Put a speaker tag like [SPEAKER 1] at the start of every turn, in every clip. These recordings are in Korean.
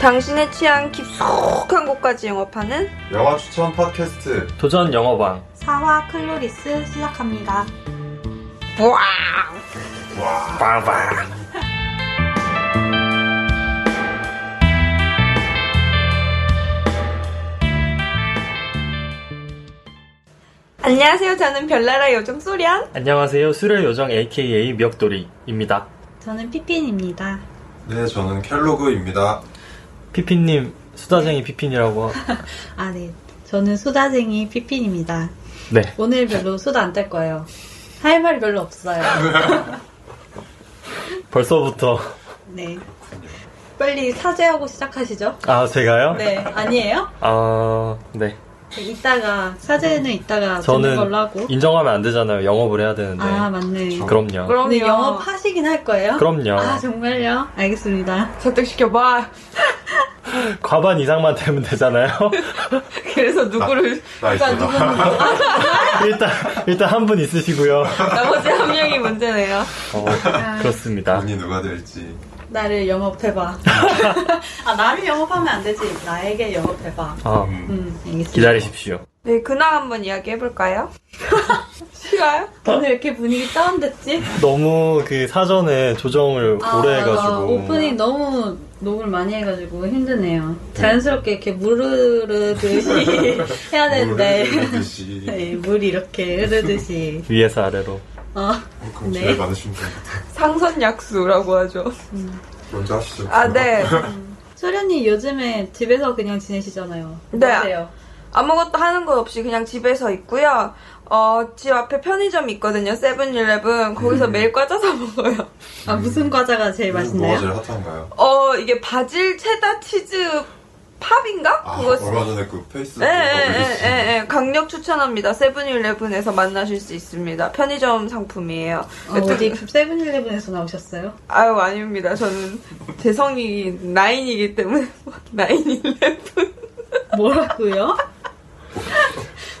[SPEAKER 1] 당신의 취향 깊숙한 곳까지 영업하는
[SPEAKER 2] 영화 추천 팟캐스트
[SPEAKER 3] 도전 영어방
[SPEAKER 4] 사화 클로리스 시작합니다.
[SPEAKER 1] 우와!
[SPEAKER 3] 빵빵
[SPEAKER 1] 안녕하세요. 저는 별나라 요정 소리안.
[SPEAKER 3] 안녕하세요 수련 요정 AKA 미역돌이입니다
[SPEAKER 4] 저는 피핀입니다.
[SPEAKER 2] 네 저는 켈로그입니다
[SPEAKER 3] 피피님 수다쟁이 피핀이라고
[SPEAKER 4] 아, 네. 저는 수다쟁이 피핀입니다.
[SPEAKER 3] 네
[SPEAKER 4] 오늘 별로 수다 안 딸 거예요. 할 말 별로 없어요.
[SPEAKER 3] 벌써부터
[SPEAKER 4] 네. 빨리 사죄하고 시작하시죠.
[SPEAKER 3] 아 제가요?
[SPEAKER 4] 네, 아니에요?
[SPEAKER 3] 아네
[SPEAKER 4] 이따가, 사죄는 이따가 듣는 걸로
[SPEAKER 3] 저는
[SPEAKER 4] 하고.
[SPEAKER 3] 인정하면 안 되잖아요 영업을 해야 되는데
[SPEAKER 4] 아, 맞네.
[SPEAKER 3] 그럼요
[SPEAKER 4] 근데 영업하시긴 할 거예요?
[SPEAKER 3] 그럼요
[SPEAKER 4] 아, 정말요? 알겠습니다.
[SPEAKER 1] 설득시켜봐.
[SPEAKER 3] 과반 이상만 되면 되잖아요
[SPEAKER 1] 그래서 누구를
[SPEAKER 2] 나 있어요
[SPEAKER 3] 일단 일단 한 분 있으시고요
[SPEAKER 2] 아.
[SPEAKER 1] 나머지 한 명이 문제네요.
[SPEAKER 3] 어,
[SPEAKER 4] 아.
[SPEAKER 3] 그렇습니다
[SPEAKER 2] 언니 누가 될지
[SPEAKER 4] 나를 영업해봐. 아, 나를 영업하면 안 되지. 나에게 영업해봐.
[SPEAKER 3] 아
[SPEAKER 4] 음, 알겠습니다.
[SPEAKER 3] 기다리십시오
[SPEAKER 1] 네, 근황 한번 이야기해볼까요? 쉬어요?
[SPEAKER 4] 오늘 이렇게 분위기 다운됐지?
[SPEAKER 3] 너무 그 사전에 조정을 오래
[SPEAKER 4] 맞아.
[SPEAKER 3] 해가지고
[SPEAKER 4] 오프닝 너무 녹을 많이 해가지고 힘드네요. 자연스럽게 이렇게 무르르듯이
[SPEAKER 1] 아,
[SPEAKER 4] 해야
[SPEAKER 1] 네,
[SPEAKER 4] 되는데.
[SPEAKER 2] 모르듯이
[SPEAKER 4] 네, 물이 이렇게 흐르듯이.
[SPEAKER 3] 위에서 아래로
[SPEAKER 4] 어,
[SPEAKER 2] 그럼
[SPEAKER 4] 네.
[SPEAKER 2] 제일 많으신 분
[SPEAKER 1] 상선약수라고 하죠.
[SPEAKER 2] 먼저 하시죠
[SPEAKER 1] 아, 네.
[SPEAKER 4] 소련님 요즘에 집에서 그냥 지내시잖아요.
[SPEAKER 1] 네.
[SPEAKER 4] 어때요?
[SPEAKER 1] 아무것도 하는 거 없이 그냥 집에서 있고요. 어, 집 앞에 편의점 있거든요. 세븐일레븐. 거기서
[SPEAKER 2] 음.
[SPEAKER 1] 매일 과자 사 먹어요.
[SPEAKER 4] 아, 무슨 과자가 제일
[SPEAKER 2] 뭐가
[SPEAKER 4] 맛있나요?
[SPEAKER 2] 제일 핫한가요?
[SPEAKER 1] 어, 이게 바질 체다 치즈 팝인가?
[SPEAKER 2] 아
[SPEAKER 1] 그거
[SPEAKER 2] 얼마 전에 그
[SPEAKER 3] 어,
[SPEAKER 2] 페이스북에 올리신
[SPEAKER 1] 예, 예예예예 강력 추천합니다. 세븐일레븐에서 만나실 수 있습니다. 편의점 상품이에요.
[SPEAKER 4] 어, 어디 세븐일레븐에서 나오셨어요?
[SPEAKER 1] 아유 아닙니다. 저는 대성이 나인이기 때문에 나인일레븐.
[SPEAKER 4] 뭐라고요?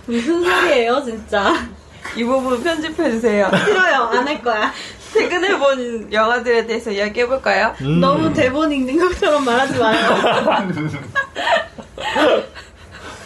[SPEAKER 4] 무슨 소리예요, 진짜?
[SPEAKER 1] 이 부분 편집해 주세요.
[SPEAKER 4] 싫어요, 안 할 거야.
[SPEAKER 1] 최근에 본 영화들에 대해서 이야기해 볼까요?
[SPEAKER 3] 음.
[SPEAKER 4] 너무 대본 읽는 것처럼 말하지 마요.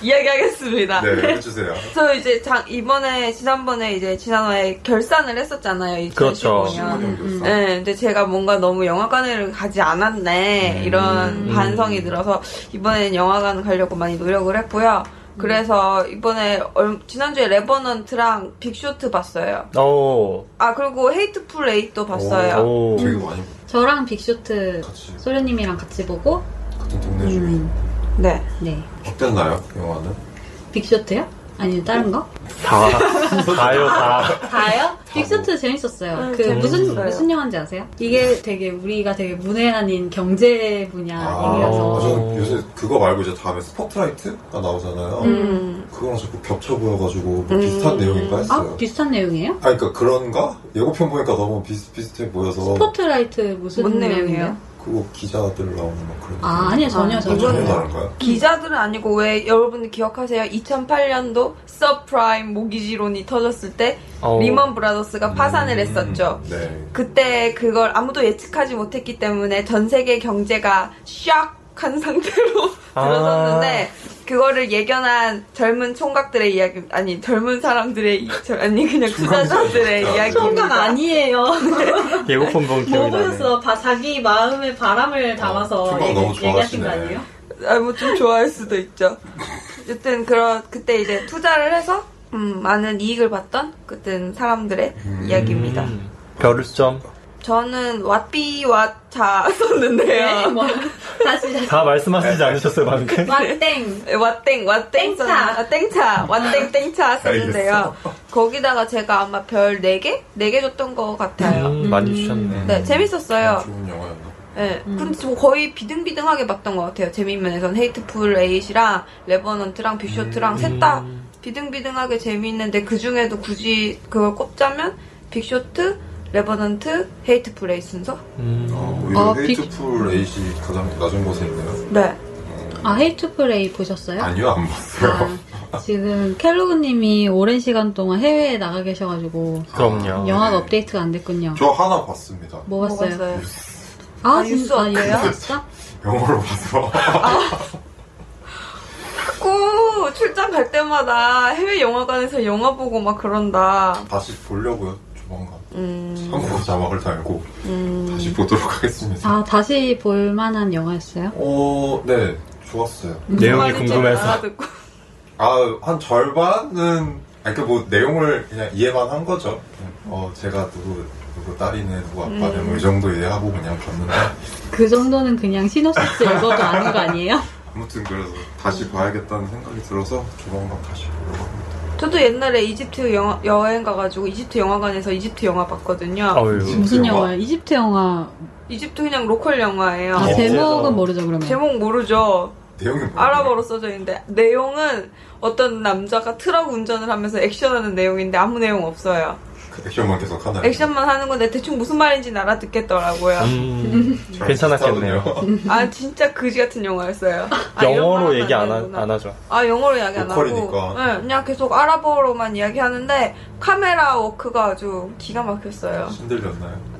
[SPEAKER 1] 이야기하겠습니다.
[SPEAKER 2] 네 해주세요
[SPEAKER 1] 저 이제 장- 이번에 지난번에 이제 지난화에 결산을 했었잖아요. 2015년.
[SPEAKER 3] 그렇죠.
[SPEAKER 2] 신문용 교사
[SPEAKER 1] 네, 근데 제가 뭔가 너무 영화관을 가지 않았네 이런
[SPEAKER 3] 음.
[SPEAKER 1] 반성이 들어서 이번에는 영화관 가려고 많이 노력을 했고요. 그래서 이번에 얼- 지난주에 레버넌트랑 빅쇼트 봤어요.
[SPEAKER 3] 오,
[SPEAKER 1] 아 그리고 헤이트풀 에이트도 봤어요.
[SPEAKER 3] 오.
[SPEAKER 2] 되게 많이
[SPEAKER 4] 저랑 빅쇼트
[SPEAKER 2] 같이
[SPEAKER 4] 소련님이랑 같이 보고
[SPEAKER 2] 같은 동네 주민
[SPEAKER 1] 네.
[SPEAKER 4] 네
[SPEAKER 2] 어땠나요 영화는?
[SPEAKER 4] 빅쇼트요? 아니 다른 거?
[SPEAKER 3] 다, 다요, 다.
[SPEAKER 4] 다요? 빅쇼트 재밌었어요.
[SPEAKER 1] 음,
[SPEAKER 4] 그 무슨
[SPEAKER 1] 재밌었어요.
[SPEAKER 4] 무슨 영화인지 아세요? 이게 되게 우리가 되게 문외 아닌 경제 분야
[SPEAKER 2] 아,
[SPEAKER 4] 얘기여서
[SPEAKER 2] 저는 요새 그거 말고 이제 다음에 스포트라이트가 나오잖아요.
[SPEAKER 1] 음.
[SPEAKER 2] 그거랑 자꾸 겹쳐 보여가지고 뭐 비슷한 내용인가
[SPEAKER 4] 아
[SPEAKER 2] 했어요.
[SPEAKER 4] 비슷한 내용이에요?
[SPEAKER 2] 아, 그러니까 그런가? 예고편 보니까 너무 비슷비슷해 보여서
[SPEAKER 4] 스포트라이트 무슨
[SPEAKER 1] 뭔
[SPEAKER 4] 내용이에요?
[SPEAKER 1] 내용이에요?
[SPEAKER 2] 그거 기자들 나오는 막 그런.
[SPEAKER 4] 아 아니요 전혀
[SPEAKER 1] 아,
[SPEAKER 2] 전혀
[SPEAKER 1] 이거는-
[SPEAKER 4] 전혀.
[SPEAKER 2] 다른가요?
[SPEAKER 1] 기자들은 아니고 왜 여러분들 기억하세요? 2008년도 서프라임 모기지론이 터졌을 때
[SPEAKER 3] 어.
[SPEAKER 1] 리먼 브라더스가 파산을
[SPEAKER 2] 음,
[SPEAKER 1] 했었죠.
[SPEAKER 2] 네.
[SPEAKER 1] 그때 그걸 아무도 예측하지 못했기 때문에 전 세계 경제가 샥한 상태로
[SPEAKER 3] 아.
[SPEAKER 1] 들어섰는데 그거를 예견한 젊은 총각들의 이야기 아니 젊은 사람들의 이- 저- 아니 그냥 투자자들의
[SPEAKER 2] 총각이죠. 아,
[SPEAKER 1] 이야기
[SPEAKER 4] 총각 아니에요.
[SPEAKER 3] 예고편 본
[SPEAKER 4] 뭐
[SPEAKER 3] 기억이 나네.
[SPEAKER 4] 보였어? 바- 자기 마음의 바람을 담아서
[SPEAKER 2] 총각 너무
[SPEAKER 4] 얘기, 얘기하신
[SPEAKER 2] 좋아하시네.
[SPEAKER 4] 거 아니에요?
[SPEAKER 1] 아뭐좀 좋아할 수도 있죠. 여튼 그런 그때 이제 투자를 해서 음, 많은 이익을 봤던 그땐 사람들의 이야기입니다.
[SPEAKER 3] 음, 별점
[SPEAKER 1] 저는 왓비왓자 썼는데요.
[SPEAKER 4] 뭐, 다시 다시.
[SPEAKER 3] 다 말씀하시지 않으셨어요 방금?
[SPEAKER 4] 와땡.
[SPEAKER 1] 왓땡 왓땡
[SPEAKER 4] 땡차.
[SPEAKER 1] 썼- 아, 땡차 왓땡 땡차 썼는데요. 거기다가 제가 아마 별 4개? 4개 줬던 것 같아요.
[SPEAKER 3] 음, 많이 주셨네.
[SPEAKER 1] 네, 재밌었어요.
[SPEAKER 2] 좋은 영화였나?
[SPEAKER 1] 네, 근데 저 거의 비등비등하게 봤던 것 같아요. 재미면에선 헤이트풀 에잇이랑 레버넌트랑 빅쇼트랑 셋 다 비등비등하게 재미있는데 그 중에도 굳이 그걸 꼽자면 빅쇼트, 레버넌트, 헤이트풀 에잇 순서?
[SPEAKER 2] 아,
[SPEAKER 3] 음,
[SPEAKER 2] 오히려
[SPEAKER 4] 아,
[SPEAKER 2] 헤이트풀 에이시 가장 낮은 곳에 있네요.
[SPEAKER 1] 네.
[SPEAKER 4] 아, 헤이트 플레이 보셨어요?
[SPEAKER 2] 아니요, 안 봤어요.
[SPEAKER 4] 네? 아, 지금 켈로그님이 오랜 시간 동안 해외에 나가 계셔가지고
[SPEAKER 3] 그럼요.
[SPEAKER 4] 영화가 업데이트가 안 됐군요.
[SPEAKER 2] 저 하나 봤습니다.
[SPEAKER 4] 뭐 봤어요?
[SPEAKER 1] 봤어요?
[SPEAKER 4] 아,
[SPEAKER 1] 아, 뉴스
[SPEAKER 4] 진짜? 아,
[SPEAKER 1] 어때요?
[SPEAKER 4] 이거 진짜?
[SPEAKER 2] 영어로 봐서
[SPEAKER 1] 자꾸 출장 갈 때마다 해외 영화관에서 영화 보고 막 그런다.
[SPEAKER 2] 다시 보려고요 조만간
[SPEAKER 1] 음,
[SPEAKER 2] 한국어 자막을 달고
[SPEAKER 1] 음.
[SPEAKER 2] 다시 보도록 하겠습니다.
[SPEAKER 4] 아, 다시 볼 만한 영화였어요?
[SPEAKER 2] 어, 네, 좋았어요.
[SPEAKER 3] 내용이
[SPEAKER 1] 말인지
[SPEAKER 3] 궁금해서.
[SPEAKER 1] 알아듣고.
[SPEAKER 2] 아 한 절반은 아, 그러니까 뭐 내용을 그냥 이해만 한 거죠. 어 제가 누구 누구 딸이네 누구 아빠네
[SPEAKER 4] 음.
[SPEAKER 2] 뭐이 정도 이해하고 그냥 봤는데
[SPEAKER 4] 그 정도는 그냥 시놉시스 읽어도 아는 거 아니에요?
[SPEAKER 2] 아무튼 그래서 다시 봐야겠다는 생각이 들어서 조만간 다시 보려고 합니다.
[SPEAKER 1] 저도 옛날에 이집트 영화, 여행 가가지고 이집트 영화관에서 이집트 영화 봤거든요.
[SPEAKER 3] 어휴.
[SPEAKER 4] 무슨
[SPEAKER 2] 영화?
[SPEAKER 4] 영화예요? 이집트 영화.
[SPEAKER 1] 이집트 그냥 로컬 영화예요.
[SPEAKER 4] 아,
[SPEAKER 3] 어.
[SPEAKER 4] 제목은
[SPEAKER 3] 제목.
[SPEAKER 4] 모르죠, 그러면.
[SPEAKER 1] 제목 모르죠.
[SPEAKER 2] 내용이 뭐예요?
[SPEAKER 1] 아랍어로 써져 있는데 내용은 어떤 남자가 트럭 운전을 하면서 액션하는 내용인데 아무 내용 없어요.
[SPEAKER 2] 그 액션만 계속 하나요?
[SPEAKER 1] 액션만 하는 건데 대충 무슨 말인지 알아듣겠더라고요.
[SPEAKER 3] 음,
[SPEAKER 2] 저랑
[SPEAKER 3] 괜찮았겠네요.
[SPEAKER 2] 비슷하군요.
[SPEAKER 1] 아 진짜 그지 같은 영화였어요. 아, 이런 말
[SPEAKER 3] 음. 영어로
[SPEAKER 1] 하면
[SPEAKER 3] 얘기 안, 하,
[SPEAKER 1] 되는구나.
[SPEAKER 3] 안 하죠.
[SPEAKER 1] 아 영어로 이야기 안
[SPEAKER 2] 로컬이니까.
[SPEAKER 1] 하고 네, 그냥 계속 아랍어로만 이야기하는데 카메라 워크가 아주 기가 막혔어요.
[SPEAKER 2] 힘들렸나요?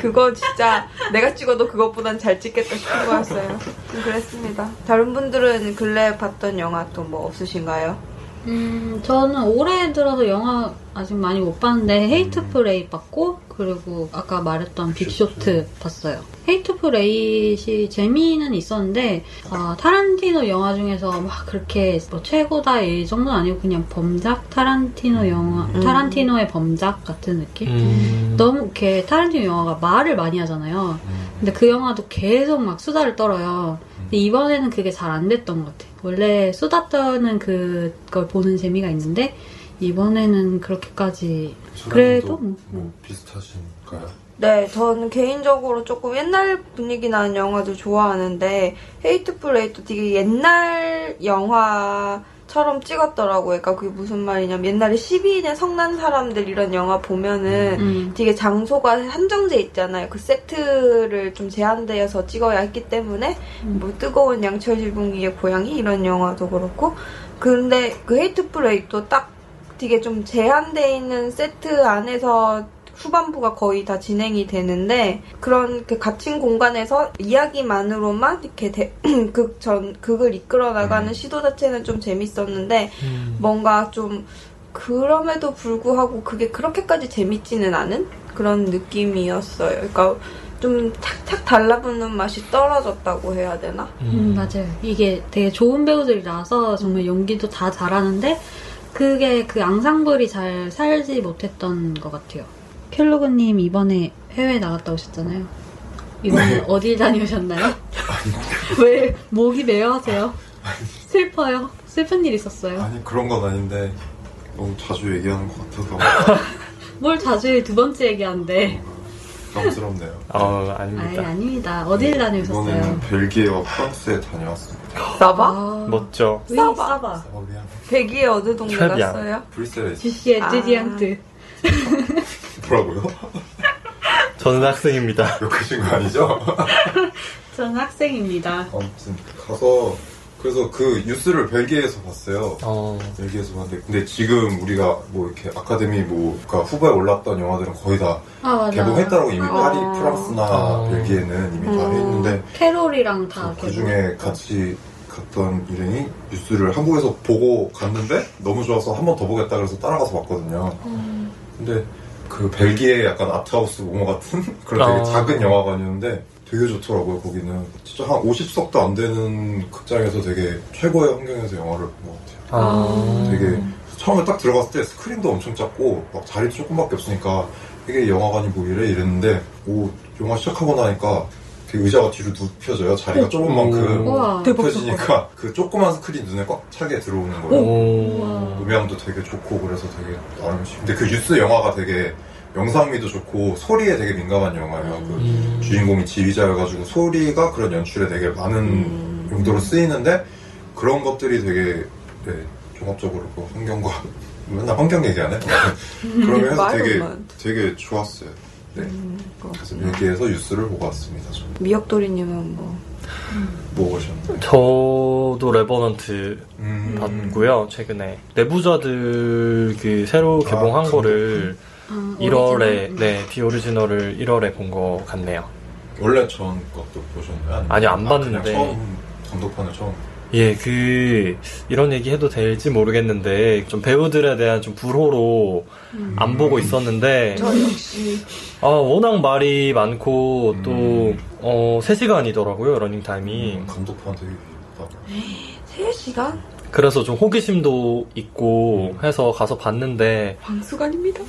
[SPEAKER 1] 그거 진짜 내가 찍어도 그것보단 잘 찍겠다 싶은 거였어요. 좀 그랬습니다. 다른 분들은 근래 봤던 영화 또 뭐 없으신가요?
[SPEAKER 4] 음, 저는 올해 들어서 영화 아직 많이 못 봤는데 헤이트풀 에이 봤고 그리고 아까 말했던 음. 빅쇼트 봤어요. 헤이트풀 에이시 재미는 있었는데 아, 타란티노 영화 중에서 막 그렇게 뭐 최고다 이 정도는 아니고 그냥 범작 타란티노 영화
[SPEAKER 1] 음.
[SPEAKER 4] 타란티노의 범작 같은 느낌. 음.
[SPEAKER 3] 음.
[SPEAKER 4] 너무 이렇게 타란티노 영화가 말을 많이 하잖아요.
[SPEAKER 2] 음.
[SPEAKER 4] 근데 그 영화도 계속 막 수다를 떨어요. 근데 이번에는 그게 잘 안 됐던 것 같아. 원래 수다 떠는 그걸 보는 재미가 있는데 이번에는 그렇게까지 그래도
[SPEAKER 2] 소라님도
[SPEAKER 4] 뭐.
[SPEAKER 2] 뭐 비슷하신가요?
[SPEAKER 1] 네, 전 개인적으로 조금 옛날 분위기 나는 영화도 좋아하는데 헤이트풀 에이도 되게 옛날 영화처럼 찍었더라고요. 그러니까 그게 무슨 말이냐면 옛날에 12인의 성난 사람들 이런 영화 보면은
[SPEAKER 4] 음.
[SPEAKER 1] 되게 장소가 한정돼 있잖아요. 그 세트를 좀 제한되어서 찍어야 했기 때문에
[SPEAKER 4] 음.
[SPEAKER 1] 뭐 뜨거운 양철 지붕이의 고양이 이런 영화도 그렇고 근데 그 헤이트풀 에이도 딱 되게 좀 제한돼 있는 세트 안에서 후반부가 거의 다 진행이 되는데 그런 그 갇힌 공간에서 이야기만으로만 이렇게 대- 극 전, 극을 이끌어 나가는
[SPEAKER 2] 음.
[SPEAKER 1] 시도 자체는 좀 재밌었는데
[SPEAKER 3] 음.
[SPEAKER 1] 뭔가 좀 그럼에도 불구하고 그게 그렇게까지 재밌지는 않은 그런 느낌이었어요. 그러니까 좀 착착 달라붙는 맛이 떨어졌다고 해야 되나?
[SPEAKER 4] 음, 맞아요. 이게 되게 좋은 배우들이 나와서
[SPEAKER 2] 음.
[SPEAKER 4] 정말 연기도 다 잘하는데 그게 그 앙상블이 잘 살지 못했던 것 같아요. 켈로그님 이번에 해외 나갔다 오셨잖아요. 이번에
[SPEAKER 2] 네.
[SPEAKER 4] 어디 다녀오셨나요? 왜 목이 메어하세요? 슬퍼요? 슬픈 일 있었어요?
[SPEAKER 2] 아니 그런 건 아닌데 너무 자주 얘기하는 것 같아서
[SPEAKER 4] 뭘 자주 해? 두 번째 얘기한데.
[SPEAKER 2] 어, 부담스럽네요.
[SPEAKER 3] 어,
[SPEAKER 4] 아니,
[SPEAKER 3] 아닙니다.
[SPEAKER 4] 아닙니다. 어딜
[SPEAKER 2] 네, 이번에는
[SPEAKER 4] 다녀오셨어요?
[SPEAKER 2] 벨기에와 프랑스에 다녀왔습니다.
[SPEAKER 1] 나봐?
[SPEAKER 4] 아,
[SPEAKER 3] 멋져.
[SPEAKER 4] 위,
[SPEAKER 1] 싸봐.
[SPEAKER 4] 싸봐.
[SPEAKER 2] 어, 미안.
[SPEAKER 1] 백이의 어느 동네
[SPEAKER 3] 협약.
[SPEAKER 1] 갔어요?
[SPEAKER 2] 브뤼셀에
[SPEAKER 4] 주시의
[SPEAKER 1] 아.
[SPEAKER 4] 드디앙트.
[SPEAKER 2] 있더라고요.
[SPEAKER 3] 저는 학생입니다.
[SPEAKER 2] 욕하신 거 아니죠?
[SPEAKER 4] 저는 학생입니다.
[SPEAKER 2] 아무튼 가서 그래서 그 뉴스를 벨기에에서 봤어요.
[SPEAKER 3] 어,
[SPEAKER 2] 벨기에에서 봤는데 근데 지금 우리가 뭐 이렇게 아카데미 뭐 그러니까 후보에 올랐던 영화들은 거의 다
[SPEAKER 4] 아, 맞아.
[SPEAKER 2] 개봉했다라고 이미 파리,
[SPEAKER 1] 어.
[SPEAKER 2] 프랑스나
[SPEAKER 3] 어.
[SPEAKER 2] 벨기에는 이미 다
[SPEAKER 1] 음.
[SPEAKER 2] 해있는데
[SPEAKER 4] 캐롤이랑 다. 뭐.
[SPEAKER 2] 그 중에 같이 갔던 일행이 뉴스를 한국에서 보고 갔는데 너무 좋아서 한 번 더 보겠다 그래서 따라가서 봤거든요.
[SPEAKER 4] 음.
[SPEAKER 2] 근데 그 벨기에 약간 아트하우스 모모 같은 그런 되게
[SPEAKER 3] 아.
[SPEAKER 2] 작은 영화관이었는데 되게 좋더라고요 거기는 진짜 한 50석도 안 되는 극장에서 되게 최고의 환경에서 영화를 본 것 같아요.
[SPEAKER 3] 아,
[SPEAKER 2] 되게 처음에 딱 들어갔을 때 스크린도 엄청 작고 막 자리도 조금밖에 없으니까 이게 영화관이 뭐 이래 이랬는데 오 영화 시작하고 나니까 그 의자가 뒤로 눕혀져요 자리가 좁은 만큼
[SPEAKER 4] 우와.
[SPEAKER 1] 대박.
[SPEAKER 2] 눕혀지니까 그 조그만 스크린 눈에 꽉 차게 들어오는 거예요
[SPEAKER 3] 오.
[SPEAKER 2] 음향도 되게 좋고 그래서 되게 나름 시- 근데 그 뉴스 영화가 되게 영상미도 좋고 소리에 되게 민감한 영화예요 그
[SPEAKER 3] 음.
[SPEAKER 2] 주인공이 지휘자여가지고 소리가 그런 연출에 되게 많은
[SPEAKER 1] 음.
[SPEAKER 2] 용도로 쓰이는데 그런 것들이 되게 네, 종합적으로 그 환경과 맨날 환경 얘기하네 그러면서 되게
[SPEAKER 1] Environment.
[SPEAKER 2] 되게 좋았어요. 네.
[SPEAKER 1] 음, 그거.
[SPEAKER 2] 그래서 여기에서 뉴스를 보고 왔습니다. 저는.
[SPEAKER 1] 미역도리님은 뭐
[SPEAKER 2] 뭐 오셨나요?
[SPEAKER 3] 저도 레버넌트
[SPEAKER 2] 음,
[SPEAKER 3] 봤고요, 최근에. 내부자들 그 새로 개봉한
[SPEAKER 2] 아,
[SPEAKER 3] 거를
[SPEAKER 4] 아,
[SPEAKER 3] 1월에,
[SPEAKER 4] 오리지널?
[SPEAKER 3] 네, 비오리지널을 1월에 본 거 같네요.
[SPEAKER 2] 원래 전 것도 보셨나요? 아니면-
[SPEAKER 3] 아니요, 안
[SPEAKER 2] 아,
[SPEAKER 3] 봤는데.
[SPEAKER 2] 그냥 처음 단독판을 처음.
[SPEAKER 3] 예, 그 이런 얘기 해도 될지 모르겠는데 좀 배우들에 대한 좀 불호로
[SPEAKER 4] 음.
[SPEAKER 3] 안 보고 있었는데
[SPEAKER 1] 저 역시
[SPEAKER 3] 아 워낙 말이 많고
[SPEAKER 2] 음.
[SPEAKER 3] 또 어, 3시간이더라고요 러닝 타임이
[SPEAKER 2] 음, 단독판 되게 길다.
[SPEAKER 4] 네,
[SPEAKER 1] 3시간?
[SPEAKER 3] 그래서 좀 호기심도 있고 해서 가서 봤는데
[SPEAKER 1] 방수간입니다.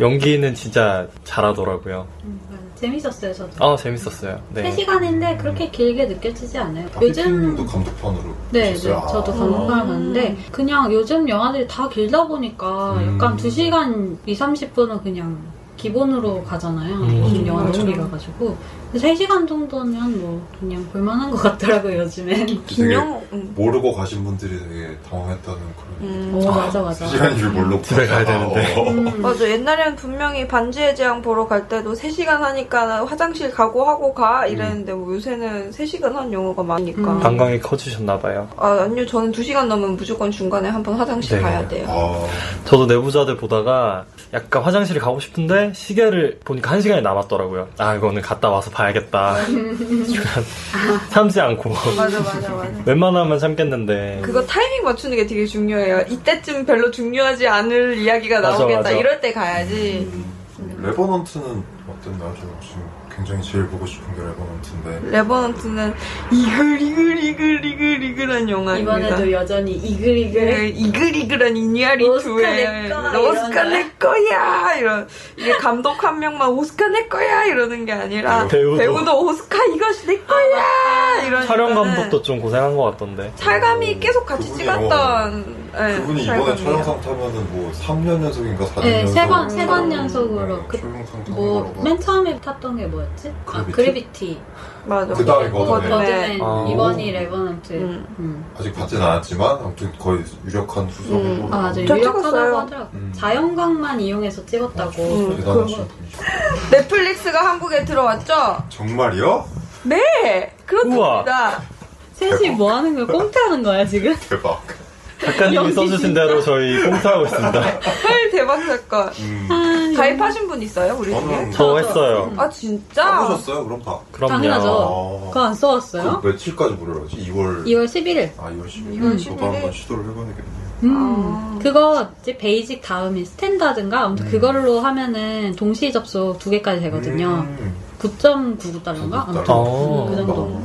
[SPEAKER 3] 연기는 진짜 잘하더라고요.
[SPEAKER 4] 음, 재밌었어요, 저도.
[SPEAKER 3] 아 재밌었어요. 네.
[SPEAKER 4] 3시간인데 그렇게 길게 느껴지지 않아요.
[SPEAKER 2] 요즘도
[SPEAKER 4] 요즘
[SPEAKER 2] 감독판으로.
[SPEAKER 4] 네, 네,
[SPEAKER 2] 보셨어요? 그 아.
[SPEAKER 4] 저도 감독관을
[SPEAKER 1] 음.
[SPEAKER 4] 봤는데 그냥 요즘 영화들이 다 길다 보니까
[SPEAKER 2] 음.
[SPEAKER 4] 약간 2시간 2, 30분은 그냥 기본으로 가잖아요.
[SPEAKER 3] 음.
[SPEAKER 4] 요즘 영화
[SPEAKER 1] 맞아요.
[SPEAKER 4] 너무 길어가지고 3시간 정도면 뭐 그냥 볼만한 것 같더라고요, 요즘엔.
[SPEAKER 2] 되게
[SPEAKER 1] 김영, 음.
[SPEAKER 2] 모르고 가신 분들이 되게 당황했다는 그런.
[SPEAKER 1] 음.
[SPEAKER 4] 오, 맞아, 맞아.
[SPEAKER 2] 시간인 줄 모르고
[SPEAKER 3] 집에 가야 되는데.
[SPEAKER 2] 어.
[SPEAKER 4] 음.
[SPEAKER 1] 맞아 옛날엔 분명히 반지의 제왕 보러 갈 때도 3시간 하니까 화장실 가고 하고 가 이랬는데 뭐 요새는 3시간 한 영화가 많으니까
[SPEAKER 4] 음.
[SPEAKER 3] 관광이 커지셨나봐요.
[SPEAKER 1] 아 아니요 저는 2시간 넘으면 무조건 중간에 한번 화장실
[SPEAKER 3] 네.
[SPEAKER 1] 가야 돼요
[SPEAKER 2] 아,
[SPEAKER 3] 저도 내부자들 보다가 약간 화장실 가고 싶은데 시계를 보니까 한 시간이 남았더라고요. 아 이거는 갔다 와서 봐야겠다. 시간 참지 않고
[SPEAKER 1] 맞아 맞아 맞아
[SPEAKER 3] 웬만하면 참겠는데
[SPEAKER 1] 그거 타이밍 맞추는 게 되게 중요해요 이때쯤 별로 중요하지 않을 이야기가
[SPEAKER 3] 맞아,
[SPEAKER 1] 나오겠다
[SPEAKER 3] 맞아.
[SPEAKER 1] 이럴 때 가야지
[SPEAKER 2] 레버넌트는 어땠나요? 저 지금 굉장히 제일 보고 싶은 게 레버넌트인데.
[SPEAKER 1] 레버넌트는 이글 이글 이글 이글 이글한 영화입니다
[SPEAKER 4] 이번에도 여전히 이글이글.
[SPEAKER 1] 그 이글이글한 이니아리
[SPEAKER 4] 오스카
[SPEAKER 1] 투에
[SPEAKER 4] 내 거야,
[SPEAKER 1] 오스카
[SPEAKER 4] 이러나?
[SPEAKER 1] 내 거야 이런 이게 감독 한 명만 오스카 내 거야 이러는 게 아니라
[SPEAKER 3] 네, 배우도.
[SPEAKER 1] 오스카 이것이 내 거야 이런
[SPEAKER 3] 촬영 감독도 좀 고생한 것 같던데.
[SPEAKER 1] 찰감이 계속 같이
[SPEAKER 2] 그분이요.
[SPEAKER 1] 찍었던 예,
[SPEAKER 2] 그분이 이번에
[SPEAKER 1] 찰감이에요.
[SPEAKER 2] 촬영상 타면은 뭐 3년 연속인가 4년
[SPEAKER 4] 네,
[SPEAKER 2] 연속.
[SPEAKER 4] 세 번, 세 번 연속으로.
[SPEAKER 2] 네,
[SPEAKER 4] 그,
[SPEAKER 2] 촬영상 타는
[SPEAKER 4] 뭐,
[SPEAKER 2] 거라고.
[SPEAKER 4] 맨 처음에 탔던 게 뭐였지? 아,
[SPEAKER 2] 그래비티?
[SPEAKER 4] 그래비티. 어, 네.
[SPEAKER 1] 맞아 네.
[SPEAKER 2] 그 다음에
[SPEAKER 4] 버드맨.
[SPEAKER 2] 버드맨.
[SPEAKER 3] 아.
[SPEAKER 4] 이번이 레버넌트.
[SPEAKER 1] 음.
[SPEAKER 4] 음.
[SPEAKER 2] 아직 받진 않았지만 아무튼 거의 유력한 후속으로.
[SPEAKER 1] 음,
[SPEAKER 4] 아, 맞아.
[SPEAKER 1] 저
[SPEAKER 4] 유력하다고
[SPEAKER 1] 찍었어요.
[SPEAKER 4] 하더라고.
[SPEAKER 2] 음.
[SPEAKER 4] 자연광만 이용해서 찍었다고.
[SPEAKER 1] 음,
[SPEAKER 2] 대단하신
[SPEAKER 4] 어, 그거.
[SPEAKER 2] 분이죠.
[SPEAKER 1] 넷플릭스가 한국에 들어왔죠?
[SPEAKER 2] 정말이요?
[SPEAKER 1] 네 그렇습니다
[SPEAKER 4] 셋이 뭐 하는 거야? 꽁트하는 거야, 지금?
[SPEAKER 2] 대박.
[SPEAKER 3] 작가님이
[SPEAKER 4] 연기
[SPEAKER 3] 써주신 대로 저희 꽁트하고 있습니다.
[SPEAKER 1] 헐 대박 사건
[SPEAKER 2] 음.
[SPEAKER 4] 아,
[SPEAKER 1] 가입하신 분 있어요 우리 중에?
[SPEAKER 4] 네.
[SPEAKER 2] 저는
[SPEAKER 3] 저뭐 했어요.
[SPEAKER 1] 아 진짜?
[SPEAKER 2] 써보셨어요? 그럼 다.
[SPEAKER 3] 그럼요.
[SPEAKER 4] 당연하죠.
[SPEAKER 2] 아.
[SPEAKER 4] 그거 그 안 써왔어요?
[SPEAKER 2] 그 며칠까지 무료라지? 2월.
[SPEAKER 4] 2월 11일.
[SPEAKER 2] 아 2월 10일.
[SPEAKER 1] 이월
[SPEAKER 2] 저도 한번
[SPEAKER 1] 11일.
[SPEAKER 2] 시도를 해봐야겠네요.
[SPEAKER 4] 음.
[SPEAKER 1] 아.
[SPEAKER 4] 그거 이제 베이직 다음에 스탠다든가 아무튼
[SPEAKER 2] 음.
[SPEAKER 4] 그걸로 하면은 동시 접속 두 개까지 되거든요.
[SPEAKER 2] 음.
[SPEAKER 4] 9.99달러인가? 아무튼.
[SPEAKER 3] 어.
[SPEAKER 4] 음, 그 정도.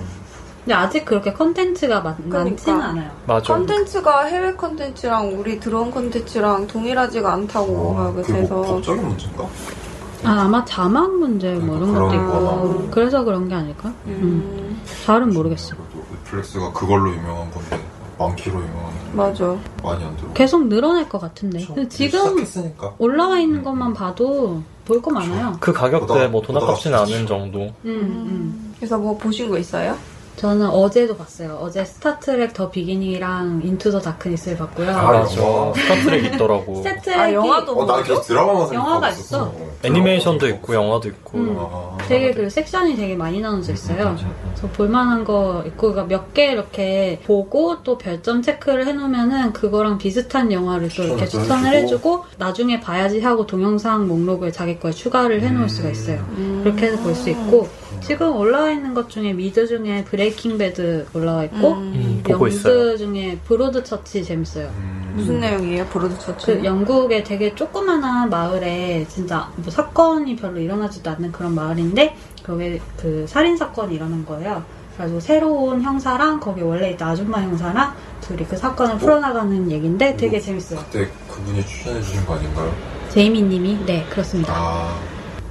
[SPEAKER 4] 근데 아직 그렇게 컨텐츠가 많, 많지는
[SPEAKER 1] 그러니까.
[SPEAKER 4] 않아요.
[SPEAKER 3] 맞아.
[SPEAKER 1] 컨텐츠가 해외 컨텐츠랑 우리 들어온 컨텐츠랑 동일하지가 않다고
[SPEAKER 2] 어,
[SPEAKER 1] 막
[SPEAKER 2] 그게 뭐
[SPEAKER 1] 그래서
[SPEAKER 2] 법적인 문제인가?
[SPEAKER 4] 아, 아마 자막 문제 뭐 이런 것도
[SPEAKER 2] 그런
[SPEAKER 4] 있고.
[SPEAKER 1] 거나.
[SPEAKER 4] 그래서 그런 게 아닐까? 음.
[SPEAKER 1] 음,
[SPEAKER 4] 잘은 모르겠어.
[SPEAKER 2] 그래도 넷플릭스가 그걸로 유명한 건데 만키로 유명한 건데
[SPEAKER 1] 맞아
[SPEAKER 2] 많이 안 들어.
[SPEAKER 4] 계속 늘어날 것 같은데. 근데 네. 지금
[SPEAKER 2] 시작했으니까.
[SPEAKER 4] 올라와 있는 것만 봐도 볼 거 많아요.
[SPEAKER 3] 그 가격대
[SPEAKER 2] 보다-
[SPEAKER 3] 뭐 돈
[SPEAKER 2] 보다
[SPEAKER 3] 아깝진
[SPEAKER 2] 값지지.
[SPEAKER 3] 않은 정도.
[SPEAKER 4] 음, 음.
[SPEAKER 1] 그래서 뭐 보신 거 있어요?
[SPEAKER 4] 저는 어제도 봤어요. 어제 스타트랙 더 비기닝이랑 인투 더 다크니스를 봤고요.
[SPEAKER 2] 아, 영화.
[SPEAKER 3] 스타트랙 있더라고.
[SPEAKER 4] 스타트랙
[SPEAKER 1] 아, 영화도
[SPEAKER 2] 어, 나 계속 드라마만 생각하고
[SPEAKER 4] 영화가
[SPEAKER 2] 있었어. 어,
[SPEAKER 3] 애니메이션도
[SPEAKER 2] 드라마.
[SPEAKER 3] 있고 영화도 있고.
[SPEAKER 4] 음.
[SPEAKER 2] 아.
[SPEAKER 4] 되게 그 섹션이 되게 많이 나눠져 있어요. 그래서 볼만한 거 있고 그러니까 몇 개 이렇게 보고 또 별점 체크를 해놓으면은 그거랑 비슷한 영화를 또 이렇게
[SPEAKER 2] 추천을
[SPEAKER 4] 추천을
[SPEAKER 2] 해주고.
[SPEAKER 4] 해주고 나중에 봐야지 하고 동영상 목록을 자기 거에 추가를 해놓을
[SPEAKER 2] 음.
[SPEAKER 4] 수가 있어요. 그렇게 해서 볼 수 있고 지금 올라와 있는 것 중에 미드 중에 브레이킹 배드 올라와 있고
[SPEAKER 3] 음, 보고 있어요.
[SPEAKER 4] 영드 중에 브로드 처치 재밌어요.
[SPEAKER 2] 음.
[SPEAKER 1] 무슨 내용이에요? 브로드 처치?
[SPEAKER 4] 그 영국의 되게 조그만한 마을에 진짜 뭐 사건이 별로 일어나지도 않는 그런 마을인데 거기 그 살인 사건이 일어난 거예요. 그래서 새로운 형사랑 거기 원래 있던 아줌마 형사랑 둘이 그 사건을 풀어나가는 얘기인데 되게 재밌어요.
[SPEAKER 2] 그때 그분이 추천해 주신 거 아닌가요?
[SPEAKER 4] 제이미님이 네 그렇습니다.
[SPEAKER 2] 아,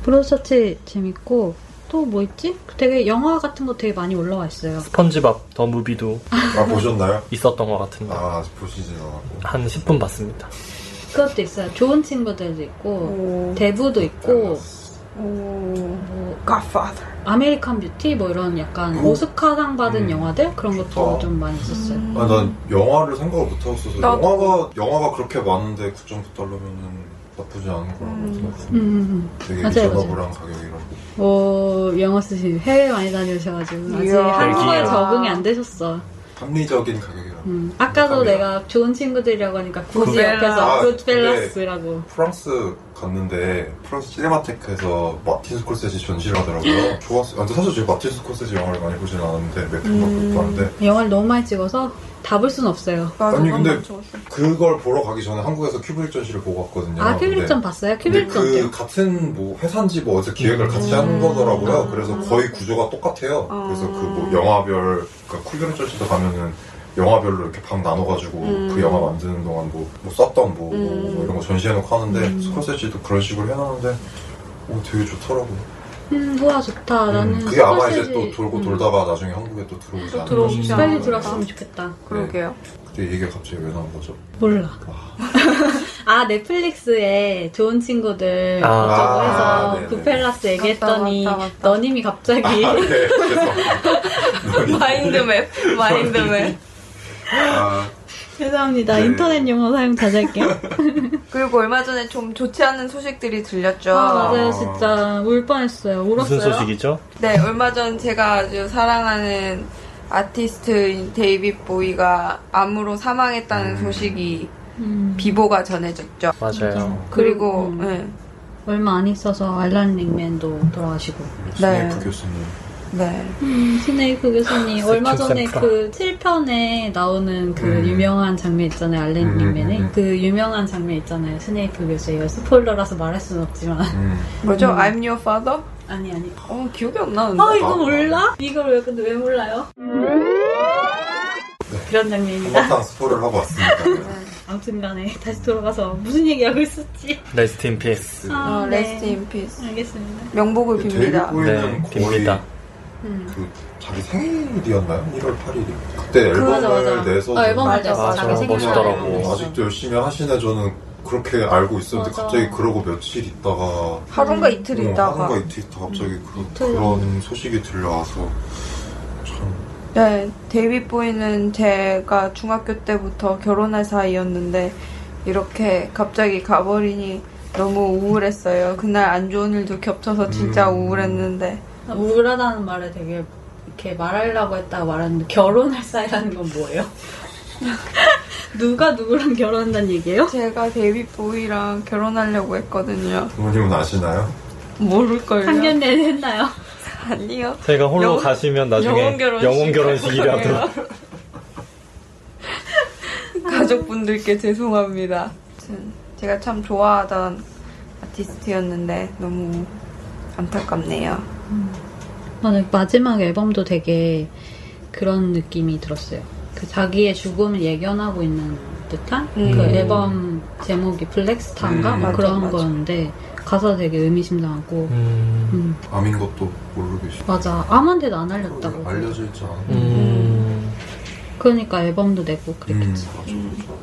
[SPEAKER 4] 브로서치 재밌고 또 뭐 있지? 되게 영화 같은 거 되게 많이 올라와 있어요.
[SPEAKER 3] 스펀지밥 더 무비도
[SPEAKER 2] 아 보셨나요?
[SPEAKER 3] 있었던 것 같은데
[SPEAKER 2] 아 아직 보시진 않았고.
[SPEAKER 3] 한 10분 봤습니다.
[SPEAKER 4] 그것도 있어요. 좋은 친구들도 있고
[SPEAKER 1] 오,
[SPEAKER 4] 대부도 있고
[SPEAKER 1] 오,
[SPEAKER 4] 뭐
[SPEAKER 1] Godfather
[SPEAKER 4] 아메리칸 뷰티 뭐 이런 약간
[SPEAKER 2] 음.
[SPEAKER 4] 오스카상 받은
[SPEAKER 2] 음.
[SPEAKER 4] 영화들 그런 것도
[SPEAKER 2] 어.
[SPEAKER 4] 좀 많이 있었어요.
[SPEAKER 1] 음.
[SPEAKER 2] 아, 난 영화를 생각을 못 하고 있어서
[SPEAKER 1] 나도.
[SPEAKER 2] 영화가 영화가 그렇게 많은데 9.9달러면은 나쁘지 않은 거라고
[SPEAKER 1] 음.
[SPEAKER 4] 음,
[SPEAKER 2] 생각했는데
[SPEAKER 4] 음,
[SPEAKER 2] 되게
[SPEAKER 4] 맞아요,
[SPEAKER 2] 리저너블한 가격이라고.
[SPEAKER 4] 음. 오, 영어 쓰신 해외 많이 다녀오셔가지고 아직
[SPEAKER 1] 이야.
[SPEAKER 4] 한국어에
[SPEAKER 3] 벨기에.
[SPEAKER 4] 적응이 안 되셨어.
[SPEAKER 2] 합리적인 가격이라고.
[SPEAKER 4] 음, 아까도
[SPEAKER 2] 감사합니다.
[SPEAKER 4] 내가 좋은 친구들이라고 하니까 그 굳이
[SPEAKER 1] 굿벨라.
[SPEAKER 4] 옆에서
[SPEAKER 2] 아,
[SPEAKER 4] 굿펠라스라고.
[SPEAKER 2] 프랑스 갔는데 프랑스 시네마테크에서 마틴 스콜세지 전시를 하더라고요. 좋았어요. 아, 근데 사실 제가 마틴 스콜세지 영화를 많이 보진 않았는데 몇 편밖에
[SPEAKER 1] 음.
[SPEAKER 2] 못 봤는데
[SPEAKER 4] 영화를 너무 많이 찍어서 답을 순 없어요.
[SPEAKER 1] 맞아,
[SPEAKER 2] 아니, 근데-
[SPEAKER 1] 그건 좋았어.
[SPEAKER 2] 그걸 보러 가기 전에 한국에서 큐브릭 전시를 보고 왔거든요.
[SPEAKER 4] 아,
[SPEAKER 2] 근데
[SPEAKER 4] 큐빌전 봤어요?
[SPEAKER 2] 네. 근데
[SPEAKER 4] 큐빌전
[SPEAKER 2] 그
[SPEAKER 4] 어때요?
[SPEAKER 2] 같은 뭐 회사인지 뭐 어제 기획을 같이 한
[SPEAKER 1] 음.
[SPEAKER 2] 거더라고요.
[SPEAKER 1] 아.
[SPEAKER 2] 그래서 거의 구조가 똑같아요.
[SPEAKER 1] 아.
[SPEAKER 2] 그래서 그 뭐 영화별, 그러니까 쿨그룹 전시도 가면은 영화별로 이렇게 방 나눠가지고
[SPEAKER 1] 음.
[SPEAKER 2] 그 영화 만드는 동안 뭐, 뭐 썼던 뭐,
[SPEAKER 1] 음.
[SPEAKER 2] 뭐 이런 거 전시해놓고 하는데 스콜세지도 그런 식으로 해놨는데 오, 되게 좋더라고요.
[SPEAKER 4] 음, 우와, 좋다. 나는.
[SPEAKER 2] 음, 그게 아마
[SPEAKER 4] 스콜세지-
[SPEAKER 2] 이제 또 돌고
[SPEAKER 4] 음.
[SPEAKER 2] 돌다가 음. 나중에 한국에 또 들어오지 않을까
[SPEAKER 1] 들어오지
[SPEAKER 2] 싶어요.
[SPEAKER 4] 빨리
[SPEAKER 1] 않을까.
[SPEAKER 4] 들어왔으면 좋겠다.
[SPEAKER 1] 그러게요.
[SPEAKER 2] 근데 얘기가 갑자기 왜 나온 거죠?
[SPEAKER 4] 몰라.
[SPEAKER 2] 아,
[SPEAKER 4] 아, 넷플릭스에 좋은 친구들
[SPEAKER 3] 아.
[SPEAKER 4] 있다고
[SPEAKER 2] 아,
[SPEAKER 4] 해서 그
[SPEAKER 2] 네네.
[SPEAKER 4] 굿펠라스 얘기했더니
[SPEAKER 1] 맞다, 맞다, 맞다.
[SPEAKER 4] 너님이 갑자기
[SPEAKER 2] 아, 네, 죄송합니다.
[SPEAKER 1] 마인드맵, 마인드맵.
[SPEAKER 2] 아,
[SPEAKER 4] 죄송합니다.
[SPEAKER 2] 네.
[SPEAKER 4] 인터넷 용어 사용 자제할게요.
[SPEAKER 1] 그리고 얼마 전에 좀 좋지 않은 소식들이 들렸죠.
[SPEAKER 4] 아, 맞아요. 진짜 울 뻔했어요. 울었어요.
[SPEAKER 3] 무슨 소식이죠?
[SPEAKER 1] 네, 얼마 전 제가 아주 사랑하는 아티스트인 데이빗 보이가 암으로 사망했다는
[SPEAKER 2] 음.
[SPEAKER 1] 소식이
[SPEAKER 4] 음,
[SPEAKER 1] 비보가 전해졌죠.
[SPEAKER 3] 맞아요.
[SPEAKER 1] 그리고
[SPEAKER 4] 음.
[SPEAKER 1] 네,
[SPEAKER 4] 얼마 안 있어서 알란 링맨도 돌아가시고.
[SPEAKER 2] 스네이프
[SPEAKER 1] 네.
[SPEAKER 2] 교수님.
[SPEAKER 1] 네.
[SPEAKER 4] 음, 스네이크 교수님 얼마
[SPEAKER 3] 세컨
[SPEAKER 4] 전에
[SPEAKER 3] 샘플아.
[SPEAKER 4] 그 7편에 나오는 그
[SPEAKER 2] 음.
[SPEAKER 4] 유명한 장면 있잖아요. 알렌
[SPEAKER 2] 음,
[SPEAKER 4] 링맨의
[SPEAKER 2] 음, 음.
[SPEAKER 4] 그 유명한 장면 있잖아요. 스네이크 교수의 이거 스포일러라서 말할 수는 없지만
[SPEAKER 2] 음.
[SPEAKER 1] 뭐죠? 그렇죠? I'm your father?
[SPEAKER 4] 아니 아니.
[SPEAKER 1] 어, 기억이 안 나는데.
[SPEAKER 4] 아 이거 몰라? 이걸 왜 근데 왜 몰라요? 그런 장면입니다.
[SPEAKER 2] 한바탕 스포를 하고 왔습니다.
[SPEAKER 4] 아무튼간에 다시 돌아가서 무슨 얘기하고 있었지?
[SPEAKER 3] 레스트 인 피스.
[SPEAKER 1] 어,
[SPEAKER 4] 아, 네.
[SPEAKER 1] rest in peace.
[SPEAKER 4] 알겠습니다.
[SPEAKER 1] 명복을
[SPEAKER 2] 데이비
[SPEAKER 1] 빕니다.
[SPEAKER 2] 보이는
[SPEAKER 3] 네,
[SPEAKER 2] 거의
[SPEAKER 3] 빕니다.
[SPEAKER 4] 음.
[SPEAKER 2] 그 자기 생일이었나요? 1월 8일이 그때
[SPEAKER 4] 맞아, 맞아.
[SPEAKER 2] 앨범을 내서
[SPEAKER 4] 어, 앨범을
[SPEAKER 1] 맞아,
[SPEAKER 4] 냈어.
[SPEAKER 1] 맞아.
[SPEAKER 4] 자기 생일
[SPEAKER 3] 멋있더라고.
[SPEAKER 4] 앨범을 냈어.
[SPEAKER 2] 아직도 열심히 하시네 저는 그렇게 알고 있었는데
[SPEAKER 4] 맞아.
[SPEAKER 2] 갑자기 그러고 며칠 있다가
[SPEAKER 1] 하루인가 이틀
[SPEAKER 2] 어,
[SPEAKER 1] 있다가.
[SPEAKER 2] 하루가 이틀 있다 갑자기 그,
[SPEAKER 4] 음, 이틀
[SPEAKER 2] 그런 소식이 들려와서 참
[SPEAKER 1] 네, 데이빗 보이는 제가 중학교 때부터 결혼할 사이였는데 이렇게 갑자기 가버리니 너무 우울했어요. 그날 안 좋은 일도 겹쳐서 진짜
[SPEAKER 2] 음.
[SPEAKER 1] 우울했는데.
[SPEAKER 4] 아, 우울하다는 말을 되게 이렇게 말하려고 했다가 말하는데 결혼할 사이라는 건 뭐예요? 누가 누구랑 결혼한다는 얘기예요?
[SPEAKER 1] 제가 데이빗 보이랑 결혼하려고 했거든요.
[SPEAKER 2] 부모님은 아시나요?
[SPEAKER 1] 모를걸요.
[SPEAKER 4] 상견례 했나요?
[SPEAKER 1] 아니요.
[SPEAKER 3] 제가 홀로
[SPEAKER 1] 영혼-
[SPEAKER 3] 가시면 나중에
[SPEAKER 1] 영혼 결혼식
[SPEAKER 3] 영혼 결혼식이라도
[SPEAKER 1] 할 거예요. 가족분들께 죄송합니다. 아무튼 제가 참 좋아하던 아티스트였는데 너무 안타깝네요.
[SPEAKER 4] 맞아요. 마지막 앨범도 되게 그런 느낌이 들었어요. 그 자기의 죽음을 예견하고 있는 듯한
[SPEAKER 1] 음.
[SPEAKER 4] 그 앨범 제목이 블랙스타인가
[SPEAKER 2] 음,
[SPEAKER 4] 뭐
[SPEAKER 1] 맞아,
[SPEAKER 4] 그런
[SPEAKER 1] 맞아.
[SPEAKER 4] 거였는데 가사 되게 의미심장하고
[SPEAKER 3] 음...
[SPEAKER 4] 음,
[SPEAKER 2] 암인 것도 모르고 계시고
[SPEAKER 4] 맞아 아무한테도 안 알렸다고
[SPEAKER 2] 음, 알려져 있지 않아요?
[SPEAKER 3] 음...
[SPEAKER 4] 그러니까 앨범도 내고
[SPEAKER 2] 음,
[SPEAKER 4] 그랬겠지.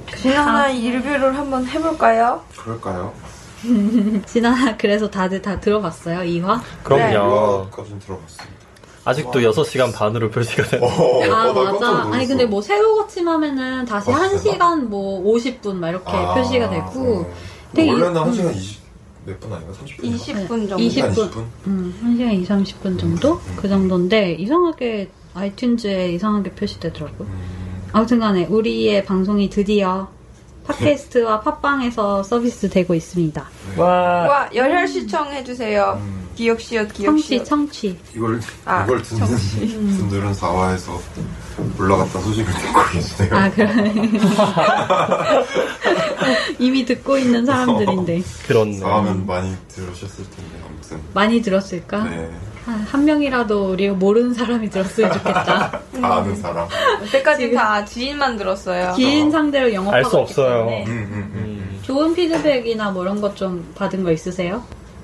[SPEAKER 2] 맞아.
[SPEAKER 1] 지난한 인류를 한번 해볼까요?
[SPEAKER 2] 그럴까요? 음.
[SPEAKER 4] 지난 그래서 다들 다 들어봤어요 2화?
[SPEAKER 3] 네. 그럼요.
[SPEAKER 2] 유아까지는 들어봤습니다
[SPEAKER 3] 아직도 6시간 반으로 표시가 됐
[SPEAKER 2] 어,
[SPEAKER 4] 아
[SPEAKER 2] 어, 나 깜짝
[SPEAKER 4] 맞아.
[SPEAKER 2] 놀랐어.
[SPEAKER 4] 아니 근데 뭐 새로 고침하면은 다시
[SPEAKER 2] 아,
[SPEAKER 4] 한
[SPEAKER 2] 진짜?
[SPEAKER 4] 1시간 뭐 50분 막 이렇게
[SPEAKER 2] 아,
[SPEAKER 4] 표시가 되고
[SPEAKER 2] 어.
[SPEAKER 4] 되게
[SPEAKER 2] 원래는 한
[SPEAKER 4] 음.
[SPEAKER 2] 시간 20 몇 분 아닌가?
[SPEAKER 1] 네.
[SPEAKER 2] 30분?
[SPEAKER 1] 20분 정도.
[SPEAKER 4] 20 네. 분.
[SPEAKER 2] 20분?
[SPEAKER 4] 음, 1시간 20, 30분 정도?
[SPEAKER 2] 음.
[SPEAKER 4] 그 정도인데 이상하게 아이튠즈에 이상하게 표시되더라고.
[SPEAKER 2] 음.
[SPEAKER 4] 아무튼 간에 우리의 방송이 드디어
[SPEAKER 2] 네.
[SPEAKER 4] 팟캐스트와 팟빵에서 서비스 되고 있습니다.
[SPEAKER 3] 와.
[SPEAKER 1] 와, 열혈 시청해주세요.
[SPEAKER 2] 음.
[SPEAKER 1] 기억시옷,
[SPEAKER 4] 청취,
[SPEAKER 1] 기억시옷.
[SPEAKER 4] 청취.
[SPEAKER 2] 이걸
[SPEAKER 1] 아,
[SPEAKER 2] 이걸 듣는 분들은 4화에서 올라갔다 소식을 듣고 계시네요.
[SPEAKER 4] 아, 그러네. 이미 듣고 있는 사람들인데.
[SPEAKER 3] 그렇네.
[SPEAKER 4] 아.
[SPEAKER 2] 4화면 많이 들으셨을 텐데 아무튼
[SPEAKER 4] 많이 들었을까?
[SPEAKER 2] 네.
[SPEAKER 4] 한, 한 명이라도 우리 모르는 사람이 들었으면 좋겠다.
[SPEAKER 2] 다 아는 사람.
[SPEAKER 1] 여태까지 다 지인만 들었어요.
[SPEAKER 4] 긴 상대로 영업하고
[SPEAKER 3] 알수
[SPEAKER 4] 있기
[SPEAKER 3] 없어요.
[SPEAKER 4] 때문에.
[SPEAKER 2] 음, 음, 음.
[SPEAKER 3] 음.
[SPEAKER 4] 좋은 피드백이나 뭐 이런 것 좀 받은 거 있으세요?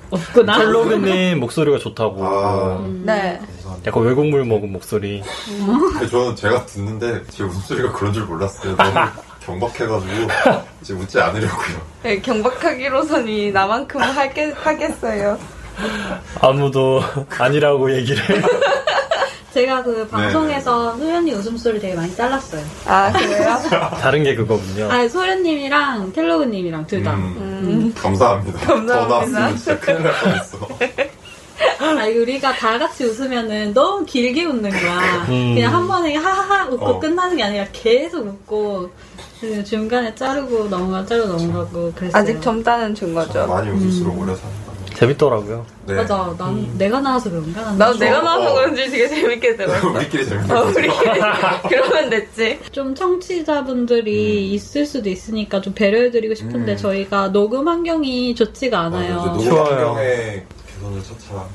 [SPEAKER 4] 없구나.
[SPEAKER 3] 첼로그님 목소리가 좋다고.
[SPEAKER 2] 아.
[SPEAKER 1] 네.
[SPEAKER 2] 감사합니다.
[SPEAKER 3] 약간 외국물 먹은 목소리.
[SPEAKER 2] 근데 저는 제가 듣는데 제 웃음소리가 그런 줄 몰랐어요. 너무 경박해가지고 이제 웃지 않으려고요.
[SPEAKER 1] 네, 경박하기로서니 나만큼은 할게, 하겠어요.
[SPEAKER 3] 아무도 아니라고 얘기를.
[SPEAKER 4] 제가 그 방송에서
[SPEAKER 2] 네.
[SPEAKER 4] 소연이 웃음소리 되게 많이 잘랐어요.
[SPEAKER 1] 아, 그래요?
[SPEAKER 3] 다른 게 그거군요.
[SPEAKER 4] 아, 소연님이랑 켈로그님이랑 둘 다.
[SPEAKER 2] 음,
[SPEAKER 1] 음.
[SPEAKER 2] 감사합니다.
[SPEAKER 1] 감사합니다.
[SPEAKER 2] 더 나왔으면 진짜 큰일 날 뻔했어.
[SPEAKER 4] 아, 이거 우리가 다 같이 웃으면은 너무 길게 웃는 거야.
[SPEAKER 3] 음.
[SPEAKER 4] 그냥 한 번에 하하하 웃고
[SPEAKER 2] 어.
[SPEAKER 4] 끝나는 게 아니라 계속 웃고 그 중간에 자르고 넘어가 자르고 넘어가고 그랬어요.
[SPEAKER 1] 아직 젊다는
[SPEAKER 2] 참
[SPEAKER 1] 증거죠.
[SPEAKER 2] 많이 웃을수록 오래 산다.
[SPEAKER 3] 재밌더라고요.
[SPEAKER 2] 네.
[SPEAKER 4] 맞아, 난 내가 나와서 그런가? 난
[SPEAKER 1] 나
[SPEAKER 4] 좀-
[SPEAKER 1] 내가 나와서
[SPEAKER 2] 어.
[SPEAKER 1] 그런지 되게 재밌게 들었어.
[SPEAKER 2] 우리끼리 재밌는
[SPEAKER 1] 어,
[SPEAKER 2] 거지.
[SPEAKER 1] 우리 그러면 됐지.
[SPEAKER 4] 좀 청취자분들이 있을 수도 있으니까 좀 배려해드리고 싶은데
[SPEAKER 2] 음.
[SPEAKER 4] 저희가 녹음 환경이 좋지가 않아요.
[SPEAKER 2] 맞아, 이제 노후
[SPEAKER 3] 추워요.
[SPEAKER 2] 환경에 개선을 차차.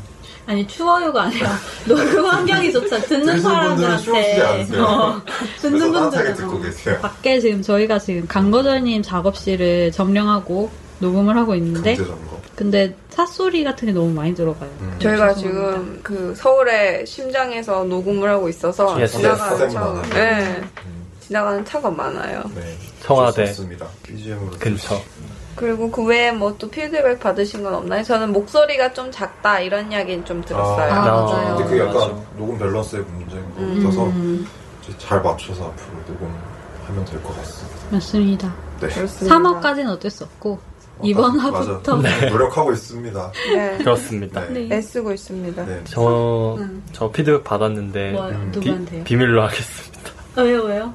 [SPEAKER 4] 아니 추워요가 아니라 녹음 환경이 좋다 듣는
[SPEAKER 2] 듣는 분들은 추워지지
[SPEAKER 4] 사람들한테
[SPEAKER 2] 않으세요.
[SPEAKER 4] 어, 듣는
[SPEAKER 2] 그래서 따뜻하게
[SPEAKER 4] 분들은
[SPEAKER 2] 듣고
[SPEAKER 4] 어.
[SPEAKER 2] 계세요.
[SPEAKER 4] 밖에 지금 저희가 지금 강거절님 작업실을 점령하고 녹음을 하고 있는데
[SPEAKER 2] 강제 점거.
[SPEAKER 4] 근데 사소리 같은 게 너무 많이 들어가요
[SPEAKER 2] 음.
[SPEAKER 1] 저희가
[SPEAKER 4] 죄송합니다.
[SPEAKER 1] 지금 그 서울의 심장에서 녹음을 하고 있어서
[SPEAKER 3] 예,
[SPEAKER 1] 지나가는
[SPEAKER 2] 사색
[SPEAKER 1] 차,
[SPEAKER 2] 많아요.
[SPEAKER 1] 예,
[SPEAKER 2] 음,
[SPEAKER 1] 지나가는 차가 많아요.
[SPEAKER 2] 네.
[SPEAKER 3] 청와대.
[SPEAKER 2] 좋습니다. BGM으로.
[SPEAKER 3] 근처.
[SPEAKER 1] 그리고 그 외에 뭐 또 피드백 받으신 건 없나요? 저는 목소리가 좀 작다 이런 이야기는 좀 들었어요.
[SPEAKER 4] 아,
[SPEAKER 3] 나-
[SPEAKER 4] 맞아요.
[SPEAKER 2] 근데 그게 약간
[SPEAKER 3] 맞아.
[SPEAKER 2] 녹음 밸런스의 문제인 것
[SPEAKER 1] 음.
[SPEAKER 2] 같아서
[SPEAKER 4] 음,
[SPEAKER 2] 이제 잘 맞춰서 앞으로 녹음하면 될 것 같습니다.
[SPEAKER 4] 맞습니다
[SPEAKER 2] 네.
[SPEAKER 1] 그렇습니다.
[SPEAKER 4] 3화까지는 어쩔 수 없고 이번 화부터
[SPEAKER 2] 맞아. 네.
[SPEAKER 3] 네.
[SPEAKER 2] 노력하고 있습니다.
[SPEAKER 1] 네.
[SPEAKER 3] 그렇습니다.
[SPEAKER 2] 네.
[SPEAKER 4] 네.
[SPEAKER 1] 애쓰고 있습니다.
[SPEAKER 2] 네.
[SPEAKER 3] 저,
[SPEAKER 4] 음.
[SPEAKER 3] 저 피드백 받았는데
[SPEAKER 4] 뭐요?
[SPEAKER 2] 음,
[SPEAKER 4] 누구한테요? 아,
[SPEAKER 3] 비, 밀로 하겠습니다.
[SPEAKER 4] 왜요 왜요?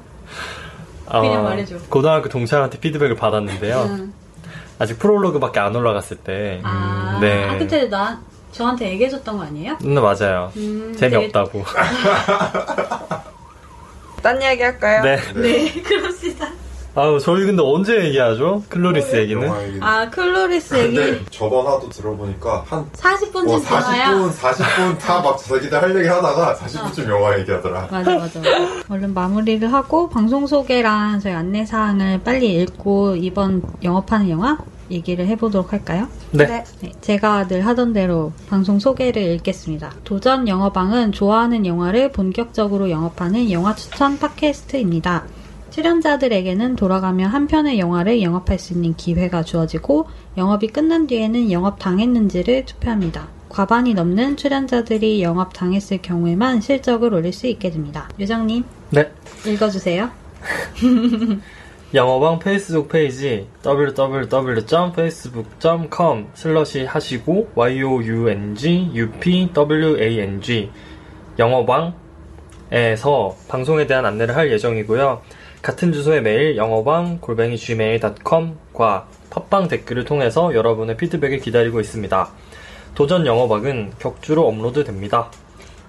[SPEAKER 4] 그냥
[SPEAKER 3] 어,
[SPEAKER 4] 말해줘.
[SPEAKER 3] 고등학교 동창한테 피드백을 받았는데요.
[SPEAKER 4] 음.
[SPEAKER 3] 아직 프롤로그밖에 안 올라갔을 때.
[SPEAKER 4] 아,
[SPEAKER 3] 네.
[SPEAKER 4] 아, 그때 나 저한테 얘기해줬던 거 아니에요?
[SPEAKER 3] 음, 맞아요.
[SPEAKER 4] 음,
[SPEAKER 3] 재미없다고.
[SPEAKER 1] 딴 이야기 할까요?
[SPEAKER 3] 네.
[SPEAKER 4] 되게- 네, 그럽시다.
[SPEAKER 3] 아우, 저희 근데 언제 얘기하죠? 클로리스 얘기는?
[SPEAKER 2] 영화 얘기.
[SPEAKER 4] 아, 클로리스 얘기
[SPEAKER 2] 근데 저번 화도 네. 들어보니까 한
[SPEAKER 4] 40분쯤
[SPEAKER 2] 뭐
[SPEAKER 4] 전화야.
[SPEAKER 2] 40분, 40분 다 막 자기들 할 얘기 하다가 40분쯤
[SPEAKER 4] 어.
[SPEAKER 2] 영화 얘기하더라.
[SPEAKER 4] 맞아, 맞아. 얼른 마무리를 하고 방송 소개랑 저희 안내사항을 빨리 읽고 이번 영업하는 영화 얘기를 해보도록 할까요?
[SPEAKER 3] 네.
[SPEAKER 4] 네, 제가 늘 하던 대로 방송 소개를 읽겠습니다. 도전 영어방은 좋아하는 영화를 본격적으로 영업하는 영화 추천 팟캐스트입니다. 출연자들에게는 돌아가며 한 편의 영화를 영업할 수 있는 기회가 주어지고 영업이 끝난 뒤에는 영업 당했는지를 투표합니다. 과반이 넘는 출연자들이 영업 당했을 경우에만 실적을 올릴 수 있게 됩니다. 유정님
[SPEAKER 3] 네.
[SPEAKER 4] 읽어주세요.
[SPEAKER 3] 영어방 페이스북 페이지 www.facebook.com 슬러시 하시고 young upwang 영어방에서 방송에 대한 안내를 할 예정이고요. 같은 주소의 메일 영어방 골뱅이 gmail.com과 팟빵 댓글을 통해서 여러분의 피드백을 기다리고 있습니다. 도전 영어방은 격주로 업로드됩니다.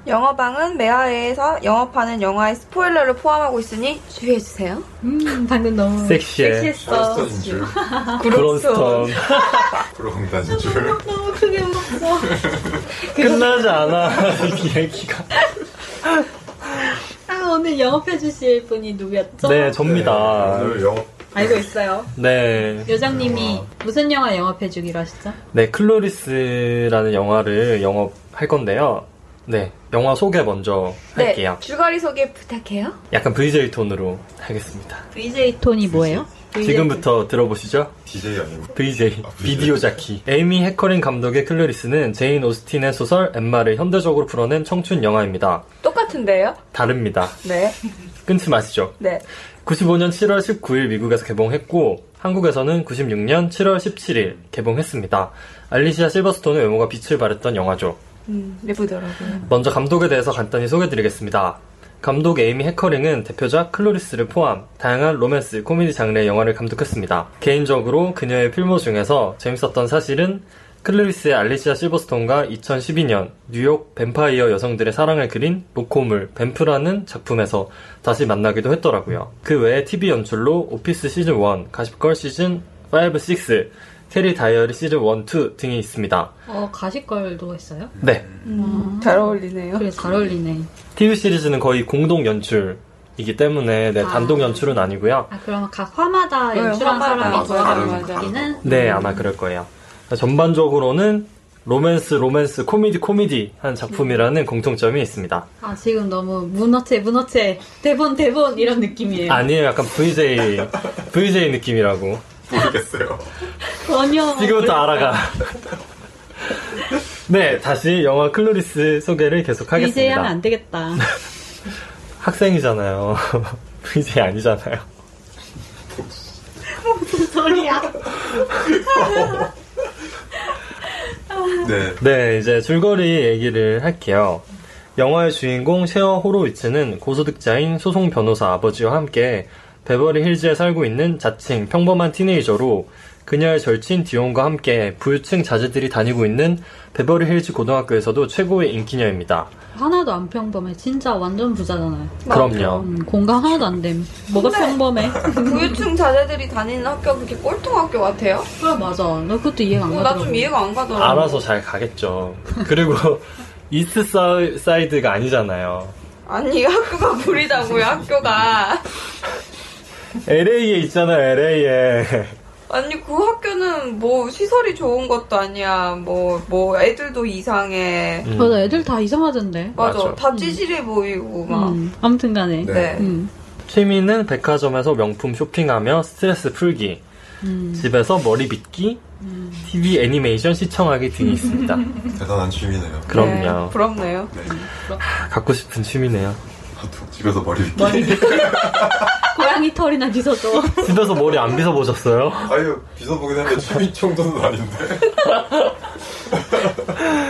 [SPEAKER 1] 영어방은 매화회에서 영업하는 영화의 스포일러를 포함하고 있으니 주의해주세요.
[SPEAKER 4] 음, 방금 너무
[SPEAKER 3] 섹시해.
[SPEAKER 4] 섹시했어.
[SPEAKER 2] 샤이스터진 줄.
[SPEAKER 3] 그런스턴
[SPEAKER 2] 그런다진 줄.
[SPEAKER 4] 너무 크게 울었어.
[SPEAKER 3] 끝나지 않아 이 얘기가
[SPEAKER 4] 아, 오늘 영업해주실 분이 누구였죠?
[SPEAKER 3] 네 접니다.
[SPEAKER 2] 네, 오늘 영업
[SPEAKER 4] 알고 있어요.
[SPEAKER 3] 네.
[SPEAKER 4] 요장님이
[SPEAKER 2] 영화.
[SPEAKER 4] 무슨 영화 영업해주기로 하시죠?
[SPEAKER 3] 네, 클로리스라는 영화를 영업할 건데요. 네, 영화 소개 먼저
[SPEAKER 4] 네.
[SPEAKER 3] 할게요.
[SPEAKER 1] 네. 줄거리 소개 부탁해요.
[SPEAKER 3] 약간 VJ 톤으로 하겠습니다.
[SPEAKER 4] VJ 톤이 뭐예요? VJ 톤.
[SPEAKER 3] 지금부터 들어보시죠.
[SPEAKER 2] DJ 아니고.
[SPEAKER 3] VJ,
[SPEAKER 2] 아, VJ.
[SPEAKER 3] 비디오 자키. 에이미 해커링 감독의 클로리스는 제인 오스틴의 소설 엠마를 현대적으로 풀어낸 청춘 영화입니다.
[SPEAKER 1] 똑같은데요?
[SPEAKER 3] 다릅니다.
[SPEAKER 1] 네.
[SPEAKER 3] 끊지 마시죠.
[SPEAKER 1] 네.
[SPEAKER 3] 95년 7월 19일 미국에서 개봉했고 한국에서는 96년 7월 17일 개봉했습니다. 알리시아 실버스톤의 외모가 빛을 발했던 영화죠.
[SPEAKER 1] 음, 예쁘더라고요.
[SPEAKER 3] 먼저 감독에 대해서 간단히 소개드리겠습니다. 감독 에이미 해커링은 대표작 클로리스를 포함 다양한 로맨스, 코미디 장르의 영화를 감독했습니다. 개인적으로 그녀의 필모 중에서 재밌었던 사실은 클로리스의 알리시아 실버스톤과 2012년 뉴욕 뱀파이어 여성들의 사랑을 그린 로코물 뱀프라는 작품에서 다시 만나기도 했더라고요. 그 외에 TV 연출로 오피스 시즌 1, 가십걸 시즌 5, 6, 캐리 다이어리 시즌 1, 2 등이 있습니다.
[SPEAKER 4] 어, 가시걸도 했어요?
[SPEAKER 3] 네,
[SPEAKER 1] 음, 잘 어울리네요.
[SPEAKER 4] 그래, 잘 어울리네.
[SPEAKER 3] TV 시리즈는 거의 공동 연출이기 때문에 네,
[SPEAKER 4] 아.
[SPEAKER 3] 단독 연출은 아니고요.
[SPEAKER 4] 아, 그러면 각 화마다
[SPEAKER 1] 네,
[SPEAKER 4] 연출한
[SPEAKER 1] 화마다
[SPEAKER 4] 사람이
[SPEAKER 1] 맞아요,
[SPEAKER 4] 좋아하는
[SPEAKER 1] 맞아요.
[SPEAKER 4] 거기는?
[SPEAKER 3] 네, 아마 그럴 거예요. 전반적으로는 로맨스, 로맨스, 코미디, 코미디 한 작품이라는 공통점이 있습니다.
[SPEAKER 4] 아, 지금 너무 문어체, 문어체, 대본, 대본, 이런 느낌이에요.
[SPEAKER 3] 아니에요, 약간 VJ, VJ 느낌이라고.
[SPEAKER 2] 모르겠어요.
[SPEAKER 4] 전혀.
[SPEAKER 3] 지금부터 알아가. 네, 다시 영화 클로리스 소개를
[SPEAKER 4] VJ 하면
[SPEAKER 3] 계속하겠습니다.
[SPEAKER 4] 안 되겠다.
[SPEAKER 3] 학생이잖아요. VJ 아니잖아요.
[SPEAKER 4] 무슨 소리야.
[SPEAKER 2] 네.
[SPEAKER 3] 네, 이제 줄거리 얘기를 할게요. 영화의 주인공 셰어 호로위츠는 고소득자인 소송 변호사 아버지와 함께 베버리 힐즈에 살고 있는 자칭 평범한 티네이저로 그녀의 절친 디온과 함께 부유층 자제들이 다니고 있는 베버리 힐즈 고등학교에서도 최고의 인기녀입니다.
[SPEAKER 4] 하나도 안 평범해. 진짜 완전 부자잖아요.
[SPEAKER 3] 그럼요.
[SPEAKER 4] 음, 공감 하나도 안 됨. 뭐가
[SPEAKER 1] 근데-
[SPEAKER 4] 평범해?
[SPEAKER 1] 부유층 자제들이 다니는 학교가 그렇게 꼴통 학교 같아요?
[SPEAKER 4] 그래 맞아. 나 그것도 이해가 안
[SPEAKER 1] 어,
[SPEAKER 4] 가더라고.
[SPEAKER 1] 나좀 이해가 안 가더라고.
[SPEAKER 3] 알아서 잘 가겠죠. 그리고 이스트 사- 사이드가 아니잖아요.
[SPEAKER 1] 아니, 학교가 불이다고요, 학교가.
[SPEAKER 3] LA에 있잖아요, LA에.
[SPEAKER 1] 아니, 그 학교는 뭐, 시설이 좋은 것도 아니야. 뭐, 뭐, 애들도 이상해.
[SPEAKER 3] 음.
[SPEAKER 4] 맞아. 애들 다 이상하던데.
[SPEAKER 1] 맞아.
[SPEAKER 3] 맞아.
[SPEAKER 1] 다 찌질해 보이고, 막.
[SPEAKER 4] 음, 아무튼간에.
[SPEAKER 2] 네.
[SPEAKER 1] 네.
[SPEAKER 4] 음,
[SPEAKER 3] 취미는 백화점에서 명품 쇼핑하며 스트레스 풀기,
[SPEAKER 4] 음,
[SPEAKER 3] 집에서 머리 빗기, TV 애니메이션 시청하기 등이 있습니다.
[SPEAKER 2] 대단한 취미네요.
[SPEAKER 3] 그럼요.
[SPEAKER 1] 네, 부럽네요.
[SPEAKER 2] 네.
[SPEAKER 3] 갖고 싶은 취미네요.
[SPEAKER 2] 저도 집에서 머리 빗기.
[SPEAKER 4] 머리 빗고 고양이 털이나 빗어줘.
[SPEAKER 3] 집에서 머리 안 빗어보셨어요?
[SPEAKER 2] 아유 빗어보긴 했는데 취미 정도는 아닌데.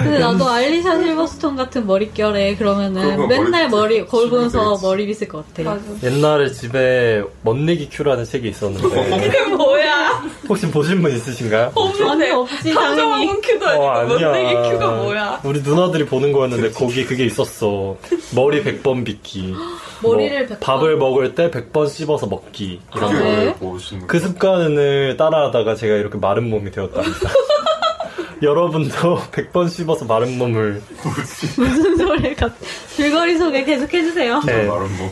[SPEAKER 4] 근데 나도 알리샤 실버스톤 같은 머릿결에 그러면은
[SPEAKER 2] 그러면
[SPEAKER 4] 맨날
[SPEAKER 2] 머리
[SPEAKER 4] 머리 거울 보면서
[SPEAKER 2] 되겠지.
[SPEAKER 4] 머리 빗을 것 같아.
[SPEAKER 1] 맞아.
[SPEAKER 3] 옛날에 집에 멋내기 큐라는 책이
[SPEAKER 2] 네,
[SPEAKER 3] 있었는데
[SPEAKER 1] 그게 뭐야?
[SPEAKER 3] 혹시 보신 분 있으신가요?
[SPEAKER 4] 아니
[SPEAKER 1] 없는데.
[SPEAKER 4] 없지 당연히.
[SPEAKER 1] 감정학원 큐도
[SPEAKER 3] 어,
[SPEAKER 1] 어, 아니고,
[SPEAKER 3] 아니야.
[SPEAKER 1] 멋내기 큐가 뭐야?
[SPEAKER 3] 우리 누나들이 보는 거였는데 거기 그게 있었어. 머리 100번 빗기.
[SPEAKER 4] 머리를 100번?
[SPEAKER 3] 뭐, 밥을 먹을 때 100번 씹어서 먹기. 이런
[SPEAKER 2] 그게
[SPEAKER 3] 거.
[SPEAKER 4] 네.
[SPEAKER 2] 왜 보시는
[SPEAKER 3] 그
[SPEAKER 2] 거예요?
[SPEAKER 3] 습관을 따라하다가 제가 이렇게 마른 몸이 되었답니다. 여러분도 100번 씹어서 마른 몸을
[SPEAKER 4] 무슨 소리가 줄거리 소개 계속 해주세요.
[SPEAKER 3] 네.
[SPEAKER 2] 말은 뭐.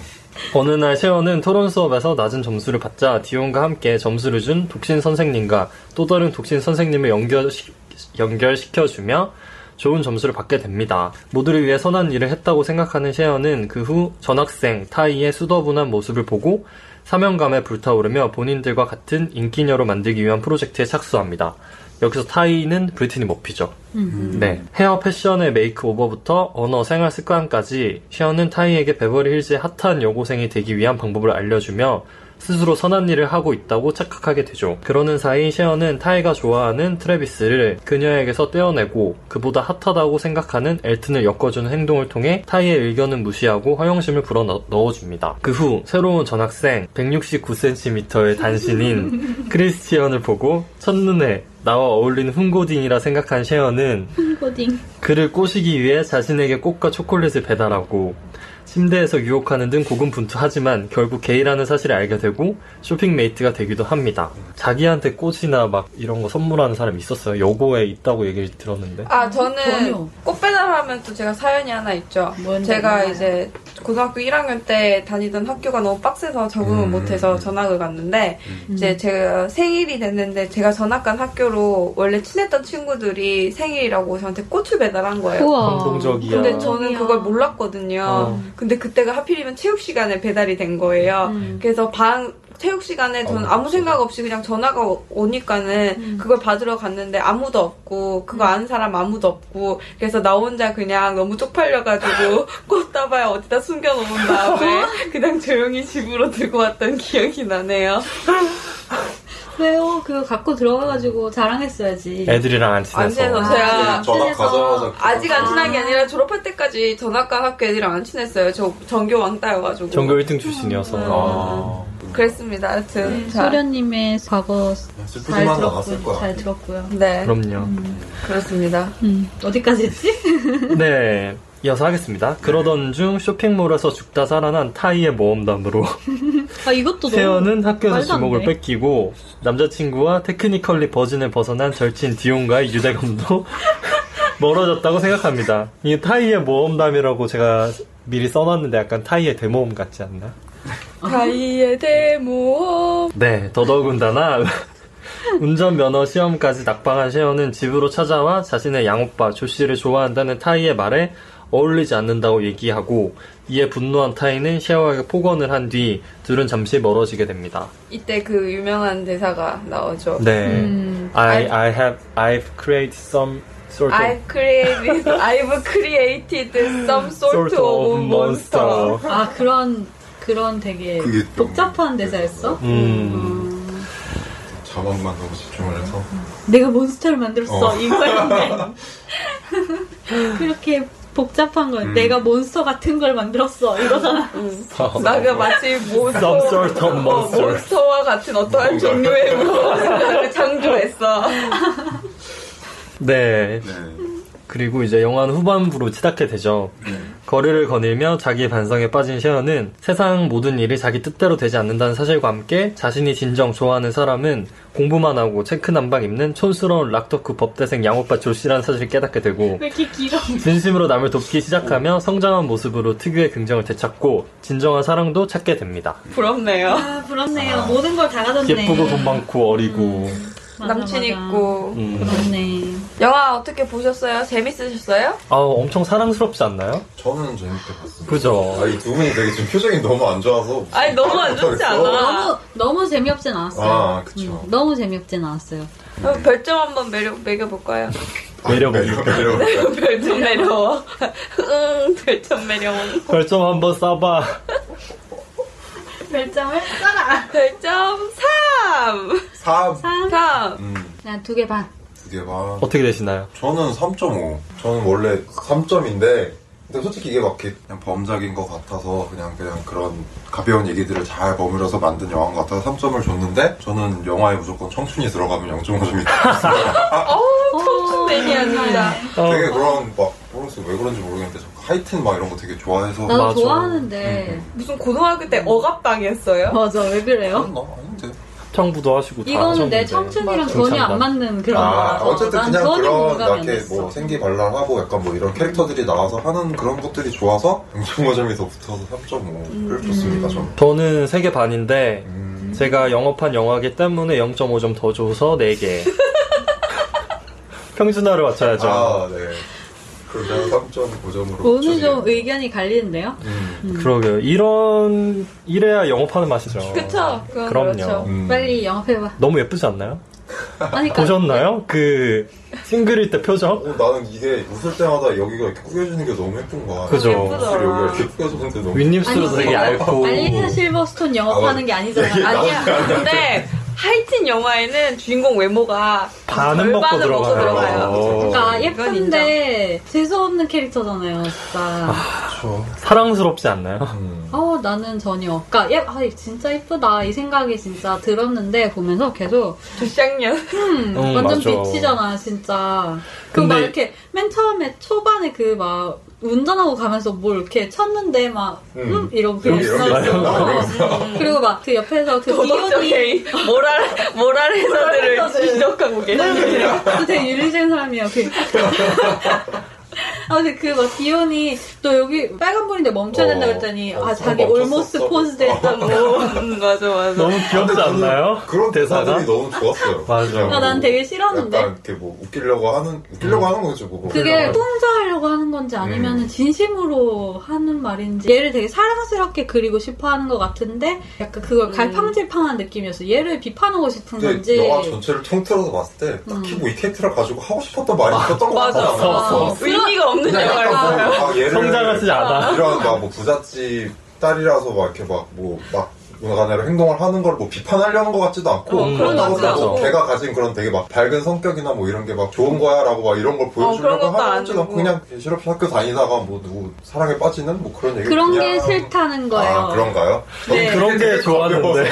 [SPEAKER 3] 어느 날 세원은 토론 수업에서 낮은 점수를 받자 디온과 함께 점수를 준 독신 선생님과 또 다른 독신 선생님을 연결시, 연결시켜주며 좋은 점수를 받게 됩니다. 모두를 위해 선한 일을 했다고 생각하는 세연은 그 후 전학생 타이의 수더분한 모습을 보고 사명감에 불타오르며 본인들과 같은 인기녀로 만들기 위한 프로젝트에 착수합니다. 여기서 타이는 브리트니 머피죠. 네. 헤어 패션의 메이크오버부터 언어 생활 습관까지 시언은 타이에게 베버리 힐즈의 핫한 여고생이 되기 위한 방법을 알려주며 스스로 선한 일을 하고 있다고 착각하게 되죠. 그러는 사이 시언은 타이가 좋아하는 트래비스를 그녀에게서 떼어내고 그보다 핫하다고 생각하는 엘튼을 엮어주는 행동을 통해 타이의 의견은 무시하고 허영심을 불어넣어줍니다. 그 후 새로운 전학생 169cm의 단신인 크리스티언을 보고 첫눈에 나와 어울리는 훈고딩이라 생각한 셰어는
[SPEAKER 4] 핑고딩.
[SPEAKER 3] 그를 꼬시기 위해 자신에게 꽃과 초콜릿을 배달하고 침대에서 유혹하는 등 고군분투하지만 결국 게이라는 사실을 알게 되고 쇼핑메이트가 되기도 합니다. 자기한테 꽃이나 막 이런 거 선물하는 사람 있었어요. 여고에 있다고 얘기를 들었는데.
[SPEAKER 1] 아, 저는
[SPEAKER 4] 전혀.
[SPEAKER 1] 꽃배달하면 또 제가 사연이 하나 있죠.
[SPEAKER 4] 뭔데,
[SPEAKER 1] 제가
[SPEAKER 4] 뭔데?
[SPEAKER 1] 이제 고등학교 1학년 때 다니던 학교가 너무 빡세서 적응을
[SPEAKER 2] 음.
[SPEAKER 1] 못해서 전학을 갔는데
[SPEAKER 4] 음.
[SPEAKER 1] 이제 제가 생일이 됐는데 제가 전학 간 학교로 원래 친했던 친구들이 생일이라고 저한테 꽃을 배달한 거예요.
[SPEAKER 4] 우와.
[SPEAKER 3] 감동적이야.
[SPEAKER 1] 근데 저는 그걸 몰랐거든요.
[SPEAKER 3] 어.
[SPEAKER 1] 근데 그때가 하필이면 체육 시간에 배달이 된 거예요.
[SPEAKER 4] 음.
[SPEAKER 1] 그래서 방 체육 시간에 저는
[SPEAKER 2] 어,
[SPEAKER 1] 아무
[SPEAKER 2] 그치.
[SPEAKER 1] 생각 없이 그냥 전화가 오- 오니까는
[SPEAKER 4] 음.
[SPEAKER 1] 그걸 받으러 갔는데 아무도 없고 그거 아는 사람 아무도 없고 그래서 나 혼자 그냥 너무 쪽팔려가지고 꽃다발 어디다 숨겨놓은 다음에
[SPEAKER 4] 어?
[SPEAKER 1] 그냥 조용히 집으로 들고 왔던 기억이 나네요.
[SPEAKER 4] 왜요? 그거 갖고 들어가가지고 자랑했어야지.
[SPEAKER 3] 애들이랑 안
[SPEAKER 1] 안
[SPEAKER 3] 친해서.
[SPEAKER 1] 친해서
[SPEAKER 4] 아,
[SPEAKER 1] 제가
[SPEAKER 2] 네, 전학 가자마자
[SPEAKER 1] 아직 안 친한 게 아니라 졸업할 때까지 전학 간 학교 애들이랑 안 친했어요. 저 전교 왕따여가지고.
[SPEAKER 3] 전교 1등 출신이어서.
[SPEAKER 2] 아.
[SPEAKER 1] 그랬습니다. 하여튼.
[SPEAKER 4] 네,
[SPEAKER 1] 자.
[SPEAKER 4] 소련님의 과거 잘
[SPEAKER 2] 슬프지만 나갔을
[SPEAKER 4] 들었고요.
[SPEAKER 2] 거야.
[SPEAKER 4] 잘 들었고요.
[SPEAKER 1] 네.
[SPEAKER 3] 그럼요.
[SPEAKER 1] 그렇습니다.
[SPEAKER 4] 음, 어디까지 했지?
[SPEAKER 3] 네, 이어서 하겠습니다. 그러던 중 쇼핑몰에서 죽다 살아난 타이의 모험담으로
[SPEAKER 4] 아 이것도 너무
[SPEAKER 3] 세연은 학교에서
[SPEAKER 4] 말도 안
[SPEAKER 3] 주목을
[SPEAKER 4] 돼.
[SPEAKER 3] 뺏기고 남자친구와 테크니컬리 버진을 벗어난 절친 디온과의 유대감도 멀어졌다고 생각합니다. 이게 타이의 모험담이라고 제가 미리 써놨는데 약간 타이의 대모험 같지 않나?
[SPEAKER 4] 아.
[SPEAKER 1] 타이의 대모험.
[SPEAKER 3] 네, 더더군다나 운전면허 시험까지 낙방한 셰어는 집으로 찾아와 자신의 양오빠 조씨를 좋아한다는 타이의 말에 어울리지 않는다고 얘기하고 이에 분노한 타이는 셰어에게 폭언을 한 뒤 둘은 잠시 멀어지게 됩니다.
[SPEAKER 1] 이때 그 유명한 대사가 나오죠.
[SPEAKER 3] 네.
[SPEAKER 4] 음.
[SPEAKER 3] I, I have, I've created some sort of
[SPEAKER 1] I've created, I've created some sort,
[SPEAKER 3] sort
[SPEAKER 1] of,
[SPEAKER 3] of
[SPEAKER 1] monster.
[SPEAKER 3] monster.
[SPEAKER 4] 아 그런 그런 되게
[SPEAKER 2] 그게 좀-
[SPEAKER 4] 복잡한 대사였어.
[SPEAKER 3] 음.
[SPEAKER 4] 음,
[SPEAKER 2] 자막만 너무 집중을 해서
[SPEAKER 4] 내가 몬스터를 만들었어
[SPEAKER 2] 어.
[SPEAKER 4] 이거였네. 그렇게 복잡한
[SPEAKER 2] 음.
[SPEAKER 4] 거 내가 몬스터 같은 걸 만들었어 이러잖아
[SPEAKER 1] 음. 나가 마치 몬스터,
[SPEAKER 3] Some sort of monster.
[SPEAKER 1] 어, 몬스터와 같은 어떠한 종류의 몬스터를 창조했어.
[SPEAKER 3] 네. 그리고 이제 영화는 후반부로 치닫게 되죠. 거리를 거닐며 자기 반성에 빠진 셰어는 세상 모든 일이 자기 뜻대로 되지 않는다는 사실과 함께 자신이 진정 좋아하는 사람은 공부만 하고 체크 남방 입는 촌스러운 락덕후 법대생 양오빠 조씨라는 사실을 깨닫게 되고
[SPEAKER 4] 왜 이렇게 길어
[SPEAKER 3] 진심으로 남을 돕기 시작하며 성장한 모습으로 특유의 긍정을 되찾고 진정한 사랑도 찾게 됩니다.
[SPEAKER 1] 부럽네요.
[SPEAKER 4] 아 부럽네요 모든 걸 다 가졌네 음.
[SPEAKER 3] 예쁘고 돈 많고 어리고
[SPEAKER 4] 맞아,
[SPEAKER 1] 남친
[SPEAKER 4] 맞아.
[SPEAKER 1] 있고.
[SPEAKER 3] 음.
[SPEAKER 4] 부럽네
[SPEAKER 1] 영화 어떻게 보셨어요? 재밌으셨어요?
[SPEAKER 3] 아 엄청 사랑스럽지 않나요?
[SPEAKER 2] 저는 재밌게 봤습니다.
[SPEAKER 3] 그죠?
[SPEAKER 2] 아, 이 두 분이 되게 지금 표정이 너무 안 좋아서.
[SPEAKER 1] 아니, 너무 안 좋지
[SPEAKER 2] 못하겠어.
[SPEAKER 1] 않아.
[SPEAKER 4] 너무 너무 재미없진 않았어요 음,
[SPEAKER 2] 아, 그쵸.
[SPEAKER 4] 너무 재미없진 않았어요
[SPEAKER 1] 그럼 별점 한번 매려, 매겨볼까요?
[SPEAKER 3] 매력
[SPEAKER 2] 매력, 매력.
[SPEAKER 1] 별점 매려워. 응, 별점 매려워.
[SPEAKER 3] 별점 한번 싸봐.
[SPEAKER 4] 별점을 써라
[SPEAKER 1] 별점 3!
[SPEAKER 2] 4,
[SPEAKER 1] 3!
[SPEAKER 2] 음,
[SPEAKER 4] 난두개 반.
[SPEAKER 2] 두개 반.
[SPEAKER 3] 어떻게 되시나요?
[SPEAKER 2] 저는 3.5. 저는 원래 3점인데, 근데 솔직히 이게 막 이렇게 그냥 범작인 것 같아서 그냥 그냥 그런 가벼운 얘기들을 잘 버무려서 만든 영화인 것 같아서 3점을 줬는데 저는 영화에 무조건 청춘이 들어가면 0.5점이
[SPEAKER 1] 어, 청춘 매니아입니다.
[SPEAKER 3] 어,
[SPEAKER 2] 되게 그런 막 모르겠어요 왜 그런지 모르겠는데 저 하이틴 막 이런 거 되게 좋아해서 음,
[SPEAKER 4] 나도
[SPEAKER 3] 맞아.
[SPEAKER 4] 좋아하는데
[SPEAKER 1] 무슨 고등학교 때 억압당했어요?
[SPEAKER 4] 맞아 왜 그래요?
[SPEAKER 2] 나 아닌데
[SPEAKER 3] 평부도 하시고 다
[SPEAKER 4] 이거는 내
[SPEAKER 3] 하셨는데.
[SPEAKER 4] 청춘이랑
[SPEAKER 1] 맞아.
[SPEAKER 4] 전혀 안
[SPEAKER 3] 괜찮다.
[SPEAKER 4] 맞는 그런
[SPEAKER 2] 아,
[SPEAKER 4] 거라서
[SPEAKER 2] 어쨌든
[SPEAKER 4] 난
[SPEAKER 2] 그냥
[SPEAKER 4] 전혀
[SPEAKER 2] 그런 막
[SPEAKER 4] 공감이 안
[SPEAKER 2] 이렇게
[SPEAKER 4] 됐어.
[SPEAKER 2] 뭐 생기발랄하고 약간 뭐 이런 캐릭터들이 나와서 하는 그런 것들이 좋아서 0.5점이 더 붙어서 3.5를 줬습니다 저는
[SPEAKER 3] 저는 3개 반인데
[SPEAKER 2] 음,
[SPEAKER 3] 제가 영업한 영화기 때문에 0.5점 더 줘서 4개 평준화를 맞춰야죠
[SPEAKER 2] 아네 그래서 제가 3.5점으로
[SPEAKER 4] 오늘 좀 의견이 갈리는데요?
[SPEAKER 2] 음,
[SPEAKER 3] 그러게요 이런 이래야 영업하는 맛이죠
[SPEAKER 1] 그쵸? 그건
[SPEAKER 3] 그럼요.
[SPEAKER 1] 그렇죠.
[SPEAKER 2] 음.
[SPEAKER 4] 빨리 영업해봐.
[SPEAKER 3] 너무 예쁘지 않나요?
[SPEAKER 4] 아니, 그러니까
[SPEAKER 3] 보셨나요? 그 싱글일 때 표정?
[SPEAKER 2] 어, 나는 이게 웃을 때마다 여기가 이렇게 구겨지는 게 너무 예쁜 거야
[SPEAKER 3] 그죠.
[SPEAKER 4] 어,
[SPEAKER 2] 입술이
[SPEAKER 1] 예쁘더라.
[SPEAKER 2] 여기가 이렇게 구겨졌는데 너무
[SPEAKER 3] 윗입술도
[SPEAKER 4] 아니, 뭐, 어,
[SPEAKER 3] 되게 얇고 어.
[SPEAKER 4] 알리사 실버스톤 영업하는
[SPEAKER 2] 아,
[SPEAKER 4] 게 아니잖아. 아니,
[SPEAKER 1] 아니야. 그렇죠. 근데 하이틴 영화에는 주인공 외모가
[SPEAKER 3] 반은 먹고
[SPEAKER 1] 절반을 먹고
[SPEAKER 3] 들어가요
[SPEAKER 1] 들어가요.
[SPEAKER 4] 그러니까
[SPEAKER 1] 이건
[SPEAKER 4] 예쁜데 재수없는 캐릭터잖아요, 진짜.
[SPEAKER 2] 그쵸.
[SPEAKER 3] 사랑스럽지 않나요?
[SPEAKER 2] 음.
[SPEAKER 4] 어, 나는 전혀. 그러니까 예, 아, 진짜 예쁘다 이 생각이 진짜 들었는데 보면서 계속
[SPEAKER 1] 두쌍년.
[SPEAKER 4] 음,
[SPEAKER 3] 음,
[SPEAKER 4] 완전
[SPEAKER 3] 맞아.
[SPEAKER 4] 비치잖아, 진짜. 그 막
[SPEAKER 3] 근데-
[SPEAKER 4] 이렇게 맨 처음에 초반에 그 막 운전하고 가면서 뭘 이렇게 쳤는데 막 음,
[SPEAKER 2] 음.
[SPEAKER 4] 이러고 그냥
[SPEAKER 2] 이렇게,
[SPEAKER 4] 있어.
[SPEAKER 2] 이렇게
[SPEAKER 4] 어. 그리고 막 그 옆에서 그
[SPEAKER 1] 도덕적
[SPEAKER 4] 비언이
[SPEAKER 1] 개인 모랄 모랄 해서들을 지적하고 계시네요.
[SPEAKER 4] 또 되게 윤리적인 사람이에요. 그. 아, 근데 그 막 기온이 또 여기 빨간불인데 멈춰야 된다
[SPEAKER 2] 어,
[SPEAKER 4] 그랬더니
[SPEAKER 2] 어,
[SPEAKER 4] 아 자기
[SPEAKER 2] 멈췄었어.
[SPEAKER 4] 올모스 포즈 됐다고
[SPEAKER 1] 음, 맞아 맞아.
[SPEAKER 3] 너무 귀엽지 않나요?
[SPEAKER 2] 그런
[SPEAKER 3] 대사가?
[SPEAKER 2] 대사들이 너무 좋았어요
[SPEAKER 3] 맞아.
[SPEAKER 2] 그냥
[SPEAKER 4] 아, 난
[SPEAKER 2] 뭐
[SPEAKER 4] 되게 싫었는데
[SPEAKER 2] 약간 이렇게 뭐 웃기려고 하는
[SPEAKER 3] 음.
[SPEAKER 2] 웃기려고 하는 거죠 그거
[SPEAKER 4] 그게 통제하려고 하는 건지 아니면
[SPEAKER 2] 음.
[SPEAKER 4] 진심으로 하는 말인지 얘를 되게 사랑스럽게 그리고 싶어 하는 것 같은데 약간 그걸 갈팡질팡한 느낌이었어 얘를 비판하고 싶은 건지 음.
[SPEAKER 2] 근데 영화 전체를 통틀어서 봤을 때 딱히 뭐 이 캐릭터를 가지고 하고 싶었던 말이 있었던 것
[SPEAKER 1] 맞아.
[SPEAKER 2] 같지 않았어.
[SPEAKER 1] 의미가 네, 없는
[SPEAKER 2] 그냥
[SPEAKER 1] 영화였어요.
[SPEAKER 2] 약간 뭐, 아, 얘를
[SPEAKER 3] 성장하지 않아
[SPEAKER 2] 이런 막뭐 부잣집 딸이라서 막 이렇게 막뭐막 문화관으로 행동을 하는 걸 뭐 비판하려는 것 같지도 않고
[SPEAKER 3] 어, 그런
[SPEAKER 2] 그렇다고
[SPEAKER 3] 것 같지도
[SPEAKER 2] 해서 뭐
[SPEAKER 3] 않고.
[SPEAKER 2] 걔가 가진 그런 되게 막 밝은 성격이나 뭐 이런 게 막 좋은 거야라고 막 이런 걸
[SPEAKER 1] 그런
[SPEAKER 2] 보여주려고
[SPEAKER 1] 것도
[SPEAKER 2] 하는 것지도 않고
[SPEAKER 1] 아니고.
[SPEAKER 2] 그냥 실없이 학교 다니다가 뭐 누구 사랑에 빠지는 뭐 그런 얘기
[SPEAKER 4] 그런
[SPEAKER 2] 그냥
[SPEAKER 4] 게 싫다는 거예요
[SPEAKER 2] 아 그런가요? 저는
[SPEAKER 4] 네.
[SPEAKER 3] 그런 게
[SPEAKER 2] 되게
[SPEAKER 3] 좋았는데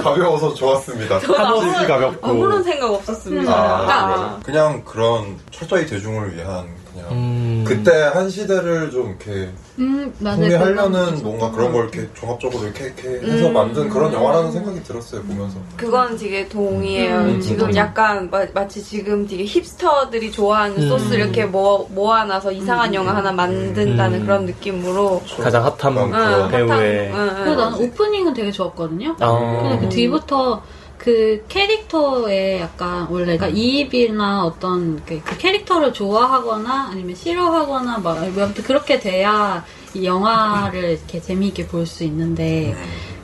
[SPEAKER 2] 가벼워서, 가벼워서 좋았습니다.
[SPEAKER 3] 한없이
[SPEAKER 1] 아무런
[SPEAKER 3] 가볍고
[SPEAKER 1] 생각
[SPEAKER 3] 음.
[SPEAKER 1] 없었습니다. 그러니까
[SPEAKER 2] 아, 그냥 그런 철저히 대중을 위한 그냥
[SPEAKER 3] 음.
[SPEAKER 2] 그때 한 시대를 좀 이렇게
[SPEAKER 4] 음, 맞아요.
[SPEAKER 2] 통일하려는 뭔가 그런 걸 이렇게 종합적으로 이렇게, 이렇게 해서 만든 그런 영화라는 생각이 들었어요 보면서.
[SPEAKER 1] 그건 되게 동의해요.
[SPEAKER 4] 음.
[SPEAKER 1] 지금
[SPEAKER 2] 음.
[SPEAKER 1] 약간 마, 마치 지금 되게 힙스터들이 좋아하는
[SPEAKER 3] 음.
[SPEAKER 1] 소스 이렇게 뭐, 모, 모아놔서 이상한 영화 하나 만든다는
[SPEAKER 3] 음.
[SPEAKER 1] 그런 느낌으로. 음,
[SPEAKER 3] 가장 아, 핫한
[SPEAKER 2] 응,
[SPEAKER 1] 응,
[SPEAKER 3] 배우의
[SPEAKER 1] 핫한,
[SPEAKER 2] 아,
[SPEAKER 1] 응,
[SPEAKER 4] 그래서
[SPEAKER 1] 응.
[SPEAKER 4] 나는 오프닝은 되게 좋았거든요
[SPEAKER 3] 아,
[SPEAKER 4] 근데
[SPEAKER 1] 음.
[SPEAKER 4] 그 뒤부터 그 캐릭터의 약간 원래 그 이입이나 어떤 그, 그 캐릭터를 좋아하거나 아니면 싫어하거나 막 아무튼 그렇게 돼야 이 영화를 이렇게 재미있게 볼 수 있는데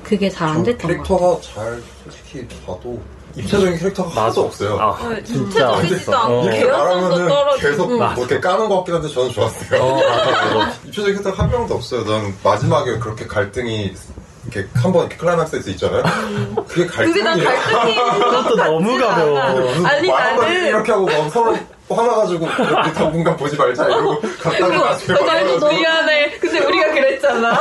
[SPEAKER 4] 그게 잘 안
[SPEAKER 2] 네. 저
[SPEAKER 4] 됐던 것
[SPEAKER 2] 캐릭터가
[SPEAKER 4] 같아요.
[SPEAKER 2] 잘 솔직히 봐도 입체적인 캐릭터가 하나도 없어요.
[SPEAKER 3] 아,
[SPEAKER 1] 어,
[SPEAKER 3] 진짜
[SPEAKER 1] 입체적이지도
[SPEAKER 3] 없어.
[SPEAKER 1] 않고.
[SPEAKER 3] 어.
[SPEAKER 2] 이렇게
[SPEAKER 1] 개연성도
[SPEAKER 2] 말하면은
[SPEAKER 1] 떨어지고.
[SPEAKER 2] 계속 뭐 이렇게 까는 것 같긴 한데 저는 좋았어요.
[SPEAKER 3] 어, 맞아, 맞아.
[SPEAKER 2] 입체적인 캐릭터 한 명도 없어요. 난 마지막에 그렇게 갈등이 이렇게 한 번 이렇게 클라이맥스에서 있잖아요. 그게
[SPEAKER 1] 근데 난
[SPEAKER 2] 갈등이에요. 어,
[SPEAKER 1] 갈등이
[SPEAKER 3] 그것도 너무 가벼워.
[SPEAKER 1] 아니
[SPEAKER 2] 말하면
[SPEAKER 1] 나는
[SPEAKER 2] 이렇게 하고 막 서로 화나 가지고 이렇게 당분간 보지 말자 이러고 갔다가 나중에
[SPEAKER 1] 나도
[SPEAKER 2] 만나가지고
[SPEAKER 1] 미안해. 근데 우리가 그랬잖아.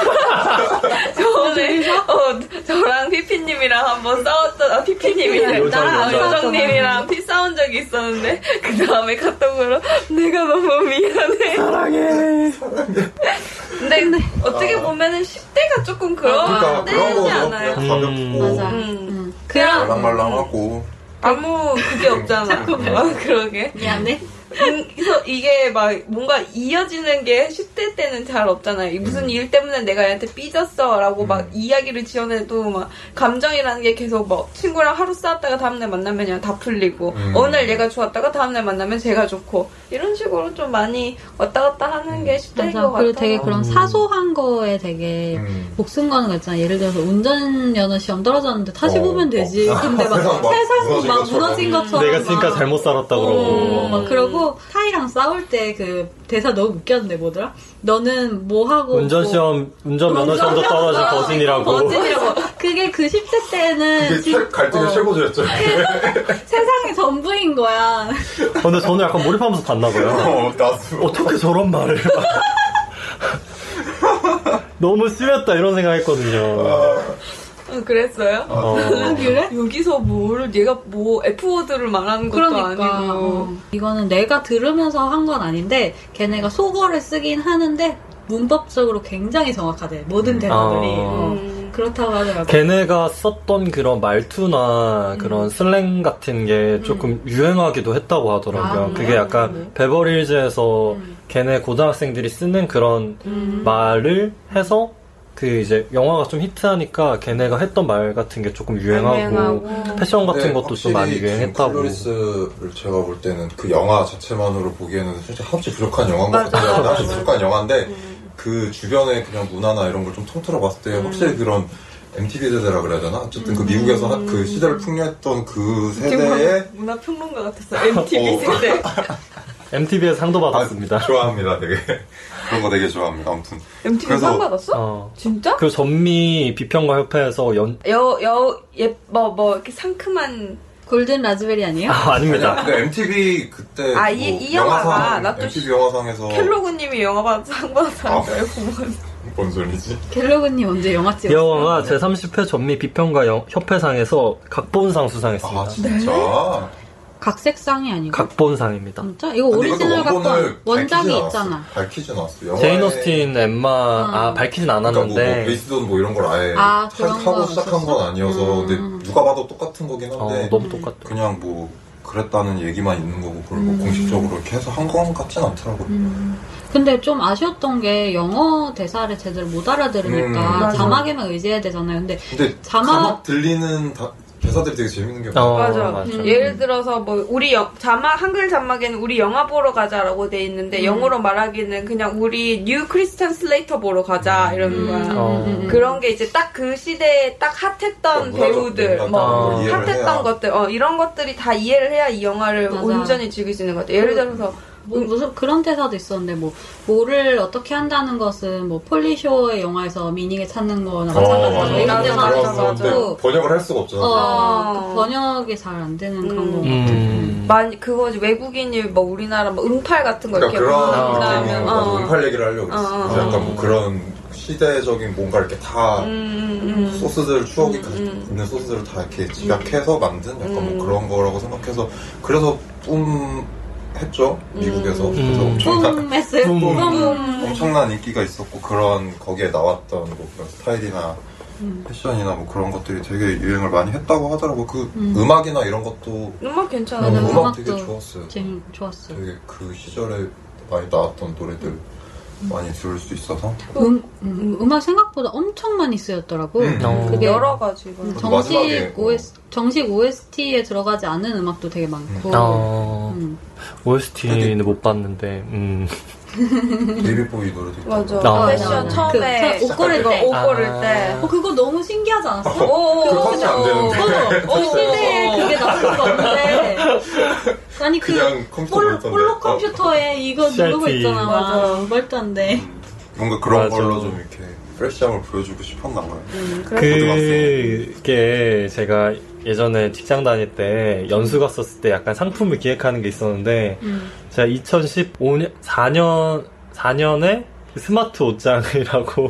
[SPEAKER 1] 저번에 어, 저랑 피피님이랑 한번 싸웠던 아 피피님이랑
[SPEAKER 3] 요정,
[SPEAKER 1] 나랑
[SPEAKER 3] 요정.
[SPEAKER 1] 요정님이랑 피 싸운 적이 있었는데 그 다음에 카톡으로 내가 너무 미안해.
[SPEAKER 3] 사랑해.
[SPEAKER 1] 근데 어떻게
[SPEAKER 2] 아.
[SPEAKER 1] 보면은 10대가 조금 아, 네, 그런
[SPEAKER 2] 그러니까 그런
[SPEAKER 1] 때지
[SPEAKER 2] 거죠.
[SPEAKER 1] 않아요?
[SPEAKER 2] 그냥 가볍고
[SPEAKER 4] 맞아.
[SPEAKER 1] 음.
[SPEAKER 4] 응.
[SPEAKER 1] 그냥
[SPEAKER 2] 말랑말랑하고
[SPEAKER 1] 아무 그게 없잖아. 어, 그러게.
[SPEAKER 2] 아, 네.
[SPEAKER 4] 미안해.
[SPEAKER 1] 음, 그래서 이게 막 뭔가 이어지는 게 10대 때는 잘 없잖아요. 이 무슨 일 때문에 내가 얘한테 삐졌어 라고 막
[SPEAKER 2] 음.
[SPEAKER 1] 이야기를 지어내도 막 감정이라는 게 계속 막 친구랑 하루 싸웠다가 다음날 만나면 그냥 다 풀리고
[SPEAKER 2] 음.
[SPEAKER 1] 어느 날 얘가 좋았다가 다음날 만나면 제가 좋고 이런 식으로 좀 많이 왔다 갔다 하는 게 10대인
[SPEAKER 4] 맞아.
[SPEAKER 1] 것 같아요.
[SPEAKER 4] 그리고 되게 그런
[SPEAKER 3] 음.
[SPEAKER 4] 사소한 거에 되게
[SPEAKER 2] 네. 음.
[SPEAKER 4] 목숨 거는 거 있잖아. 예를 들어서 운전 연어 시험 떨어졌는데 다시
[SPEAKER 2] 어,
[SPEAKER 4] 보면
[SPEAKER 2] 어.
[SPEAKER 4] 되지. 근데 막
[SPEAKER 2] 세상 막
[SPEAKER 4] 살살 막 무너진
[SPEAKER 2] 무너진
[SPEAKER 4] 것처럼.
[SPEAKER 3] 내가 쓰니까
[SPEAKER 4] 막
[SPEAKER 3] 잘못 살았다
[SPEAKER 4] 어,
[SPEAKER 2] 음.
[SPEAKER 3] 그러고.
[SPEAKER 4] 막 그러고 타이랑 싸울 때 그 대사 너무 웃겼는데 뭐더라? 너는 뭐 하고
[SPEAKER 3] 운전시험, 운전 면허 시험도 떨어진 버진이라고.
[SPEAKER 4] 버진이라고. 그게 그 10대 때는
[SPEAKER 2] 그게
[SPEAKER 4] 진-
[SPEAKER 2] 최- 갈등의
[SPEAKER 4] 어,
[SPEAKER 2] 최고조였죠.
[SPEAKER 4] 세상의 전부인 거야.
[SPEAKER 3] 근데 저는 약간 몰입하면서 봤나 봐요.
[SPEAKER 2] 어, 나도.
[SPEAKER 3] 어떻게 저런 말을. 너무 심했다 이런 생각했거든요.
[SPEAKER 1] 어, 그랬어요?
[SPEAKER 3] 어.
[SPEAKER 4] 그래?
[SPEAKER 1] 여기서 뭘 얘가 뭐 F워드를 말하는 것도
[SPEAKER 4] 그러니까
[SPEAKER 1] 아니고
[SPEAKER 4] 어. 이거는 내가 들으면서 한 건 아닌데 걔네가 속어를 쓰긴 하는데 문법적으로 굉장히 정확하대
[SPEAKER 2] 음.
[SPEAKER 4] 모든
[SPEAKER 2] 아.
[SPEAKER 4] 대사들이
[SPEAKER 3] 어.
[SPEAKER 1] 음.
[SPEAKER 4] 어, 그렇다고 하더라고.
[SPEAKER 3] 걔네가 썼던 그런 말투나 그런 슬랭 같은 게 조금 유행하기도 했다고 하더라고요.
[SPEAKER 4] 아,
[SPEAKER 3] 그게
[SPEAKER 4] 그래요?
[SPEAKER 3] 약간
[SPEAKER 4] 네.
[SPEAKER 3] 베버리힐즈에서
[SPEAKER 4] 음.
[SPEAKER 3] 걔네 고등학생들이 쓰는 그런
[SPEAKER 4] 음.
[SPEAKER 3] 말을 해서 그 이제 영화가 좀 히트하니까 걔네가 했던 말 같은 게 조금 유행하고,
[SPEAKER 1] 유행하고.
[SPEAKER 3] 패션 같은
[SPEAKER 2] 근데
[SPEAKER 3] 것도 좀 많이
[SPEAKER 2] 네, 확실히 지금
[SPEAKER 3] 유행했다고.
[SPEAKER 2] 클로리스를 제가 볼 때는 그 영화 자체만으로 보기에는 진짜 한없이 부족한 영화인 것
[SPEAKER 1] 맞아,
[SPEAKER 2] 같아요.
[SPEAKER 1] 맞아,
[SPEAKER 2] 한없이
[SPEAKER 1] 맞아.
[SPEAKER 2] 부족한 영화인데 그 주변의 그냥 문화나 이런 걸 좀 통틀어 봤을 때 확실히 그런 MTV 세대라 그래야 되나? 어쨌든 그 미국에서 하- 그 시대를 풍요했던 그 세대의
[SPEAKER 1] 문화 평론가 네. 같았어 MTV 세대
[SPEAKER 3] MTV에서 상도 받았습니다.
[SPEAKER 2] 아, 좋아합니다, 되게. 그런 거 되게 좋아합니다. 아무튼
[SPEAKER 1] MTV
[SPEAKER 2] 그래서-
[SPEAKER 1] 상 받았어?
[SPEAKER 3] 어.
[SPEAKER 1] 진짜?
[SPEAKER 3] 그 전미 비평가 협회에서 연
[SPEAKER 1] 여, 여, 예, 뭐, 뭐, 이렇게 상큼한.
[SPEAKER 4] 골든 라즈베리 아니에요?
[SPEAKER 3] 아, 아닙니다.
[SPEAKER 2] 아니야, 그 근데 MTV 그때 뭐
[SPEAKER 1] 아, 이- 이 영화가 나또
[SPEAKER 2] MTV 영화상에서
[SPEAKER 1] 켈로그님이 영화 받아서 상 받아서 줄 알고 뭐.
[SPEAKER 2] 뭔 소리지?
[SPEAKER 4] 갤러그님 언제 영화
[SPEAKER 3] 이
[SPEAKER 4] 찍었어요? 네.
[SPEAKER 3] 영화가 제30회 전미 비평가 영- 협회상에서 각본상 수상했습니다.
[SPEAKER 2] 아
[SPEAKER 4] 네.
[SPEAKER 2] 진짜.
[SPEAKER 4] 각색상이 아니고
[SPEAKER 3] 각본상입니다.
[SPEAKER 4] 진짜? 이거
[SPEAKER 2] 근데
[SPEAKER 4] 그 오리지널
[SPEAKER 2] 이것도
[SPEAKER 4] 각본
[SPEAKER 2] 원본을 밝히진
[SPEAKER 4] 원작이
[SPEAKER 2] 않았어.
[SPEAKER 4] 있잖아.
[SPEAKER 2] 밝히진 않았어. 영화에-
[SPEAKER 3] 제인 오스틴, 엠마
[SPEAKER 4] 아.
[SPEAKER 3] 아 밝히진
[SPEAKER 2] 그러니까 뭐,
[SPEAKER 3] 않았는데
[SPEAKER 2] 뭐 베이스돈 뭐 이런 걸 아예
[SPEAKER 4] 아,
[SPEAKER 2] 하-
[SPEAKER 4] 그런
[SPEAKER 2] 하고
[SPEAKER 4] 건
[SPEAKER 2] 시작한 건
[SPEAKER 4] 없었어?
[SPEAKER 2] 아니어서
[SPEAKER 4] 음.
[SPEAKER 2] 근데 누가 봐도 똑같은 거긴
[SPEAKER 3] 어,
[SPEAKER 2] 한데
[SPEAKER 3] 너무 똑같더라고.
[SPEAKER 2] 그냥 뭐 그랬다는 얘기만 있는 거고 그걸
[SPEAKER 4] 음.
[SPEAKER 2] 뭐 공식적으로 이렇게 해서 한 건 같진 않더라고요.
[SPEAKER 4] 근데 좀 아쉬웠던 게 영어 대사를 제대로 못
[SPEAKER 2] 음,
[SPEAKER 4] 알아들으니까
[SPEAKER 1] 맞아.
[SPEAKER 4] 자막에만 의지해야 되잖아요. 근데
[SPEAKER 2] 근데
[SPEAKER 4] 자막-
[SPEAKER 2] 자막, 들리는 다- 대사들이 되게 재밌는 게 많아요.
[SPEAKER 3] 어,
[SPEAKER 1] 맞아. 음,
[SPEAKER 3] 맞아.
[SPEAKER 1] 예를 들어서 뭐 우리 영, 자막 한글 자막에는 우리 영화 보러 가자라고 돼 있는데 영어로 말하기는 그냥 우리 뉴 크리스찬 슬레이터 보러 가자
[SPEAKER 4] 음,
[SPEAKER 1] 이러는 거야.
[SPEAKER 3] 어.
[SPEAKER 1] 음. 그런 게 이제 딱 그 시대에 딱 핫했던
[SPEAKER 2] 문화적
[SPEAKER 1] 배우들,
[SPEAKER 2] 맥락
[SPEAKER 1] 뭐
[SPEAKER 3] 같은 걸
[SPEAKER 2] 이해를
[SPEAKER 1] 핫했던
[SPEAKER 2] 해야.
[SPEAKER 1] 것들, 어, 이런 것들이 다 이해를 해야 이 영화를
[SPEAKER 4] 맞아.
[SPEAKER 1] 온전히 즐길 수 있는 것 같아. 예를 들어서
[SPEAKER 4] 뭐 무슨 그런 대사도 있었는데 뭐 뭐를 어떻게 한다는 것은 뭐 폴리쇼의 영화에서 미닝을 찾는 거나
[SPEAKER 2] 어,
[SPEAKER 4] 마찬가지로
[SPEAKER 1] 어, 맞아.
[SPEAKER 4] 이런
[SPEAKER 1] 맞아,
[SPEAKER 4] 대사도
[SPEAKER 1] 맞아, 맞아.
[SPEAKER 4] 있었고
[SPEAKER 2] 번역을 할 수가 없잖아.
[SPEAKER 4] 어,
[SPEAKER 1] 맞아.
[SPEAKER 4] 그 번역이 잘 안 되는 그런
[SPEAKER 1] 음.
[SPEAKER 4] 거 같아요.
[SPEAKER 3] 음.
[SPEAKER 1] 많이 그거지 외국인이 뭐 우리나라 뭐 응팔 같은 거
[SPEAKER 2] 그러니까
[SPEAKER 1] 이렇게
[SPEAKER 2] 그런
[SPEAKER 1] 보여준다
[SPEAKER 2] 느낌이에요.
[SPEAKER 1] 하면,
[SPEAKER 2] 나도
[SPEAKER 1] 어.
[SPEAKER 2] 응팔 얘기를 하려고 했어.
[SPEAKER 1] 어, 어,
[SPEAKER 2] 그래서 약간
[SPEAKER 3] 어.
[SPEAKER 2] 뭐 그런 시대적인 뭔가 이렇게 다
[SPEAKER 1] 음, 음, 음.
[SPEAKER 2] 소스들 추억이 가-
[SPEAKER 1] 음.
[SPEAKER 2] 있는 소스들을 다 이렇게 집약해서 만든 약간
[SPEAKER 1] 음.
[SPEAKER 2] 뭐 그런 거라고 생각해서 그래서 뿜 했죠 미국에서 그래서
[SPEAKER 3] 음.
[SPEAKER 2] 엄청난
[SPEAKER 4] 뿜 했어요.
[SPEAKER 3] 뿜.
[SPEAKER 4] 뿜.
[SPEAKER 2] 엄청난 인기가 있었고 그런 거기에 나왔던 뭐 그런 스타일이나
[SPEAKER 1] 음.
[SPEAKER 2] 패션이나 뭐 그런 것들이 되게 유행을 많이 했다고 하더라고 그
[SPEAKER 4] 음.
[SPEAKER 2] 음. 악이나 이런 것도
[SPEAKER 1] 음악 괜찮아.
[SPEAKER 4] 맞아,
[SPEAKER 2] 음악
[SPEAKER 4] 음악도
[SPEAKER 2] 되게 좋았어요
[SPEAKER 4] 재미 좋았어요.
[SPEAKER 2] 되게 그 시절에 많이 나왔던 노래들 많이 들을 수 있어서
[SPEAKER 4] 음, 음, 음악 생각보다 엄청 많이 쓰였더라고.
[SPEAKER 2] 음.
[SPEAKER 3] 어.
[SPEAKER 4] 그게
[SPEAKER 1] 여러 가지고.
[SPEAKER 4] 음,
[SPEAKER 2] 저도 마지막에,
[SPEAKER 4] 정식
[SPEAKER 2] 어.
[SPEAKER 4] OS 정식 OST에 들어가지 않은 음악도 되게 많고.
[SPEAKER 3] 어,
[SPEAKER 4] 음.
[SPEAKER 3] OST는 못 봤는데 음.
[SPEAKER 2] 데이비 보이 노래도 있고
[SPEAKER 1] 맞아.
[SPEAKER 3] 아,
[SPEAKER 1] 패션
[SPEAKER 3] 맞아.
[SPEAKER 1] 처음에
[SPEAKER 4] 그, 옷 고를 때.
[SPEAKER 1] 옷 고를 때.
[SPEAKER 3] 아.
[SPEAKER 4] 어, 그거 너무 신기하지 않았어?
[SPEAKER 1] 오,
[SPEAKER 2] 그거 하면 안 되는데.
[SPEAKER 4] 서로 어, 시대에 그게 나올 수가 없는데 아니 그
[SPEAKER 2] 그냥 컴퓨터
[SPEAKER 4] 폴로,
[SPEAKER 2] 보였던데.
[SPEAKER 4] 폴로
[SPEAKER 2] 어. 음.
[SPEAKER 4] 컴퓨터에 이거
[SPEAKER 3] CRT.
[SPEAKER 4] 누르고 있잖아
[SPEAKER 1] 맞아.
[SPEAKER 4] 말도 안돼
[SPEAKER 2] 뭔가 그런
[SPEAKER 3] 맞아.
[SPEAKER 2] 걸로 좀
[SPEAKER 1] 네.
[SPEAKER 2] 네.
[SPEAKER 3] 그
[SPEAKER 2] 이렇게 프레시함을 보여주고 싶었나 봐요.
[SPEAKER 1] 음, 그래.
[SPEAKER 3] 그게 제가 예전에 직장 다닐 때 연수 갔었을 때 약간 상품을 기획하는 게 있었는데
[SPEAKER 4] 음.
[SPEAKER 3] 제가 2015년 4년 4년에 스마트 옷장이라고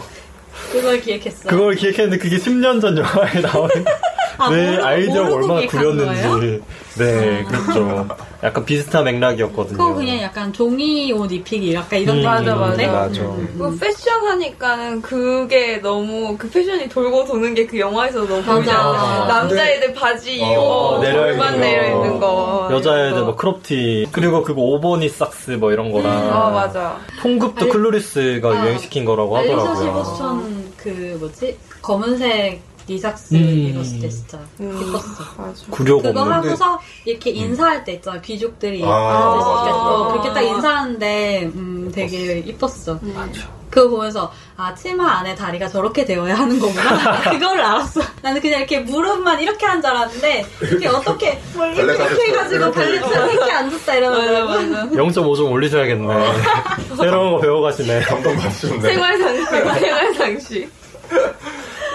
[SPEAKER 4] 그걸 기획했어.
[SPEAKER 3] 그걸 기획했는데 그게 10년 전 영화에 나온
[SPEAKER 4] 아,
[SPEAKER 3] 내
[SPEAKER 4] 모르-
[SPEAKER 3] 아이디어가
[SPEAKER 4] 모르고
[SPEAKER 3] 얼마나
[SPEAKER 4] 기획한
[SPEAKER 3] 구렸는지 네
[SPEAKER 4] 아.
[SPEAKER 3] 그렇죠 약간 비슷한 맥락이었거든요
[SPEAKER 4] 그거 그냥 약간 종이 옷 입히기 약간 이런
[SPEAKER 3] 음,
[SPEAKER 1] 맞아, 맞아.
[SPEAKER 4] 느낌인데?
[SPEAKER 3] 맞아.
[SPEAKER 4] 음.
[SPEAKER 1] 뭐 패션 하니까는 그게 너무 그 패션이 돌고 도는 게 그 영화에서 너무
[SPEAKER 4] 맞아.
[SPEAKER 1] 보이잖아.
[SPEAKER 3] 아,
[SPEAKER 1] 남자애들 바지
[SPEAKER 2] 어,
[SPEAKER 1] 입고
[SPEAKER 3] 내려 있는
[SPEAKER 1] 골반
[SPEAKER 3] 거.
[SPEAKER 1] 내려 있는 거
[SPEAKER 4] 아,
[SPEAKER 3] 여자애들 뭐 크롭티 그리고 그거 오버니 삭스 뭐 이런 거랑
[SPEAKER 4] 음,
[SPEAKER 1] 아 맞아
[SPEAKER 3] 통급도
[SPEAKER 4] 알리-
[SPEAKER 3] 클로리스가
[SPEAKER 4] 아,
[SPEAKER 3] 유행시킨
[SPEAKER 2] 뭐
[SPEAKER 3] 거라고
[SPEAKER 4] 엘리사
[SPEAKER 3] 하더라고요.
[SPEAKER 4] 시버스턴 그 뭐지? 검은색 니삭스
[SPEAKER 3] 음.
[SPEAKER 4] 입었을 때 진짜
[SPEAKER 1] 음.
[SPEAKER 4] 예뻤어.
[SPEAKER 1] 맞아
[SPEAKER 3] 구력
[SPEAKER 4] 그거
[SPEAKER 3] 없는
[SPEAKER 4] 하고서 이렇게 인사할 때 있잖아 귀족들이
[SPEAKER 2] 아.
[SPEAKER 4] 앉았을 때
[SPEAKER 1] 아.
[SPEAKER 4] 또 그렇게 딱 인사하는데 음, 되게 이뻤어
[SPEAKER 1] 음.
[SPEAKER 4] 그거 보면서 아 치마 안에 다리가 저렇게 되어야 하는 거구나 그걸 알았어 나는 그냥 이렇게 무릎만 이렇게 한 줄 알았는데 이렇게 어떻게 이렇게 해가지고 발레처럼 이렇게 앉았다
[SPEAKER 1] 맞아
[SPEAKER 4] 이러면서
[SPEAKER 1] 맞아
[SPEAKER 3] 0.5점 올리셔야겠네.
[SPEAKER 4] 어.
[SPEAKER 3] 새로운 거 배워가시네.
[SPEAKER 2] 감동 받으셨네.
[SPEAKER 1] 생활 상식 생활 상식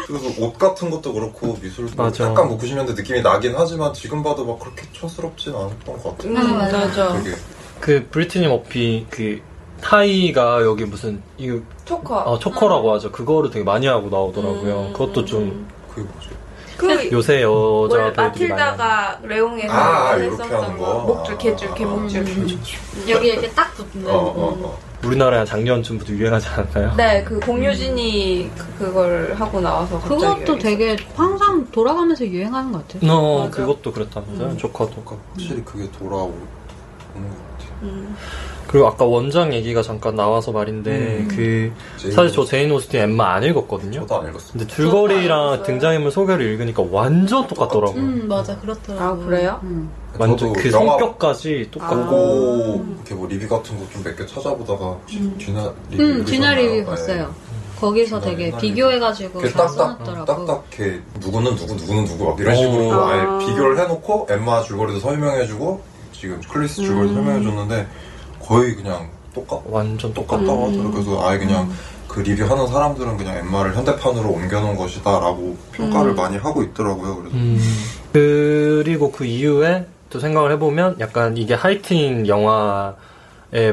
[SPEAKER 2] 그래서 옷 같은 것도 그렇고 미술도 뭐
[SPEAKER 3] 맞아.
[SPEAKER 2] 약간 90년대 느낌이 나긴 하지만 지금 봐도 막 그렇게 촌스럽진 않았던 것
[SPEAKER 1] 음,
[SPEAKER 2] 같아요.
[SPEAKER 4] 맞아, 맞아.
[SPEAKER 2] 되게
[SPEAKER 3] 그 브리트니 머피 그 타이가 여기 무슨 이거
[SPEAKER 1] 초커
[SPEAKER 3] 아, 초커라고 하죠. 그거를 되게 많이 하고 나오더라고요.
[SPEAKER 1] 음.
[SPEAKER 3] 그것도 좀
[SPEAKER 2] 그게 뭐죠?
[SPEAKER 1] 그
[SPEAKER 3] 요새
[SPEAKER 1] 원래
[SPEAKER 3] 여자 배우들이 많이 하는.
[SPEAKER 1] 마틸다가 레옹에서
[SPEAKER 2] 아, 아, 이렇게
[SPEAKER 1] 네, 했었던
[SPEAKER 2] 하는
[SPEAKER 1] 거
[SPEAKER 2] 거.
[SPEAKER 1] 목줄
[SPEAKER 2] 아. 음.
[SPEAKER 1] 개줄 개목줄
[SPEAKER 4] 여기 이렇게 딱 붙는
[SPEAKER 2] 어, 어, 어.
[SPEAKER 1] 음.
[SPEAKER 3] 우리나라에 한 작년쯤부터 유행하지 않았나요?
[SPEAKER 1] 네그 공유진이 그- 그걸 하고 나와서 갑자기
[SPEAKER 4] 그것도
[SPEAKER 1] 여기서.
[SPEAKER 4] 되게 항상 돌아가면서 유행하는 것 같아요
[SPEAKER 3] 어,
[SPEAKER 1] 맞아.
[SPEAKER 3] 그것도 그랬다면서요.
[SPEAKER 1] 음.
[SPEAKER 3] 조커도.
[SPEAKER 2] 그러니까 확실히 그게 돌아오는 것 같아요.
[SPEAKER 1] 음.
[SPEAKER 3] 그리고 아까 원장 얘기가 잠깐 나와서 말인데
[SPEAKER 2] 음.
[SPEAKER 3] 그
[SPEAKER 2] 제인
[SPEAKER 3] 사실 저 제인 오스틴 엠마 안 읽었거든요.
[SPEAKER 2] 저도 안 읽었어요.
[SPEAKER 3] 근데
[SPEAKER 1] 저도 안
[SPEAKER 3] 줄거리랑
[SPEAKER 1] 읽었어요.
[SPEAKER 3] 등장인물 소개를 읽으니까 완전 똑같더라고요.
[SPEAKER 4] 음 맞아 그렇더라고
[SPEAKER 1] 아, 그래요?
[SPEAKER 4] 음.
[SPEAKER 3] 완전
[SPEAKER 2] 저도
[SPEAKER 3] 그
[SPEAKER 2] 영화
[SPEAKER 3] 성격까지 똑같고
[SPEAKER 2] 보고
[SPEAKER 1] 아.
[SPEAKER 2] 이렇게 뭐 리뷰 같은 거 좀 몇 개 찾아보다가 혹시 쥐나 리뷰
[SPEAKER 4] 음,
[SPEAKER 2] 읽으셨나요?
[SPEAKER 4] 쥐나리
[SPEAKER 2] 네.
[SPEAKER 4] 봤어요. 거기서
[SPEAKER 2] 쥐나리,
[SPEAKER 4] 되게
[SPEAKER 2] 쥐나리.
[SPEAKER 4] 비교해가지고
[SPEAKER 2] 이렇게
[SPEAKER 4] 잘
[SPEAKER 2] 딱딱
[SPEAKER 4] 써놨더라고.
[SPEAKER 2] 딱딱 이렇게 누구는 누구 누구는 누구 막 이런
[SPEAKER 3] 어.
[SPEAKER 2] 식으로
[SPEAKER 1] 아.
[SPEAKER 2] 아예 비교를 해놓고 엠마 줄거리도 설명해주고 지금 클리스 줄거리
[SPEAKER 1] 음.
[SPEAKER 2] 설명해줬는데 거의 그냥 똑같
[SPEAKER 3] 완전 똑같.
[SPEAKER 2] 똑같다고
[SPEAKER 1] 음.
[SPEAKER 2] 하더라고요. 그래서 아예 그냥 그 리뷰하는 사람들은 그냥 엠마를 현대판으로 옮겨놓은 것이다라고 평가를
[SPEAKER 1] 음.
[SPEAKER 2] 많이 하고 있더라고요. 그래서
[SPEAKER 3] 음. 그리고 그 이후에 또 생각을 해보면 약간 이게 하이틴 영화의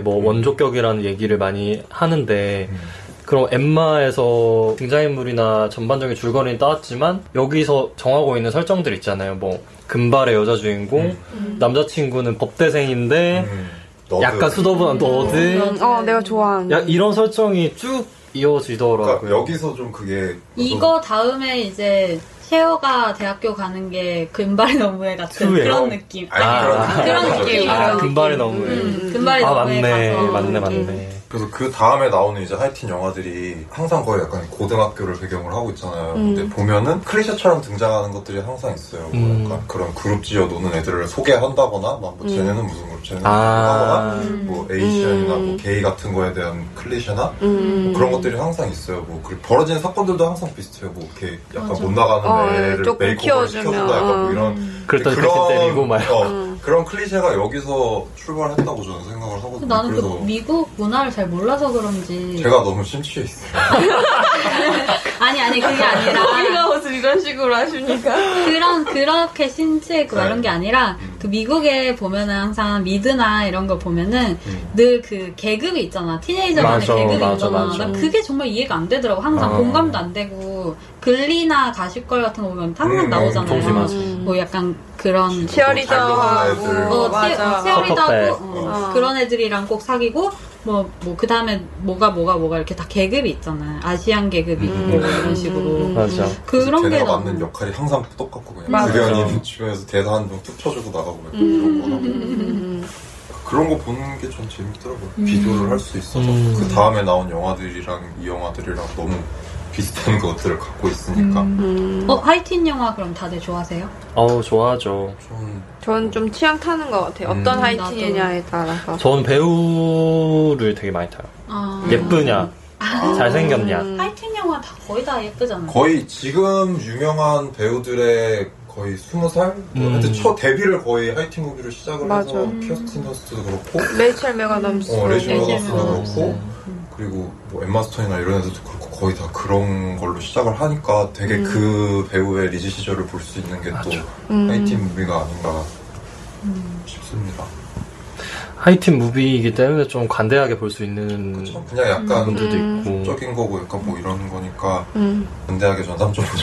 [SPEAKER 3] 뭐
[SPEAKER 2] 음.
[SPEAKER 3] 원조격이라는 얘기를 많이 하는데
[SPEAKER 2] 음.
[SPEAKER 3] 그럼 엠마에서 등장인물이나 전반적인 줄거리는 따왔지만 여기서 정하고 있는 설정들 있잖아요. 뭐 금발의 여자 주인공, 남자친구는 법대생인데
[SPEAKER 2] 음, 너도
[SPEAKER 3] 약간 수더분한 너드
[SPEAKER 1] 음, 어 내가 좋아하는
[SPEAKER 3] 야, 이런 설정이 쭉 이어지더라고요.
[SPEAKER 2] 그러니까 여기서 좀 그게
[SPEAKER 4] 이거 다음에 이제 셰어가 대학교 가는 게 금발 너무해 같은
[SPEAKER 3] 투예요?
[SPEAKER 4] 그런 느낌.
[SPEAKER 2] 아니,
[SPEAKER 3] 아,
[SPEAKER 2] 그런,
[SPEAKER 4] 그런
[SPEAKER 2] 거죠.
[SPEAKER 4] 느낌.
[SPEAKER 3] 아, 금발의
[SPEAKER 4] 음,
[SPEAKER 3] 너무해.
[SPEAKER 4] 음, 금발의
[SPEAKER 3] 아
[SPEAKER 4] 너무해
[SPEAKER 3] 맞네,
[SPEAKER 4] 가서.
[SPEAKER 3] 맞네,
[SPEAKER 4] 음.
[SPEAKER 3] 맞네.
[SPEAKER 2] 그래서 그 다음에 나오는 이제 하이틴 영화들이 항상 거의 약간 고등학교를 배경으로 하고 있잖아요.
[SPEAKER 1] 음.
[SPEAKER 2] 근데 보면은 클리셰처럼 등장하는 것들이 항상 있어요. 뭐
[SPEAKER 3] 음.
[SPEAKER 2] 약간 그런 그룹지어 노는 애들을 소개한다거나, 막뭐
[SPEAKER 1] 음.
[SPEAKER 2] 쟤네는 무슨 그룹, 쟤네는
[SPEAKER 3] 아.
[SPEAKER 2] 하거나,
[SPEAKER 4] 음.
[SPEAKER 2] 뭐 에이션이나
[SPEAKER 1] 음.
[SPEAKER 2] 뭐 게이 같은 거에 대한 클리셰나
[SPEAKER 1] 음.
[SPEAKER 2] 뭐 그런 것들이 항상 있어요. 뭐 그- 벌어지는 사건들도 항상 비슷해요. 뭐 이렇게 약간
[SPEAKER 4] 맞아.
[SPEAKER 2] 못 나가는
[SPEAKER 1] 어,
[SPEAKER 2] 애를
[SPEAKER 1] 조금
[SPEAKER 2] 메이크업을
[SPEAKER 1] 키워주면,
[SPEAKER 2] 시켜준다 약간 뭐 이런
[SPEAKER 3] 그랬더니
[SPEAKER 2] 그런-
[SPEAKER 3] 그때 때리고 막.
[SPEAKER 2] 어,
[SPEAKER 1] 음.
[SPEAKER 2] 그런 클리셰가 여기서 출발했다고 저는 생각을 하거든요.
[SPEAKER 4] 나는 그
[SPEAKER 2] 그래서
[SPEAKER 4] 미국 문화를 잘 몰라서 그런지
[SPEAKER 2] 제가 너무 심취해 있어요.
[SPEAKER 4] 아니 아니 그게 아니라
[SPEAKER 1] 거기가 무슨 이런 식으로 하십니까?
[SPEAKER 4] 그런 그렇게 신체고
[SPEAKER 2] 네.
[SPEAKER 4] 이런 게 아니라
[SPEAKER 2] 음.
[SPEAKER 4] 그 미국에 보면은 항상 미드나 이런 거 보면은
[SPEAKER 2] 음.
[SPEAKER 4] 늘 그 계급이 있잖아 티네이저만의
[SPEAKER 3] 맞아,
[SPEAKER 4] 계급이
[SPEAKER 3] 맞아,
[SPEAKER 4] 있잖아
[SPEAKER 3] 맞아.
[SPEAKER 4] 나 그게 정말 이해가 안 되더라고 항상
[SPEAKER 3] 아.
[SPEAKER 4] 공감도 안 되고 글리나 가십걸 같은 거 보면 항상
[SPEAKER 2] 음,
[SPEAKER 4] 나오잖아요
[SPEAKER 3] 동심아. 맞아.
[SPEAKER 4] 뭐 약간 그런
[SPEAKER 1] 치어리더하고
[SPEAKER 2] 잘 노는 애들.
[SPEAKER 4] 어,
[SPEAKER 1] 어, 맞아.
[SPEAKER 4] 치어, 리더하
[SPEAKER 3] 컵컵백.
[SPEAKER 4] 고
[SPEAKER 1] 어.
[SPEAKER 4] 그런 애들이랑 꼭 사귀고 뭐 뭐 그 다음에 뭐가 뭐가 뭐가 이렇게 다 계급이 있잖아 아시안 계급이 있고
[SPEAKER 2] 음.
[SPEAKER 4] 이런 식으로
[SPEAKER 3] 맞아.
[SPEAKER 4] 그런 게
[SPEAKER 2] 걔네가
[SPEAKER 4] 너무
[SPEAKER 2] 맡는 역할이 항상 똑같고 그냥
[SPEAKER 1] 맞아.
[SPEAKER 2] 주변인 주변에서 대사 한명툭 쳐주고 나가고 막
[SPEAKER 1] 음.
[SPEAKER 2] 이런 거나 뭐. 그런 거 보는 게 전 재밌더라고요.
[SPEAKER 1] 음.
[SPEAKER 2] 비교를 할 수 있어서
[SPEAKER 3] 음.
[SPEAKER 2] 그 다음에 나온 영화들이랑 이 영화들이랑 너무 비슷한 것들을 갖고 있으니까
[SPEAKER 1] 음.
[SPEAKER 4] 어 하이틴 영화 그럼 다들 좋아하세요?
[SPEAKER 3] 어우 좋아하죠.
[SPEAKER 2] 좀
[SPEAKER 1] 저는 좀 취향 타는 것 같아요.
[SPEAKER 2] 음.
[SPEAKER 1] 어떤 하이틴이냐에 따라서.
[SPEAKER 3] 전 배우를 되게 많이 타요.
[SPEAKER 4] 아.
[SPEAKER 3] 예쁘냐, 잘생겼냐.
[SPEAKER 1] 음.
[SPEAKER 4] 하이틴 영화 다 거의 다 예쁘잖아요.
[SPEAKER 2] 거의 지금 유명한 배우들의 거의 스무 살?
[SPEAKER 3] 음.
[SPEAKER 2] 근데 첫 데뷔를 거의 하이틴 무비로 시작을
[SPEAKER 1] 맞아.
[SPEAKER 2] 해서 캐스틴 더스트도 그렇고
[SPEAKER 1] 음. 레이첼 메가담스.
[SPEAKER 2] 어, 레이첼
[SPEAKER 4] 레이첼
[SPEAKER 1] 네,
[SPEAKER 2] 메가담스도
[SPEAKER 4] 메가담스.
[SPEAKER 1] 음.
[SPEAKER 2] 그렇고 그리고 뭐 엠마 스톤이나 이런 애들도 그렇고 거의 다 그런 걸로 시작을 하니까 되게
[SPEAKER 1] 음.
[SPEAKER 2] 그 배우의 리즈 시절을 볼 수 있는 게 또
[SPEAKER 3] 맞죠.
[SPEAKER 1] 음.
[SPEAKER 2] 하이틴 무비가 아닌가 싶습니다.
[SPEAKER 3] 하이틴 무비이기 때문에 좀 관대하게 볼 수 있는
[SPEAKER 2] 그쵸? 그냥 약간
[SPEAKER 3] 분들도
[SPEAKER 1] 음.
[SPEAKER 3] 있고
[SPEAKER 2] 적인 거고 약간 뭐 이런 거니까
[SPEAKER 1] 음.
[SPEAKER 2] 근대하게 전 3.5점을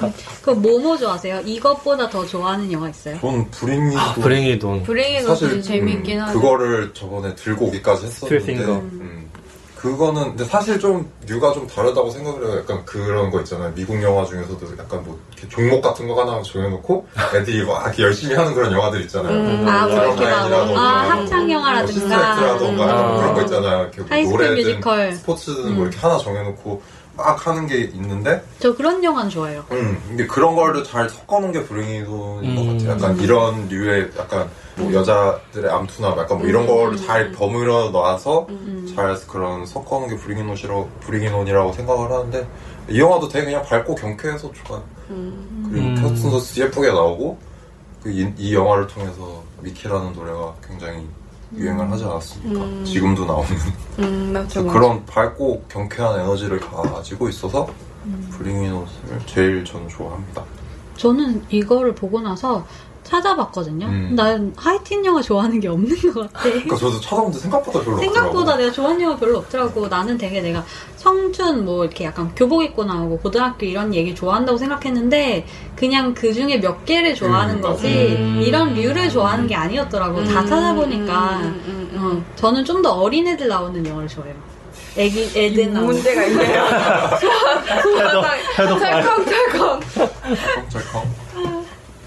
[SPEAKER 2] 줘.
[SPEAKER 4] 그 뭐뭐 좋아하세요? 이것보다 더 좋아하는 영화 있어요?
[SPEAKER 2] 전 불행이도
[SPEAKER 3] 아, 불행의 돈
[SPEAKER 1] 브레인은
[SPEAKER 2] 사실
[SPEAKER 1] 좀 재밌긴
[SPEAKER 2] 음,
[SPEAKER 1] 하죠.
[SPEAKER 2] 그거를 저번에 들고 오기까지 했었는데
[SPEAKER 3] 스틸핑거.
[SPEAKER 2] 음, 그거는 근데 사실 좀 류가 좀 다르다고 생각을 해요. 약간 그런 거 있잖아요. 미국 영화 중에서도 약간 뭐 이렇게 종목 같은 거 하나 정해놓고 애들이 막 이렇게 열심히 하는 그런 영화들 있잖아요.
[SPEAKER 1] 음,
[SPEAKER 4] 아,
[SPEAKER 2] 뭐, 드라마
[SPEAKER 4] 그렇게 막,
[SPEAKER 2] 영화라던가
[SPEAKER 4] 아,
[SPEAKER 2] 뭐
[SPEAKER 4] 합창
[SPEAKER 2] 뭐
[SPEAKER 4] 영화라든가.
[SPEAKER 2] 시사이트라던가
[SPEAKER 3] 음.
[SPEAKER 2] 그런 거 있잖아요. 이렇게 뭐
[SPEAKER 4] 하이스쿨
[SPEAKER 2] 노래든
[SPEAKER 4] 뮤지컬.
[SPEAKER 2] 스포츠든
[SPEAKER 4] 음.
[SPEAKER 2] 뭐 이렇게 하나 정해놓고 막 하는 게 있는데
[SPEAKER 4] 저 그런 영화는 좋아해요.
[SPEAKER 2] 음, 근데 그런 거를 잘 섞어놓은 게 불행이도인 것
[SPEAKER 3] 음.
[SPEAKER 2] 같아요. 약간 이런 류의 약간 뭐 여자들의 암투나 약간 뭐 이런 거를 잘 버무려 놔서 잘 그런 섞어놓은 게 불행이노시로 불행이론이라고 생각을 하는데 이 영화도 되게 그냥 밝고 경쾌해서 좋아.
[SPEAKER 1] 음.
[SPEAKER 2] 그리고
[SPEAKER 3] 음.
[SPEAKER 2] 캐스팅 선수 예쁘게 나오고 그 이, 이 영화를 통해서 미키라는 노래가 굉장히 유행을 하지 않았습니까?
[SPEAKER 1] 음.
[SPEAKER 2] 지금도 나오는
[SPEAKER 1] 음, 맞죠. 맞죠.
[SPEAKER 2] 그런 밝고 경쾌한 에너지를 가지고 있어서 불행이노를 제일 저는 좋아합니다.
[SPEAKER 4] 저는 이거를 보고 나서 찾아봤거든요.
[SPEAKER 2] 음.
[SPEAKER 4] 난 하이틴 영화 좋아하는 게 없는 것 같아.
[SPEAKER 2] 그러니까 저도 찾아보는데 생각보다 별로
[SPEAKER 4] 생각보다
[SPEAKER 2] 없더라고요.
[SPEAKER 4] 내가 좋아하는 영화 별로 없더라고. 나는 되게 내가 청춘 뭐 이렇게 약간 교복 입고 나오고 고등학교 이런 얘기 좋아한다고 생각했는데 그냥 그 중에 몇 개를 좋아하는
[SPEAKER 2] 음,
[SPEAKER 4] 거지
[SPEAKER 3] 음.
[SPEAKER 4] 이런 류를 좋아하는 게 아니었더라고. 다 찾아보니까
[SPEAKER 1] 음, 음, 음, 음.
[SPEAKER 4] 어, 저는 좀 더 어린애들 나오는 영화를 좋아해요. 애기 애들 나오는
[SPEAKER 1] 문제가 있네요.
[SPEAKER 3] 해도
[SPEAKER 1] 철컹철컹. 네.
[SPEAKER 2] 찰컹찰컹.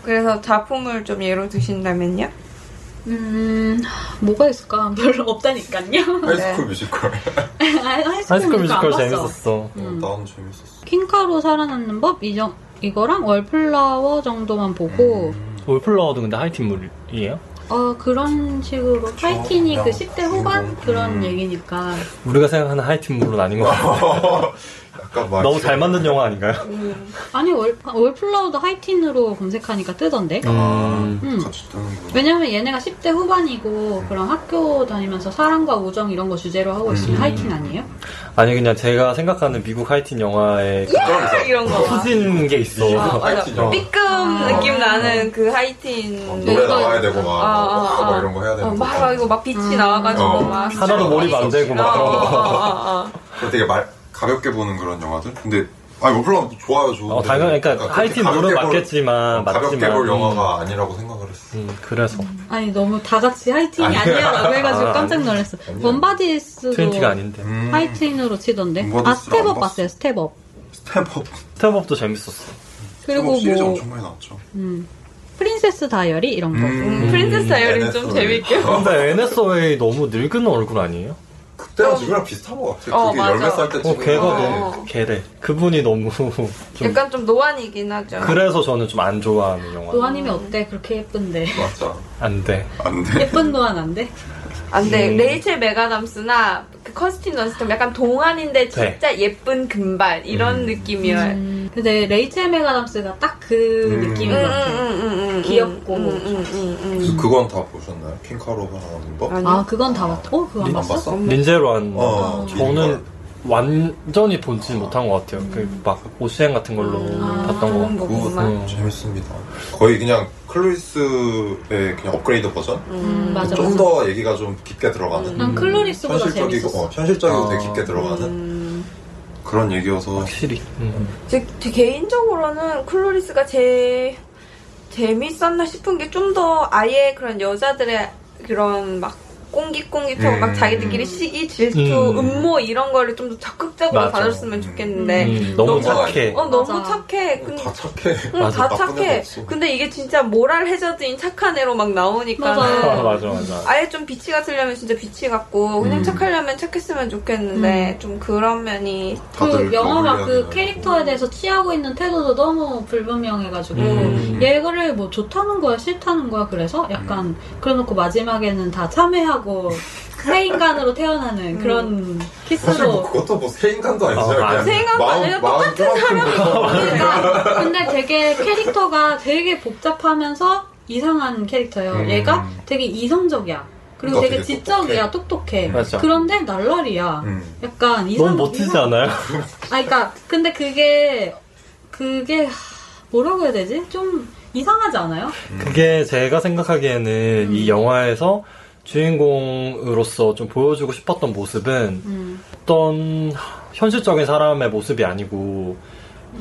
[SPEAKER 1] 그래서 작품을 좀 예로 드신다면요?
[SPEAKER 4] 음 뭐가 있을까 별로 없다니까요.
[SPEAKER 1] 네.
[SPEAKER 2] 하이스쿨 뮤지컬.
[SPEAKER 3] 하이스쿨 뮤지컬
[SPEAKER 4] 하이스쿨 뮤지컬 그러니까 안 봤어.
[SPEAKER 3] 재밌었어
[SPEAKER 4] 음.
[SPEAKER 2] 나는 재밌었어.
[SPEAKER 4] 킹카로 살아남는 법 이정 이거랑 월플라워 정도만 보고
[SPEAKER 2] 음.
[SPEAKER 3] 올플라워도 근데 하이틴 물이에요?
[SPEAKER 4] 어 그런 식으로 파이팅이 그
[SPEAKER 2] 그냥
[SPEAKER 4] 10대 후반
[SPEAKER 2] 주인공.
[SPEAKER 4] 그런
[SPEAKER 2] 음.
[SPEAKER 4] 얘기니까
[SPEAKER 3] 우리가 생각하는 하이틴 물은 아닌 것 같아요
[SPEAKER 2] 약간 막
[SPEAKER 3] 너무 잘 만든 영화 아닌가요?
[SPEAKER 4] 아니 월, 월플라워도 하이틴으로 검색하니까 뜨던데
[SPEAKER 2] 아,
[SPEAKER 4] 음.
[SPEAKER 2] 같이 뜨는구나.
[SPEAKER 4] 왜냐면 얘네가 10대 후반이고 그런 학교 다니면서 사랑과 우정 이런 거 주제로 하고 있으면
[SPEAKER 3] 음.
[SPEAKER 4] 하이틴 아니에요?
[SPEAKER 3] 아니 그냥 제가 생각하는 미국 하이틴 영화의
[SPEAKER 1] 야! 이런 거. 봐.
[SPEAKER 2] 어.
[SPEAKER 3] 터진 게 있어
[SPEAKER 1] 아, 맞아.
[SPEAKER 2] 하이틴 영화.
[SPEAKER 1] 삐끔 느낌 나는 그 하이틴.
[SPEAKER 2] 막
[SPEAKER 4] 네,
[SPEAKER 2] 어, 노래 나와야 되고 막,
[SPEAKER 1] 아,
[SPEAKER 2] 막,
[SPEAKER 1] 아,
[SPEAKER 2] 막
[SPEAKER 1] 아.
[SPEAKER 2] 이런 거 해야
[SPEAKER 1] 어,
[SPEAKER 2] 되는 거.
[SPEAKER 1] 막 이거 막 빛이
[SPEAKER 4] 음.
[SPEAKER 1] 나와가지고
[SPEAKER 2] 어.
[SPEAKER 1] 막
[SPEAKER 3] 하나도 몰입 안 되고
[SPEAKER 1] 아, 아,
[SPEAKER 3] 막
[SPEAKER 1] 아, 아,
[SPEAKER 2] 그거 되게 말, 가볍게 보는 그런 영화들. 근데 아니 워플라 좋아요 좋은데.
[SPEAKER 3] 어, 당연히 그러니까
[SPEAKER 2] 그렇게
[SPEAKER 3] 하이틴
[SPEAKER 2] 가볍게
[SPEAKER 3] 물은
[SPEAKER 2] 볼- 어,
[SPEAKER 3] 맞겠지만
[SPEAKER 2] 가볍게
[SPEAKER 3] 맞지만
[SPEAKER 2] 볼
[SPEAKER 3] 음,
[SPEAKER 2] 영화가 아니라고 생각을 했어.
[SPEAKER 3] 음, 그래서
[SPEAKER 4] 아니 너무 다 같이 하이틴이 아니야라고 해가지고
[SPEAKER 3] 아,
[SPEAKER 4] 깜짝 놀랐어.
[SPEAKER 2] 아니야.
[SPEAKER 4] 원바디스도
[SPEAKER 3] 트웬티가 아닌데
[SPEAKER 2] 음.
[SPEAKER 4] 하이틴으로 치던데.
[SPEAKER 2] 원바디스를
[SPEAKER 4] 아
[SPEAKER 2] 안 봤어.
[SPEAKER 4] 스텝업 봤어요 스텝업.
[SPEAKER 2] 스텝업.
[SPEAKER 3] 스텝업도 재밌었어
[SPEAKER 4] 그리고
[SPEAKER 2] 스텝업 시리즈
[SPEAKER 4] 뭐
[SPEAKER 2] 엄청 많이 나왔죠.
[SPEAKER 4] 음, 프린세스 다이어리 이런 거.
[SPEAKER 1] 아. 음, 프린세스 다이어리는 좀
[SPEAKER 2] NSO.
[SPEAKER 1] 재밌게.
[SPEAKER 3] 근데 NSOA 너무 늙은 얼굴 아니에요?
[SPEAKER 2] 그때랑 지금이랑 비슷한 것 같아.
[SPEAKER 1] 어,
[SPEAKER 2] 그게
[SPEAKER 1] 맞아.
[SPEAKER 2] 열몇 살때
[SPEAKER 3] 어,
[SPEAKER 2] 찍은
[SPEAKER 3] 걔가
[SPEAKER 2] 건데.
[SPEAKER 1] 어.
[SPEAKER 3] 너무 걔래 그분이 너무 좀
[SPEAKER 1] 약간 좀 노안이긴 하죠.
[SPEAKER 3] 그래서 저는 좀 안 좋아하는 영화
[SPEAKER 4] 노아님이 어때? 그렇게 예쁜데.
[SPEAKER 2] 맞아.
[SPEAKER 3] 안돼
[SPEAKER 2] 안 돼.
[SPEAKER 4] 예쁜 노안 안 돼?
[SPEAKER 1] 안 돼.
[SPEAKER 3] 음.
[SPEAKER 1] 아, 레이첼 메가담스나 그 컨스틴 런스턴 약간 동안인데
[SPEAKER 3] 네.
[SPEAKER 1] 진짜 예쁜 금발 이런
[SPEAKER 2] 음.
[SPEAKER 1] 느낌이어야. 음.
[SPEAKER 4] 근데 레이첼 메가담스가 딱 그
[SPEAKER 2] 음.
[SPEAKER 4] 느낌인
[SPEAKER 1] 음,
[SPEAKER 4] 것
[SPEAKER 1] 음,
[SPEAKER 4] 같아.
[SPEAKER 1] 음, 음,
[SPEAKER 4] 귀엽고. 뭐.
[SPEAKER 1] 음, 음, 음,
[SPEAKER 2] 그래서 그건 다 보셨나요? 킹카로 하는 법?
[SPEAKER 1] 음.
[SPEAKER 4] 아, 그건 다 봤다. 어, 그거 안
[SPEAKER 3] 안
[SPEAKER 4] 봤어?
[SPEAKER 2] 봤어?
[SPEAKER 3] 음. 린제로한
[SPEAKER 2] 어,
[SPEAKER 3] 저는 완전히 보지 못한 것 같아요
[SPEAKER 4] 음.
[SPEAKER 3] 그 막 오시행 같은 걸로
[SPEAKER 4] 아.
[SPEAKER 3] 음. 봤던 것 같고
[SPEAKER 2] 그거
[SPEAKER 1] 거구만.
[SPEAKER 3] 음.
[SPEAKER 2] 재밌습니다. 거의 그냥 클로리스의 그냥 업그레이드 버전?
[SPEAKER 4] 음, 맞아. 음,
[SPEAKER 2] 좀 더 얘기가 좀 깊게 들어가는.
[SPEAKER 4] 난 클로리스보다
[SPEAKER 2] 음. 현실적이고,
[SPEAKER 4] 재밌었어.
[SPEAKER 2] 어, 현실적이고
[SPEAKER 3] 아.
[SPEAKER 2] 되게 깊게 들어가는
[SPEAKER 1] 음.
[SPEAKER 2] 그런
[SPEAKER 4] 아,
[SPEAKER 2] 얘기여서.
[SPEAKER 3] 확실히 음.
[SPEAKER 1] 제, 제 개인적으로는 클로리스가 제 재밌었나 싶은 게 좀 더 아예 그런 여자들의 그런 막 꽁기꽁기처럼
[SPEAKER 2] 음.
[SPEAKER 1] 막 자기들끼리 시기, 질투,
[SPEAKER 3] 음.
[SPEAKER 1] 음모 이런 거를 좀 더 적극적으로
[SPEAKER 3] 맞아.
[SPEAKER 1] 다뤘으면 좋겠는데
[SPEAKER 3] 음, 너무
[SPEAKER 1] 네. 너무
[SPEAKER 3] 착해
[SPEAKER 1] 어 너무
[SPEAKER 4] 맞아.
[SPEAKER 1] 착해. 근-
[SPEAKER 2] 다 착해.
[SPEAKER 4] 음,
[SPEAKER 1] 응,
[SPEAKER 3] 맞아,
[SPEAKER 1] 다
[SPEAKER 2] 나쁜 애도
[SPEAKER 1] 착해.
[SPEAKER 2] 없어.
[SPEAKER 4] 그,
[SPEAKER 1] 근데 이게 진짜 모랄 해저드인 착한 애로 막
[SPEAKER 3] 아,
[SPEAKER 1] 나오니까.
[SPEAKER 4] 맞아.
[SPEAKER 3] 맞아 맞아
[SPEAKER 1] 아예 좀 비치 같으려면 진짜 비치 같고 그냥
[SPEAKER 2] 음.
[SPEAKER 1] 착하려면 착했으면 좋겠는데
[SPEAKER 4] 음.
[SPEAKER 1] 좀 그런 면이
[SPEAKER 2] 다들
[SPEAKER 4] 그 영화가
[SPEAKER 2] 어울려야
[SPEAKER 4] 그
[SPEAKER 2] 되고.
[SPEAKER 4] 캐릭터에 대해서 취하고 있는 태도도 너무 불분명해가지고
[SPEAKER 3] 음.
[SPEAKER 4] 얘를 뭐 좋다는 거야 싫다는 거야 그래서 약간 그래놓고 마지막에는 다 참회하고 새 인간으로 태어나는
[SPEAKER 1] 음.
[SPEAKER 4] 그런
[SPEAKER 2] 사실 뭐
[SPEAKER 4] 키스로
[SPEAKER 2] 그것도 뭐 새 인간도 아니잖아요.
[SPEAKER 3] 어,
[SPEAKER 2] 그냥
[SPEAKER 3] 새
[SPEAKER 1] 인간도
[SPEAKER 2] 마음,
[SPEAKER 1] 아니라
[SPEAKER 2] 마음 사람.
[SPEAKER 1] 아,
[SPEAKER 4] 그러니까 근데 되게 캐릭터가 되게 복잡하면서 이상한 캐릭터예요
[SPEAKER 2] 음.
[SPEAKER 4] 얘가 되게 이성적이야 그리고 되게
[SPEAKER 2] 되게
[SPEAKER 4] 지적이야, 똑똑해.
[SPEAKER 3] 맞아.
[SPEAKER 4] 그런데 날라리야.
[SPEAKER 2] 음.
[SPEAKER 4] 약간 이상.
[SPEAKER 3] 너무 멋지지 않아요?
[SPEAKER 4] 아, 그러니까 근데 그게 그게 하, 뭐라고 해야 되지? 좀 이상하지 않아요?
[SPEAKER 3] 그게 제가 생각하기에는
[SPEAKER 4] 음.
[SPEAKER 3] 이 영화에서 주인공으로서 좀 보여주고 싶었던 모습은
[SPEAKER 4] 음.
[SPEAKER 3] 어떤 현실적인 사람의 모습이 아니고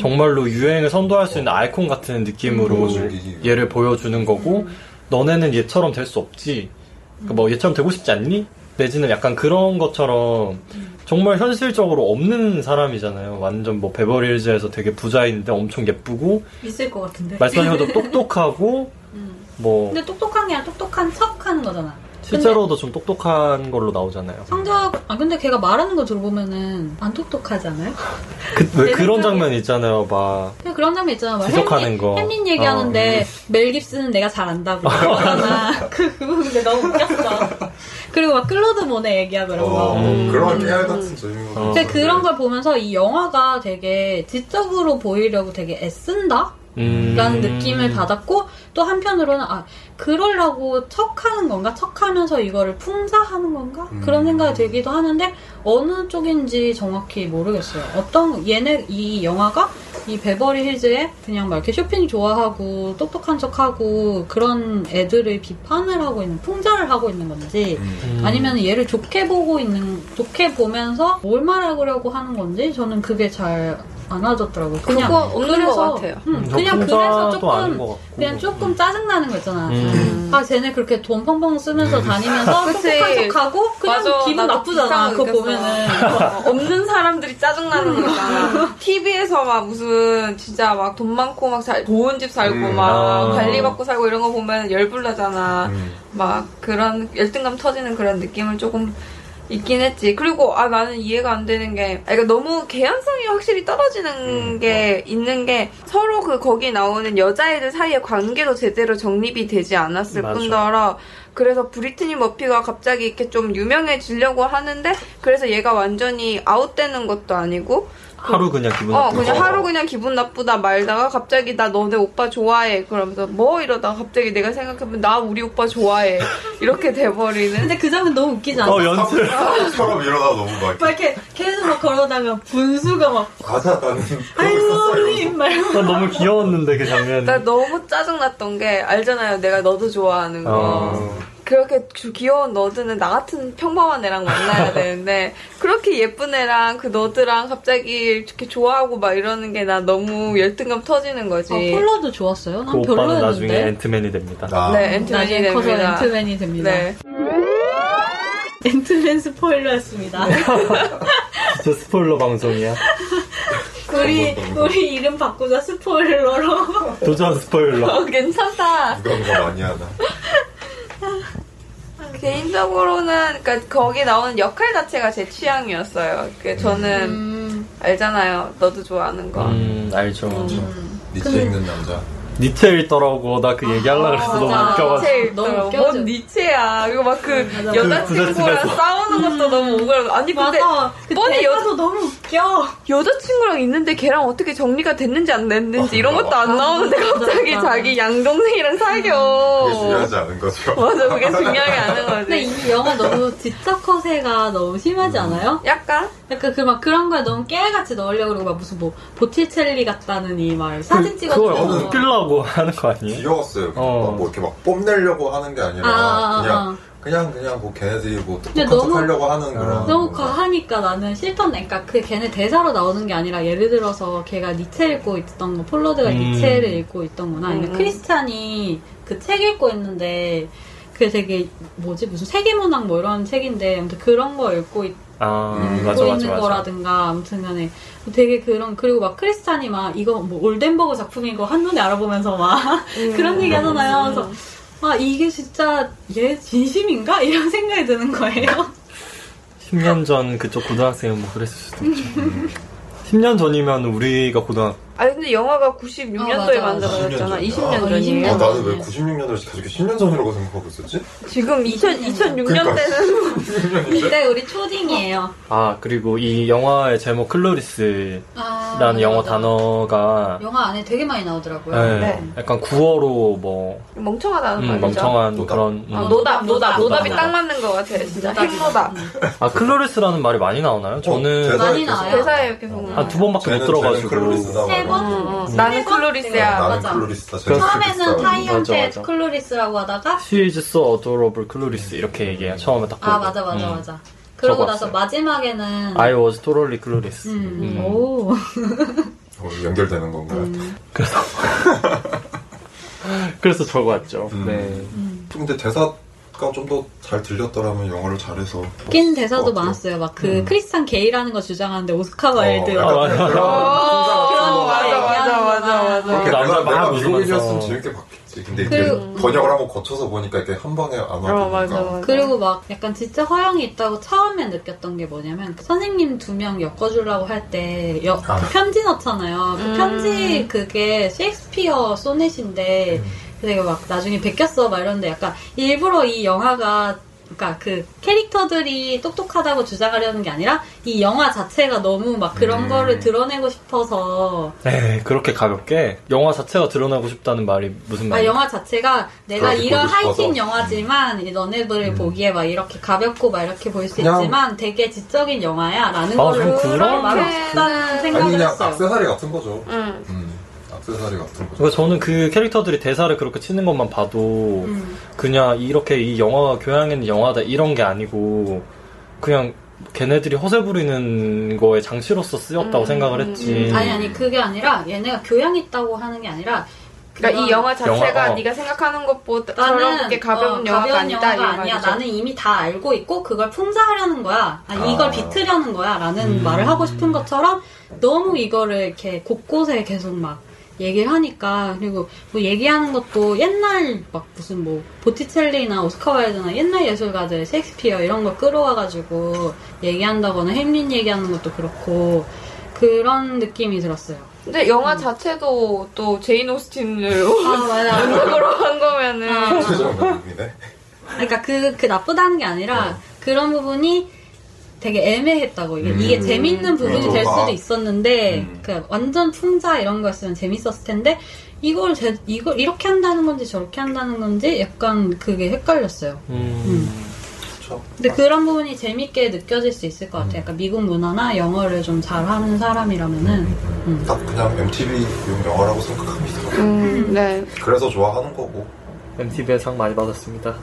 [SPEAKER 3] 정말로 유행을 선도할 수 있는 아이콘 같은 느낌으로
[SPEAKER 2] 음, 보여주기.
[SPEAKER 3] 얘를 보여주는 거고 너네는 얘처럼 될 수 없지 그러니까 뭐 얘처럼 되고 싶지 않니? 내지는 약간 그런 것처럼 정말 현실적으로 없는 사람이잖아요 완전 뭐 베버리힐즈에서 되게 부자인데 엄청 예쁘고
[SPEAKER 4] 있을 것 같은데.
[SPEAKER 3] 말씀하신 것처럼 똑똑하고
[SPEAKER 4] 음.
[SPEAKER 3] 뭐
[SPEAKER 4] 근데 똑똑한 게 아니라 똑똑한 척 하는 거잖아.
[SPEAKER 3] 실제로도 좀 똑똑한 걸로 나오잖아요.
[SPEAKER 4] 성적, 아, 근데 걔가 말하는 거 들어보면은 안 똑똑하지 않아요?
[SPEAKER 3] 그, 왜
[SPEAKER 4] 내
[SPEAKER 3] 그런
[SPEAKER 4] 생각에-
[SPEAKER 3] 장면 있잖아요, 막.
[SPEAKER 4] 그냥 그런 장면 있잖아. 막
[SPEAKER 3] 지적하는
[SPEAKER 4] 햄린-
[SPEAKER 3] 거. 어. 음.
[SPEAKER 4] 햄린 얘기하는데 멜 깁스는 내가 잘 안다고 그러잖아. 그, 그 부분 내가 너무 웃겼어. 그리고 막 클로드 모네 얘기하고 이런 거.
[SPEAKER 2] 어,
[SPEAKER 3] 음.
[SPEAKER 2] 그런 깨알 같은 네. 질문.
[SPEAKER 3] 어.
[SPEAKER 4] 근데 그런 걸 보면서 이 영화가 되게 지적으로 보이려고 되게 애쓴다?
[SPEAKER 3] 음.
[SPEAKER 4] 라는 느낌을 받았고 또 한편으로는 아 그러려고 척하는 건가 척하면서 이거를 풍자하는 건가
[SPEAKER 2] 음.
[SPEAKER 4] 그런 생각이 들기도 하는데 어느 쪽인지 정확히 모르겠어요 어떤 얘네 이 영화가 이 베버리 힐즈의 그냥 막 이렇게 쇼핑 좋아하고 똑똑한 척하고 그런 애들을 비판을 하고 있는 풍자를 하고 있는 건지
[SPEAKER 2] 음.
[SPEAKER 3] 음.
[SPEAKER 4] 아니면 얘를 좋게 보고 있는 좋게 보면서 뭘 말하려고 하는 건지 저는 그게 잘 안 와졌더라고요. 그냥
[SPEAKER 1] 그거 없는
[SPEAKER 4] 그래서-
[SPEAKER 1] 것 같아요.
[SPEAKER 4] 음,
[SPEAKER 3] 음,
[SPEAKER 4] 그냥
[SPEAKER 3] 저
[SPEAKER 4] 그래서
[SPEAKER 3] 공사도 아닌 것
[SPEAKER 4] 조금
[SPEAKER 3] 같고.
[SPEAKER 4] 그냥 조금 짜증 나는 거 있잖아.
[SPEAKER 3] 음.
[SPEAKER 4] 아 쟤네 그렇게 돈 펑펑 쓰면서 다니면서
[SPEAKER 1] 그치.
[SPEAKER 4] 똑똑한 척하고 그냥
[SPEAKER 1] 맞아,
[SPEAKER 4] 기분
[SPEAKER 1] 나도
[SPEAKER 4] 나쁘잖아.
[SPEAKER 1] 비슷하게
[SPEAKER 4] 그거
[SPEAKER 1] 느꼈어.
[SPEAKER 4] 보면은 음.
[SPEAKER 1] 어, 없는 사람들이 짜증나는 거잖아. TV에서 막 무슨 진짜 막 돈 많고 막 잘, 좋은 집 살고
[SPEAKER 2] 음,
[SPEAKER 1] 막
[SPEAKER 3] 아.
[SPEAKER 1] 관리받고 살고 이런 거 보면 열불나잖아.
[SPEAKER 2] 음.
[SPEAKER 1] 막 그런 열등감 터지는 그런 느낌을 조금 있긴 했지. 그리고 아 나는 이해가 안 되는 게, 아, 그러니까 너무 개연성이 확실히 떨어지는
[SPEAKER 2] 음,
[SPEAKER 1] 게 있는 게 서로 그 거기 나오는 여자애들 사이의 관계도 제대로 정립이 되지 않았을
[SPEAKER 3] 맞아.
[SPEAKER 1] 뿐더러 그래서 브리트니 머피가 갑자기 이렇게 좀 유명해지려고 하는데 그래서 얘가 완전히 아웃되는 것도 아니고
[SPEAKER 3] 하루 그냥 기분
[SPEAKER 1] 어
[SPEAKER 3] 나쁘고.
[SPEAKER 1] 그냥 하루 그냥 기분 나쁘다 말다가 갑자기 나 너네 오빠 좋아해 그러면서 뭐 이러다가 갑자기 내가 생각하면 나 우리 오빠 좋아해 이렇게 돼버리는
[SPEAKER 4] 근데 그 장면 너무 웃기지 않아?
[SPEAKER 3] 어, 연출.
[SPEAKER 2] 사람 이러다 너무 막.
[SPEAKER 4] 막 이렇게 계속 막 걸어다가 분수가 막
[SPEAKER 2] 맞아, 나는.
[SPEAKER 4] I love him 막 이러면서
[SPEAKER 3] 난 어, 너무 귀여웠는데, 그
[SPEAKER 1] 나
[SPEAKER 3] 장면.
[SPEAKER 1] 너무 짜증났던 게 알잖아요 내가 너도 좋아하는 거
[SPEAKER 3] 어.
[SPEAKER 1] 그렇게 주- 귀여운 너드는 나 같은 평범한 애랑 만나야 되는데 그렇게 예쁜 애랑 그 너드랑 갑자기 이렇게 좋아하고 막 이러는 게 나 너무 열등감 터지는 거지
[SPEAKER 4] 아, 폴라도
[SPEAKER 3] 그
[SPEAKER 4] 좋았어요? 난
[SPEAKER 3] 오빠는 나중에
[SPEAKER 4] 별로였는데
[SPEAKER 3] 앤트맨이 됩니다.
[SPEAKER 2] 나.
[SPEAKER 1] 네 앤트맨이
[SPEAKER 4] 나중에 커서
[SPEAKER 1] 됩니다
[SPEAKER 4] 앤트맨이 됩니다
[SPEAKER 1] 네
[SPEAKER 4] 앤트맨 스포일러였습니다
[SPEAKER 3] 네. 아, 진짜 스포일러 방송이야. 네.
[SPEAKER 4] 우리 우리 이름 바꾸자 스포일러로
[SPEAKER 3] 도전 스포일러.
[SPEAKER 1] 어, 괜찮다
[SPEAKER 2] 누가 누가 많이 하나.
[SPEAKER 1] 개인적으로는 그러니까 거기 나오는 역할 자체가 제 취향이었어요. 그 저는
[SPEAKER 4] 음,
[SPEAKER 1] 알잖아요. 너도 좋아하는 거.
[SPEAKER 3] 음, 알죠.
[SPEAKER 2] 니트
[SPEAKER 4] 근데-
[SPEAKER 2] 있는 남자.
[SPEAKER 3] 니체 읽더라고. 나 그 얘기하려고 그랬어. 너무
[SPEAKER 4] 맞아.
[SPEAKER 3] 웃겨가지고.
[SPEAKER 1] 니체
[SPEAKER 4] 너무
[SPEAKER 1] 너무
[SPEAKER 4] 웃겨져.
[SPEAKER 1] 뭔 니체야. 그리고 막 그
[SPEAKER 4] 맞아. 음.
[SPEAKER 1] 여자친구랑
[SPEAKER 3] 부잣집에서.
[SPEAKER 1] 싸우는 것도 너무 오그라. 아니 근데
[SPEAKER 4] 맞아. 그
[SPEAKER 1] 뻔히
[SPEAKER 4] 대사도 너무 웃겨.
[SPEAKER 1] 여자친구랑 있는데 걔랑 어떻게 정리가 됐는지 안 됐는지
[SPEAKER 2] 아,
[SPEAKER 1] 이런 것도 안
[SPEAKER 4] 맞아.
[SPEAKER 1] 나오는데
[SPEAKER 4] 맞아,
[SPEAKER 1] 갑자기
[SPEAKER 4] 맞아.
[SPEAKER 1] 자기 양동생이랑 사겨.
[SPEAKER 4] 어.
[SPEAKER 3] 음,
[SPEAKER 2] 그게 중요하지 않은 거죠.
[SPEAKER 1] 맞아, 그게 중요하게 아는
[SPEAKER 4] 근데
[SPEAKER 1] 거지.
[SPEAKER 4] 이 영화 너무 지적 허세가 너무
[SPEAKER 3] 음.
[SPEAKER 4] 심하지 않아요?
[SPEAKER 1] 약간
[SPEAKER 4] 약간 그 막 그런 거에 너무 깨알같이 넣으려고 그러고 막 무슨 뭐 보티첼리 같다느니 막 사진
[SPEAKER 3] 그걸
[SPEAKER 4] 찍어주고
[SPEAKER 3] 웃기려고 하는 거 아니에요?
[SPEAKER 2] 귀여웠어요.
[SPEAKER 3] 어.
[SPEAKER 2] 막 뭐 이렇게 막 뽐내려고 하는 게 아니라
[SPEAKER 4] 아, 아, 아,
[SPEAKER 2] 그냥
[SPEAKER 4] 아.
[SPEAKER 2] 그냥 그냥 뭐 걔네들이 뭐
[SPEAKER 4] 근데
[SPEAKER 2] 똑똑한 척
[SPEAKER 4] 너무-
[SPEAKER 2] 하려고
[SPEAKER 3] 어.
[SPEAKER 2] 하는 그런
[SPEAKER 4] 너무
[SPEAKER 2] 뭔가.
[SPEAKER 4] 과하니까 나는 싫던데 그러니까 그 걔네 대사로 나오는 게 아니라 예를 들어서 걔가 니체 읽고 있던 거 폴로드가
[SPEAKER 3] 음.
[SPEAKER 4] 니체를 읽고 있던구나 아니면
[SPEAKER 1] 음.
[SPEAKER 4] 크리스찬이 그 책 읽고 있는데 그게 되게 뭐지 무슨 세계문학 뭐 이런 책인데 아무튼 그런 거 읽고 있
[SPEAKER 3] 아,
[SPEAKER 2] 음,
[SPEAKER 3] 맞아,
[SPEAKER 4] 보이는
[SPEAKER 3] 맞아, 맞아.
[SPEAKER 4] 거라든가 아무튼간에 되게 그런 그리고 막 크리스찬이 막 이거 뭐 올덴버그 작품인 거 한눈에 알아보면서 막 그런 얘기
[SPEAKER 3] 음.
[SPEAKER 4] 하잖아요. 그래서 아 이게 진짜 얘 진심인가 이런 생각이 드는 거예요.
[SPEAKER 3] 10년 전 그쪽 고등학생은 뭐 그랬을 수도 있죠. 10년 전이면 우리가 고등학
[SPEAKER 1] 아 근데 영화가 96년도에
[SPEAKER 4] 아, 맞아, 맞아.
[SPEAKER 1] 만들어졌잖아. 20년
[SPEAKER 4] 아,
[SPEAKER 1] 전이에요.
[SPEAKER 2] 아, 나는 왜
[SPEAKER 4] 네.
[SPEAKER 2] 96년도를 가지고 10년 전이라고 생각하고 있었지?
[SPEAKER 1] 지금 2000,
[SPEAKER 3] 그러니까
[SPEAKER 1] 2006년 때는
[SPEAKER 4] 이때 우리 초딩이에요.
[SPEAKER 3] 아 그리고 이 영화의 제목 클로리스
[SPEAKER 4] 아,
[SPEAKER 3] 라는 영어 단어가
[SPEAKER 4] 영화 안에 되게 많이 나오더라고요.
[SPEAKER 3] 예,
[SPEAKER 1] 네.
[SPEAKER 3] 약간 구어로 뭐
[SPEAKER 4] 아,
[SPEAKER 1] 멍청하다는
[SPEAKER 4] 그렇죠?
[SPEAKER 3] 음,
[SPEAKER 1] 말이죠.
[SPEAKER 3] 멍청한
[SPEAKER 2] 노답.
[SPEAKER 3] 그런 음.
[SPEAKER 1] 아, 노답, 노답, 음. 노답이
[SPEAKER 3] 노답.
[SPEAKER 1] 딱 맞는 것 같아. 진짜 핵노답.
[SPEAKER 3] 아 클로리스라는 말이 많이
[SPEAKER 2] 어,
[SPEAKER 3] 나오나요? 저는
[SPEAKER 4] 많이 나와요.
[SPEAKER 1] 그 대사에 계속
[SPEAKER 2] 아,
[SPEAKER 3] 한 두 번밖에 못 들어가지고
[SPEAKER 1] 어,
[SPEAKER 4] 세 번?
[SPEAKER 1] 어.
[SPEAKER 4] 세
[SPEAKER 1] 나는
[SPEAKER 4] 번?
[SPEAKER 1] 클로리스야.
[SPEAKER 4] 아,
[SPEAKER 2] 나는
[SPEAKER 4] 맞아.
[SPEAKER 2] 클로리스다.
[SPEAKER 3] 그래서
[SPEAKER 4] 처음에는
[SPEAKER 3] 맞아,
[SPEAKER 4] 타이한테
[SPEAKER 3] 맞아.
[SPEAKER 4] 클로리스라고 하다가
[SPEAKER 3] She is so adorable 클로리스 이렇게 얘기해요 처음에 딱 보고
[SPEAKER 4] 아 맞아 맞아
[SPEAKER 3] 음.
[SPEAKER 4] 맞아. 그러고 나서
[SPEAKER 3] 적어왔어요.
[SPEAKER 4] 마지막에는
[SPEAKER 3] I was totally clueless
[SPEAKER 4] 음,
[SPEAKER 3] 음.
[SPEAKER 4] 오
[SPEAKER 2] 어, 연결되는 건가요?
[SPEAKER 4] 음.
[SPEAKER 3] 그래서 적어왔죠
[SPEAKER 2] 음.
[SPEAKER 3] 네
[SPEAKER 2] 근데 대사가 좀 더 잘 들렸더라면 영어를 잘해서
[SPEAKER 4] 웃긴 대사도
[SPEAKER 2] 어,
[SPEAKER 4] 많았어요. 막 그 크리스탄 게이라는 거 주장하는데 오스카 와일드
[SPEAKER 2] 약간
[SPEAKER 3] 아, 음. 맞아.
[SPEAKER 2] 그런
[SPEAKER 1] 어,
[SPEAKER 4] 거
[SPEAKER 1] 맞아, 맞아, 맞아, 맞아.
[SPEAKER 2] 그렇게
[SPEAKER 3] 남자
[SPEAKER 2] 내가
[SPEAKER 3] 막
[SPEAKER 2] 내가
[SPEAKER 3] 웃으면서.
[SPEAKER 2] 미국인이었으면 재밌게 봤겠지. 근데 이게
[SPEAKER 4] 그리고-
[SPEAKER 2] 번역을 한번 거쳐서 보니까 이게 한 방에 안
[SPEAKER 1] 어,
[SPEAKER 2] 와보니까
[SPEAKER 1] 맞아, 맞아.
[SPEAKER 4] 그리고 막 약간 진짜 허영이 있다고 처음에 느꼈던 게 뭐냐면 그 선생님 두 명 엮어주려고 할 때
[SPEAKER 2] 아.
[SPEAKER 4] 편지 넣잖아요. 그
[SPEAKER 1] 음.
[SPEAKER 4] 편지 그게 셰익스피어 소넷인데
[SPEAKER 2] 음.
[SPEAKER 4] 그래서 막 나중에 베꼈어 막 이러는데 약간 일부러 이 영화가 그러니까 그 캐릭터들이 똑똑하다고 주장하려는 게 아니라 이 영화 자체가 너무 막 그런
[SPEAKER 2] 음.
[SPEAKER 4] 거를 드러내고 싶어서
[SPEAKER 3] 에이, 그렇게 가볍게 영화 자체가 드러나고 싶다는 말이 무슨
[SPEAKER 4] 아,
[SPEAKER 3] 말이야?
[SPEAKER 4] 영화 자체가 내가
[SPEAKER 2] 음. 그렇게
[SPEAKER 4] 이런
[SPEAKER 2] 보고 싶어서. 음.
[SPEAKER 4] 하이틴 영화지만 이 너네들을 보기에 막 이렇게 가볍고 막 이렇게 볼 수
[SPEAKER 2] 그냥-
[SPEAKER 4] 있지만 되게 지적인 영화야 라는
[SPEAKER 3] 아,
[SPEAKER 4] 거를
[SPEAKER 3] 좀 그런-
[SPEAKER 4] 말없다는
[SPEAKER 2] 아니
[SPEAKER 4] 생각을
[SPEAKER 2] 그냥
[SPEAKER 4] 했어요.
[SPEAKER 2] 악세사리 같은 거죠.
[SPEAKER 1] 응.
[SPEAKER 2] 음, 악세사리 같은 거죠.
[SPEAKER 3] 그러니까 저는 그 캐릭터들이 대사를 그렇게 치는 것만 봐도
[SPEAKER 4] 음.
[SPEAKER 3] 그냥 이렇게 이 영화가 교양 있는 영화다 이런 게 아니고 그냥 걔네들이 허세 부리는 거에 장치로서 쓰였다고
[SPEAKER 1] 음,
[SPEAKER 3] 생각을 했지.
[SPEAKER 4] 아니 아니 그게 아니라 얘네가 교양 있다고 하는 게 아니라
[SPEAKER 1] 그러니까 이 영화 자체가
[SPEAKER 3] 영화, 어.
[SPEAKER 1] 네가 생각하는 것보다
[SPEAKER 4] 나는
[SPEAKER 1] 저렇게 가벼운
[SPEAKER 4] 어,
[SPEAKER 1] 영화가 아니다. 이
[SPEAKER 4] 아니야.
[SPEAKER 1] 말이죠.
[SPEAKER 4] 나는 이미 다 알고 있고 그걸 풍자하려는 거야. 아니, 이걸
[SPEAKER 2] 아.
[SPEAKER 4] 비트려는 거야라는
[SPEAKER 3] 음.
[SPEAKER 4] 말을 하고 싶은 것처럼 너무 이거를 이렇게 곳곳에 계속 막 얘기를 하니까 그리고 뭐 얘기하는 것도 옛날 막 무슨 뭐 보티첼리나 오스카 와일드나 옛날 예술가들 셰익스피어 이런 걸 끌어와가지고 얘기한다거나 햄린 얘기하는 것도 그렇고 그런 느낌이 들었어요.
[SPEAKER 1] 근데 영화 자체도 또 제인 오스틴을
[SPEAKER 4] 아 맞아.
[SPEAKER 1] 원작으로 한 거면은
[SPEAKER 4] 아.
[SPEAKER 2] 최종 감독이네.
[SPEAKER 4] 그러니까 그, 그 나쁘다는 게 아니라 그런 부분이 되게 애매했다고 이게,
[SPEAKER 2] 음.
[SPEAKER 4] 이게 재밌는 부분이
[SPEAKER 2] 그래도
[SPEAKER 4] 될 수도
[SPEAKER 2] 막-
[SPEAKER 4] 있었는데
[SPEAKER 2] 음.
[SPEAKER 4] 그 완전 풍자 이런 거였으면 재밌었을 텐데 이걸 제- 이걸 이렇게 한다는 건지 저렇게 한다는 건지 약간 그게 헷갈렸어요.
[SPEAKER 3] 음.
[SPEAKER 2] 그렇죠.
[SPEAKER 4] 근데 그런 부분이 재밌게 느껴질 수 있을 것 같아요. 약간 미국 문화나 영어를 좀 잘하는 사람이라면은 음.
[SPEAKER 2] 딱 그냥 MTV용 영화라고 생각합니다.
[SPEAKER 1] 음, 네.
[SPEAKER 2] 그래서 좋아하는 거고.
[SPEAKER 3] MTV에 상 많이 받았습니다.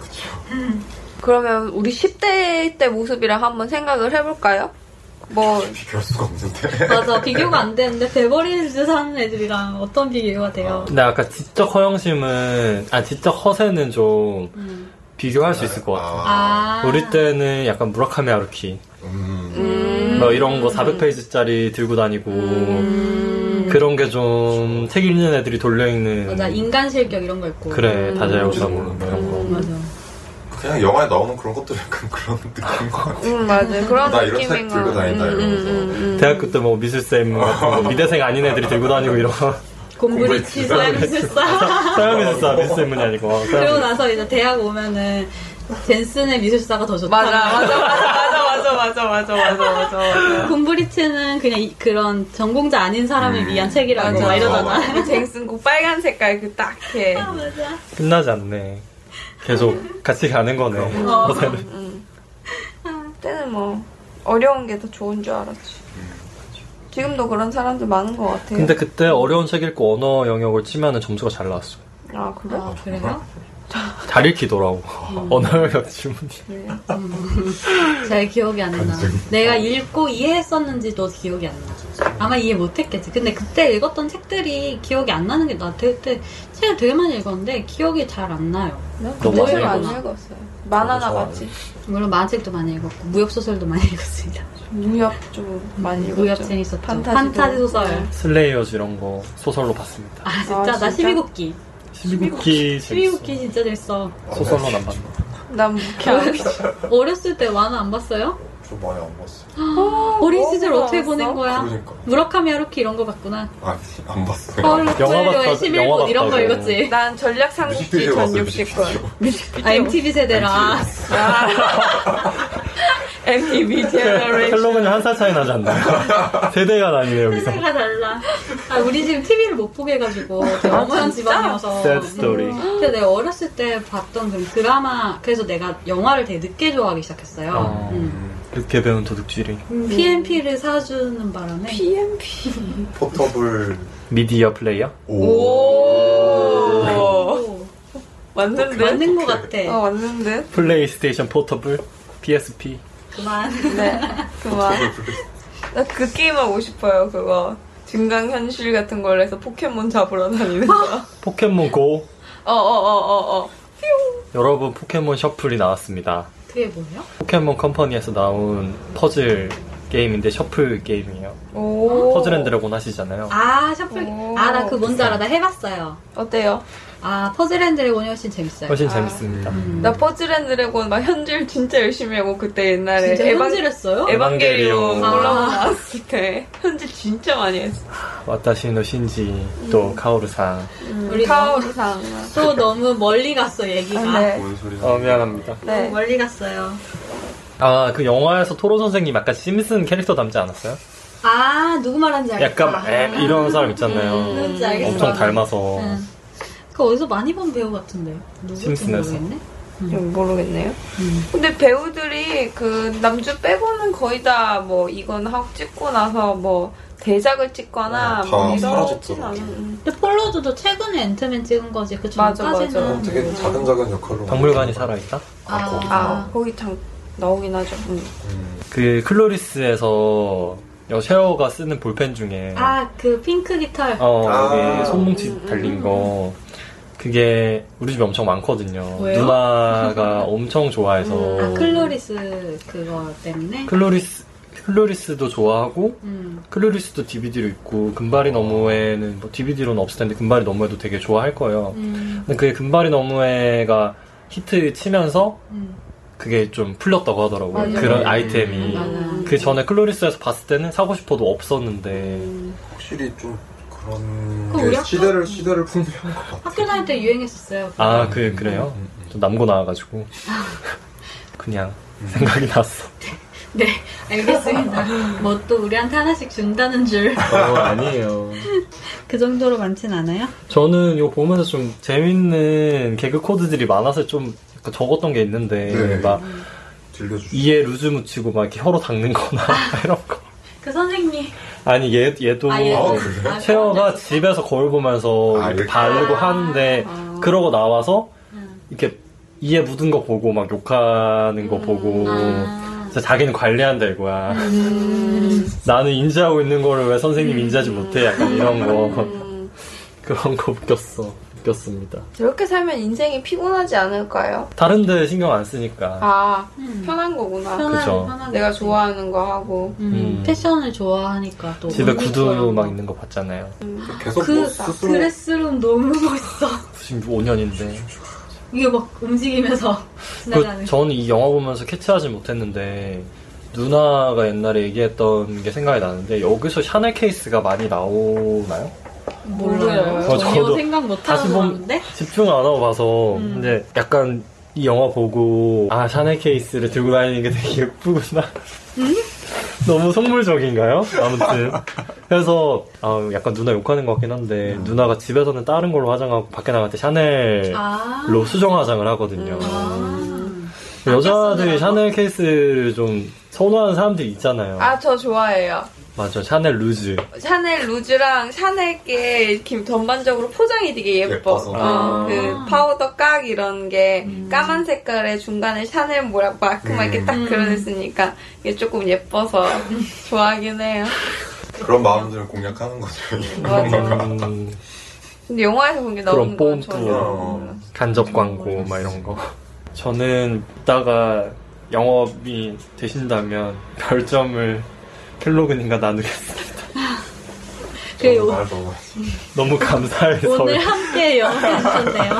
[SPEAKER 1] 그러면 우리 10대 때 모습이랑 한번 생각을 해볼까요? 뭐
[SPEAKER 2] 비교할 수가 없는데.
[SPEAKER 4] 맞아 비교가 안 되는데 베버리hills 사는 애들이랑 어떤 비교가 돼요?
[SPEAKER 3] 근데 아까 지적 허영심은 아 지적 허세는 좀
[SPEAKER 4] 음.
[SPEAKER 3] 비교할 수 있을 것 같아. 요
[SPEAKER 4] 아
[SPEAKER 3] 우리 때는 약간 무라카미 하루키
[SPEAKER 2] 음,
[SPEAKER 1] 음,
[SPEAKER 3] 뭐 이런 거 400페이지짜리 들고 다니고 그런 게 좀 책 읽는 애들이 돌려 읽는
[SPEAKER 4] 음. 맞아 인간 실격 이런 거 있고
[SPEAKER 3] 그래
[SPEAKER 1] 음.
[SPEAKER 3] 다자야
[SPEAKER 2] 뭔지도
[SPEAKER 3] 오사무
[SPEAKER 2] 모르는
[SPEAKER 3] 그런 거.
[SPEAKER 4] 맞아.
[SPEAKER 2] 그냥 영화에 나오는 그런 것도 약간 그런 느낌인 것 같아.
[SPEAKER 1] 음, 맞아요. 그런
[SPEAKER 2] 나 이런
[SPEAKER 1] 느낌인 음,
[SPEAKER 2] 책
[SPEAKER 1] 거.
[SPEAKER 2] 들고 다닌다 이러면서.
[SPEAKER 3] 대학교 때 뭐 미술쌤 같은 거 미대생 아닌 애들이 들고 다니고 이런 거.
[SPEAKER 4] 곰돌이 치사 미술사.
[SPEAKER 3] 서양 미술사 미술쌤은 아니고 서양
[SPEAKER 4] 그러고
[SPEAKER 3] 미술사.
[SPEAKER 4] 나서 이제 대학 오면은 젠슨의 미술사가 더 좋다.
[SPEAKER 1] 맞아, 맞아, 맞아, 맞아, 맞아, 맞아, 맞아, 맞아, 맞아.
[SPEAKER 4] 곰브리츠는 그냥 이- 그런 전공자 아닌 사람을
[SPEAKER 2] 음.
[SPEAKER 4] 위한 책이라고
[SPEAKER 1] 맞아.
[SPEAKER 4] 막 이러잖아.
[SPEAKER 1] 그 쟁슨 그 빨간 색깔 그 딱 해.
[SPEAKER 4] 맞아.
[SPEAKER 3] 끝나지 않네 계속 같이 가는 거네
[SPEAKER 4] 어.
[SPEAKER 1] 음. 그때는 뭐 어려운 게 더 좋은 줄 알았지. 지금도 그런 사람들 많은 것 같아요.
[SPEAKER 3] 근데 그때 어려운 책 읽고 언어 영역을 치면은 점수가 잘 나왔어
[SPEAKER 1] 아 그래?
[SPEAKER 4] 아, 그래요?
[SPEAKER 3] 잘 읽히더라고
[SPEAKER 4] 음.
[SPEAKER 3] 언어 영역 질문이
[SPEAKER 1] 그래.
[SPEAKER 4] 잘 기억이 안 나.
[SPEAKER 2] 간증.
[SPEAKER 4] 내가 읽고 이해했었는지도 기억이 안 나. 아마 이해 못했겠지. 근데 그때 읽었던 책들이 기억이 안 나는 게 나. 그때 책을 되게 많이 읽었는데 기억이 잘 안 나요.
[SPEAKER 1] 난
[SPEAKER 3] 너무
[SPEAKER 1] 그때
[SPEAKER 4] 많이
[SPEAKER 1] 안
[SPEAKER 4] 읽었어.
[SPEAKER 1] 읽었어요. 만화나
[SPEAKER 2] 저도 잘
[SPEAKER 1] 봤지.
[SPEAKER 4] 물론 만화책도 많이 읽었고 무협소설도 많이 읽었습니다.
[SPEAKER 1] 무협 좀 많이 읽었죠.
[SPEAKER 4] 무협 재밌었죠.
[SPEAKER 1] 판타지도.
[SPEAKER 4] 판타지 소설.
[SPEAKER 1] 네.
[SPEAKER 3] 슬레이어즈 이런 거 소설로 봤습니다
[SPEAKER 4] 아 진짜
[SPEAKER 1] 아,
[SPEAKER 4] 나
[SPEAKER 1] 진짜?
[SPEAKER 4] 12국기.
[SPEAKER 3] 시비국기
[SPEAKER 4] 시비웃기 진짜 재밌어.
[SPEAKER 3] 소설로 안 봤나
[SPEAKER 1] 난 무협.
[SPEAKER 4] 어렸을 때 만화 안 봤어요?
[SPEAKER 2] 좀 많이 안 봤어.
[SPEAKER 4] 어린
[SPEAKER 1] 뭐
[SPEAKER 4] 시절
[SPEAKER 1] 보고
[SPEAKER 4] 어떻게
[SPEAKER 1] 나왔어?
[SPEAKER 4] 보낸 거야?
[SPEAKER 2] 그러니까.
[SPEAKER 4] 무라카미 하루키 이런 거 봤구나.
[SPEAKER 2] 아니, 안 봤어.
[SPEAKER 4] 서울
[SPEAKER 3] 그러니까 영화
[SPEAKER 4] 의
[SPEAKER 3] 봤다고,
[SPEAKER 4] 11분 이런
[SPEAKER 3] 영화
[SPEAKER 4] 거 읽었지.
[SPEAKER 1] 난 전략 상국지
[SPEAKER 2] 뮤직비디오
[SPEAKER 1] 전
[SPEAKER 2] 봤어요,
[SPEAKER 1] 60권.
[SPEAKER 4] 아, MTV 세대라.
[SPEAKER 1] 아, MTV Generation.
[SPEAKER 3] 헬로그는 한 살 차이 나지 않나요? 세대가 나뉘네요, 여기서.
[SPEAKER 4] 세대가 달라. 아, 우리 집 TV를 못 보게 해가지고 되게
[SPEAKER 1] 아,
[SPEAKER 4] 엄한
[SPEAKER 1] 진짜?
[SPEAKER 4] 집안이어서. 음.
[SPEAKER 3] Sad story.
[SPEAKER 4] 근데 내가 어렸을 때 봤던 그 드라마, 그래서 내가 영화를 되게 늦게 좋아하기 시작했어요.
[SPEAKER 3] 어.
[SPEAKER 4] 음.
[SPEAKER 3] 이렇게 배운 도둑질이.
[SPEAKER 4] PMP를 사주는 바람에.
[SPEAKER 1] PMP.
[SPEAKER 2] 포터블
[SPEAKER 3] 미디어 플레이어?
[SPEAKER 1] 오.
[SPEAKER 4] 오,
[SPEAKER 1] 왔는데?
[SPEAKER 4] 그 맞는 것 같아.
[SPEAKER 1] 어, 왔는데?
[SPEAKER 3] 플레이스테이션 포터블? PSP?
[SPEAKER 4] 그만.
[SPEAKER 1] 네. 그만. 나 그 게임 하고 싶어요, 그거. 증강현실 같은 걸 해서 포켓몬 잡으러 다니는 거.
[SPEAKER 3] 포켓몬 고?
[SPEAKER 1] 어어어어 어, 어, 어.
[SPEAKER 3] 여러분, 포켓몬 셔플이 나왔습니다.
[SPEAKER 4] 그게 뭐예요?
[SPEAKER 3] 포켓몬 컴퍼니에서 나온 퍼즐 게임인데 셔플 게임이에요.
[SPEAKER 1] 오.
[SPEAKER 3] 퍼즐 앤 드래곤 하시잖아요.
[SPEAKER 4] 아, 셔플.
[SPEAKER 1] 오.
[SPEAKER 4] 아, 나 그 뭔지 알아. 나 해봤어요.
[SPEAKER 1] 어때요?
[SPEAKER 4] 아, 퍼즐앤드래곤이 훨씬 재밌어요.
[SPEAKER 3] 훨씬
[SPEAKER 1] 아.
[SPEAKER 3] 재밌습니다.
[SPEAKER 4] 네. 음.
[SPEAKER 1] 나 퍼즐앤드래곤 막 현질 진짜 열심히 하고 그때 옛날에
[SPEAKER 4] 진짜
[SPEAKER 1] 네, 에반-
[SPEAKER 4] 현질했어요?
[SPEAKER 1] 에반게리온
[SPEAKER 3] 에반게리온.
[SPEAKER 1] 올라오고 나왔을 때 아. 현질 진짜 많이 했어.
[SPEAKER 3] 와타시노 신지,
[SPEAKER 4] 음.
[SPEAKER 3] 또 카오루상.
[SPEAKER 4] 우리
[SPEAKER 1] 카오르상.
[SPEAKER 4] 또 너무 멀리 갔어, 얘기가.
[SPEAKER 1] 아, 네.
[SPEAKER 2] 뭔 소리야?
[SPEAKER 3] 어, 미안합니다.
[SPEAKER 4] 너무
[SPEAKER 1] 네.
[SPEAKER 4] 멀리 갔어요.
[SPEAKER 3] 아, 그 영화에서 토로 선생님 약간 심슨 캐릭터 닮지 않았어요?
[SPEAKER 4] 아, 음, 누구 말하는지 알겠다.
[SPEAKER 3] 약간 막 에, 이런 사람 있잖아요.
[SPEAKER 4] 누군지 알겠어.
[SPEAKER 3] 엄청 닮아서.
[SPEAKER 4] 응. 그 어디서 많이 본 배우 같은데. 누구지
[SPEAKER 3] 심슨에서.
[SPEAKER 4] 모르겠네.
[SPEAKER 1] 좀 모르겠네요.
[SPEAKER 4] 음.
[SPEAKER 1] 근데 배우들이 그 남주 빼고는 거의 다 뭐 이건 하고 찍고 나서 뭐 대작을 찍거나
[SPEAKER 2] 네, 다
[SPEAKER 1] 뭐 이러진
[SPEAKER 2] 사라졌더라고요.
[SPEAKER 1] 않은. 음.
[SPEAKER 4] 근데 폴로드도 최근에 앤트맨 찍은 거지. 그
[SPEAKER 1] 맞아, 맞아.
[SPEAKER 4] 전까지는.
[SPEAKER 2] 어, 되게
[SPEAKER 4] 뭐-
[SPEAKER 2] 작은 작은 역할로.
[SPEAKER 3] 박물관이 살아있다?
[SPEAKER 2] 아, 거기.
[SPEAKER 1] 아 거기 당 나오긴 하죠. 음.
[SPEAKER 2] 음.
[SPEAKER 3] 그 클로리스에서 여셰어가 쓰는 볼펜 중에
[SPEAKER 4] 아, 그 핑크 깃털.
[SPEAKER 3] 어,
[SPEAKER 2] 아.
[SPEAKER 3] 여기 손뭉치 달린 거 그게 우리 집에 엄청 많거든요.
[SPEAKER 4] 왜요?
[SPEAKER 3] 누나가 엄청 좋아해서
[SPEAKER 1] 음.
[SPEAKER 4] 아, 클로리스 그거 때문에.
[SPEAKER 3] 클로리스 클로리스도 좋아하고
[SPEAKER 4] 음.
[SPEAKER 3] 클로리스도 DVD로 있고 금발이 너머에는 뭐 DVD로는 없을 텐데 금발이 너머에도 되게 좋아할 거예요.
[SPEAKER 4] 음.
[SPEAKER 3] 근데 그게 금발이 너머에가 히트 치면서
[SPEAKER 4] 음.
[SPEAKER 3] 그게 좀 풀렸다고 하더라고요.
[SPEAKER 1] 맞아요.
[SPEAKER 3] 그런
[SPEAKER 1] 음.
[SPEAKER 3] 아이템이
[SPEAKER 4] 맞아.
[SPEAKER 3] 그 전에 클로리스에서 봤을 때는 사고 싶어도 없었는데
[SPEAKER 4] 음.
[SPEAKER 2] 확실히 좀 그런
[SPEAKER 4] 그럼 우리
[SPEAKER 2] 게
[SPEAKER 4] 학교-
[SPEAKER 2] 시대를 시대를 풍미한 것 같아.
[SPEAKER 4] 학교 다닐 때 유행했었어요.
[SPEAKER 3] 아 그 그래요?
[SPEAKER 2] 음, 음,
[SPEAKER 3] 좀 남고 나와가지고 그냥 생각이 났어.
[SPEAKER 4] 네, 알겠습니다. 뭐 또 우리한테 하나씩 준다는 줄.
[SPEAKER 3] 어 아니에요.
[SPEAKER 4] 그 정도로 많진 않아요?
[SPEAKER 3] 저는 이거 보면서 좀 재밌는 개그 코드들이 많아서 좀 약간 적었던 게 있는데
[SPEAKER 2] 네.
[SPEAKER 3] 막
[SPEAKER 2] 들려주시.
[SPEAKER 3] 이에 루즈 묻히고 막 이렇게 혀로 닦는거나 이런 거.
[SPEAKER 4] 그 선생님.
[SPEAKER 3] 아니 얘 얘도
[SPEAKER 4] 아, 얘도.
[SPEAKER 2] 어,
[SPEAKER 3] 네,
[SPEAKER 2] 그래요?
[SPEAKER 4] 아,
[SPEAKER 3] 채어가 집에서 거울 보면서
[SPEAKER 2] 아,
[SPEAKER 3] 이렇게
[SPEAKER 2] 이렇게.
[SPEAKER 3] 바르고 하는데
[SPEAKER 4] 아.
[SPEAKER 3] 그러고 나와서
[SPEAKER 4] 음.
[SPEAKER 3] 이렇게 이에 묻은 거 보고 막 욕하는 거 보고
[SPEAKER 4] 아.
[SPEAKER 3] 진짜 자기는 관리한다 이거야.
[SPEAKER 1] 음.
[SPEAKER 3] 나는 인지하고 있는 거를 왜 선생님이 인지하지 못해? 약간 이런 거. 그런 거 웃겼어. 웃겼습니다.
[SPEAKER 1] 저렇게 살면 인생이 피곤하지 않을까요?
[SPEAKER 3] 다른데 신경 안 쓰니까.
[SPEAKER 1] 아
[SPEAKER 4] 음.
[SPEAKER 1] 편한 거구나.
[SPEAKER 4] 편하게,
[SPEAKER 3] 그쵸.
[SPEAKER 4] 편하게.
[SPEAKER 1] 내가 좋아하는 거 하고.
[SPEAKER 4] 음,
[SPEAKER 3] 음.
[SPEAKER 4] 패션을 좋아하니까 또.
[SPEAKER 3] 집에
[SPEAKER 4] 옷
[SPEAKER 3] 구두
[SPEAKER 4] 입고
[SPEAKER 3] 막
[SPEAKER 4] 이런
[SPEAKER 3] 있는 거 봤잖아요.
[SPEAKER 2] 계속
[SPEAKER 4] 거. 그
[SPEAKER 2] 뭐 스스로
[SPEAKER 4] 드레스룸 너무 멋있어.
[SPEAKER 3] 95년인데.
[SPEAKER 4] 이게 막 움직이면서 지나가는.
[SPEAKER 3] 그, 저는 이 영화 보면서 캐치하지 못했는데, 누나가 옛날에 얘기했던 게 생각이 나는데, 여기서 샤넬 케이스가 많이 나오나요?
[SPEAKER 4] 몰라요.
[SPEAKER 3] 어,
[SPEAKER 4] 전혀
[SPEAKER 3] 저도
[SPEAKER 4] 생각
[SPEAKER 3] 다시
[SPEAKER 4] 못하는
[SPEAKER 3] 보면
[SPEAKER 4] 건데.
[SPEAKER 3] 집중 안 하고 봐서,
[SPEAKER 4] 음.
[SPEAKER 3] 근데 약간 이 영화 보고, 아, 샤넬 케이스를 들고 다니는 게 되게 예쁘구나.
[SPEAKER 4] 음?
[SPEAKER 3] 너무 속물적인가요? 아무튼. 그래서, 아, 약간 누나 욕하는 것 같긴 한데, 누나가 집에서는 다른 걸로 화장하고, 밖에 나갈 때 샤넬,
[SPEAKER 4] 음. 아. 음.
[SPEAKER 3] 로 수정 화장을 하거든요.
[SPEAKER 4] 아.
[SPEAKER 3] 여자들이
[SPEAKER 4] 아,
[SPEAKER 3] 샤넬 케이스를 좀 선호하는 사람들이 있잖아요.
[SPEAKER 1] 아 저 좋아해요.
[SPEAKER 3] 맞아, 샤넬 루즈.
[SPEAKER 1] 샤넬 루즈랑 샤넬 게 이렇게 전반적으로 포장이 되게 예뻐.
[SPEAKER 2] 예뻐서.
[SPEAKER 1] 어,
[SPEAKER 3] 아.
[SPEAKER 1] 그 파우더 깍 이런 게 까만 색깔에 중간에 샤넬 뭐라 마크만 이렇게 딱
[SPEAKER 4] 음.
[SPEAKER 1] 그려냈으니까 이게 조금 예뻐서 좋아하긴 해요.
[SPEAKER 2] 그런 마음들을 공략하는 거죠.
[SPEAKER 4] 그
[SPEAKER 1] 맞아.
[SPEAKER 3] 음,
[SPEAKER 1] 근데 영화에서 본 게 나오는 건
[SPEAKER 3] 그런
[SPEAKER 1] 전혀
[SPEAKER 3] 뽐뿌.
[SPEAKER 1] 몰라.
[SPEAKER 3] 간접 광고, 막 이런 거. 저는 이따가 영업이 되신다면 별점을 켈로그님과 나누겠습니다.
[SPEAKER 4] 그 요-
[SPEAKER 2] 말 너무
[SPEAKER 3] 너무 감사해서.
[SPEAKER 4] 오늘 함께 영상해주셨네요.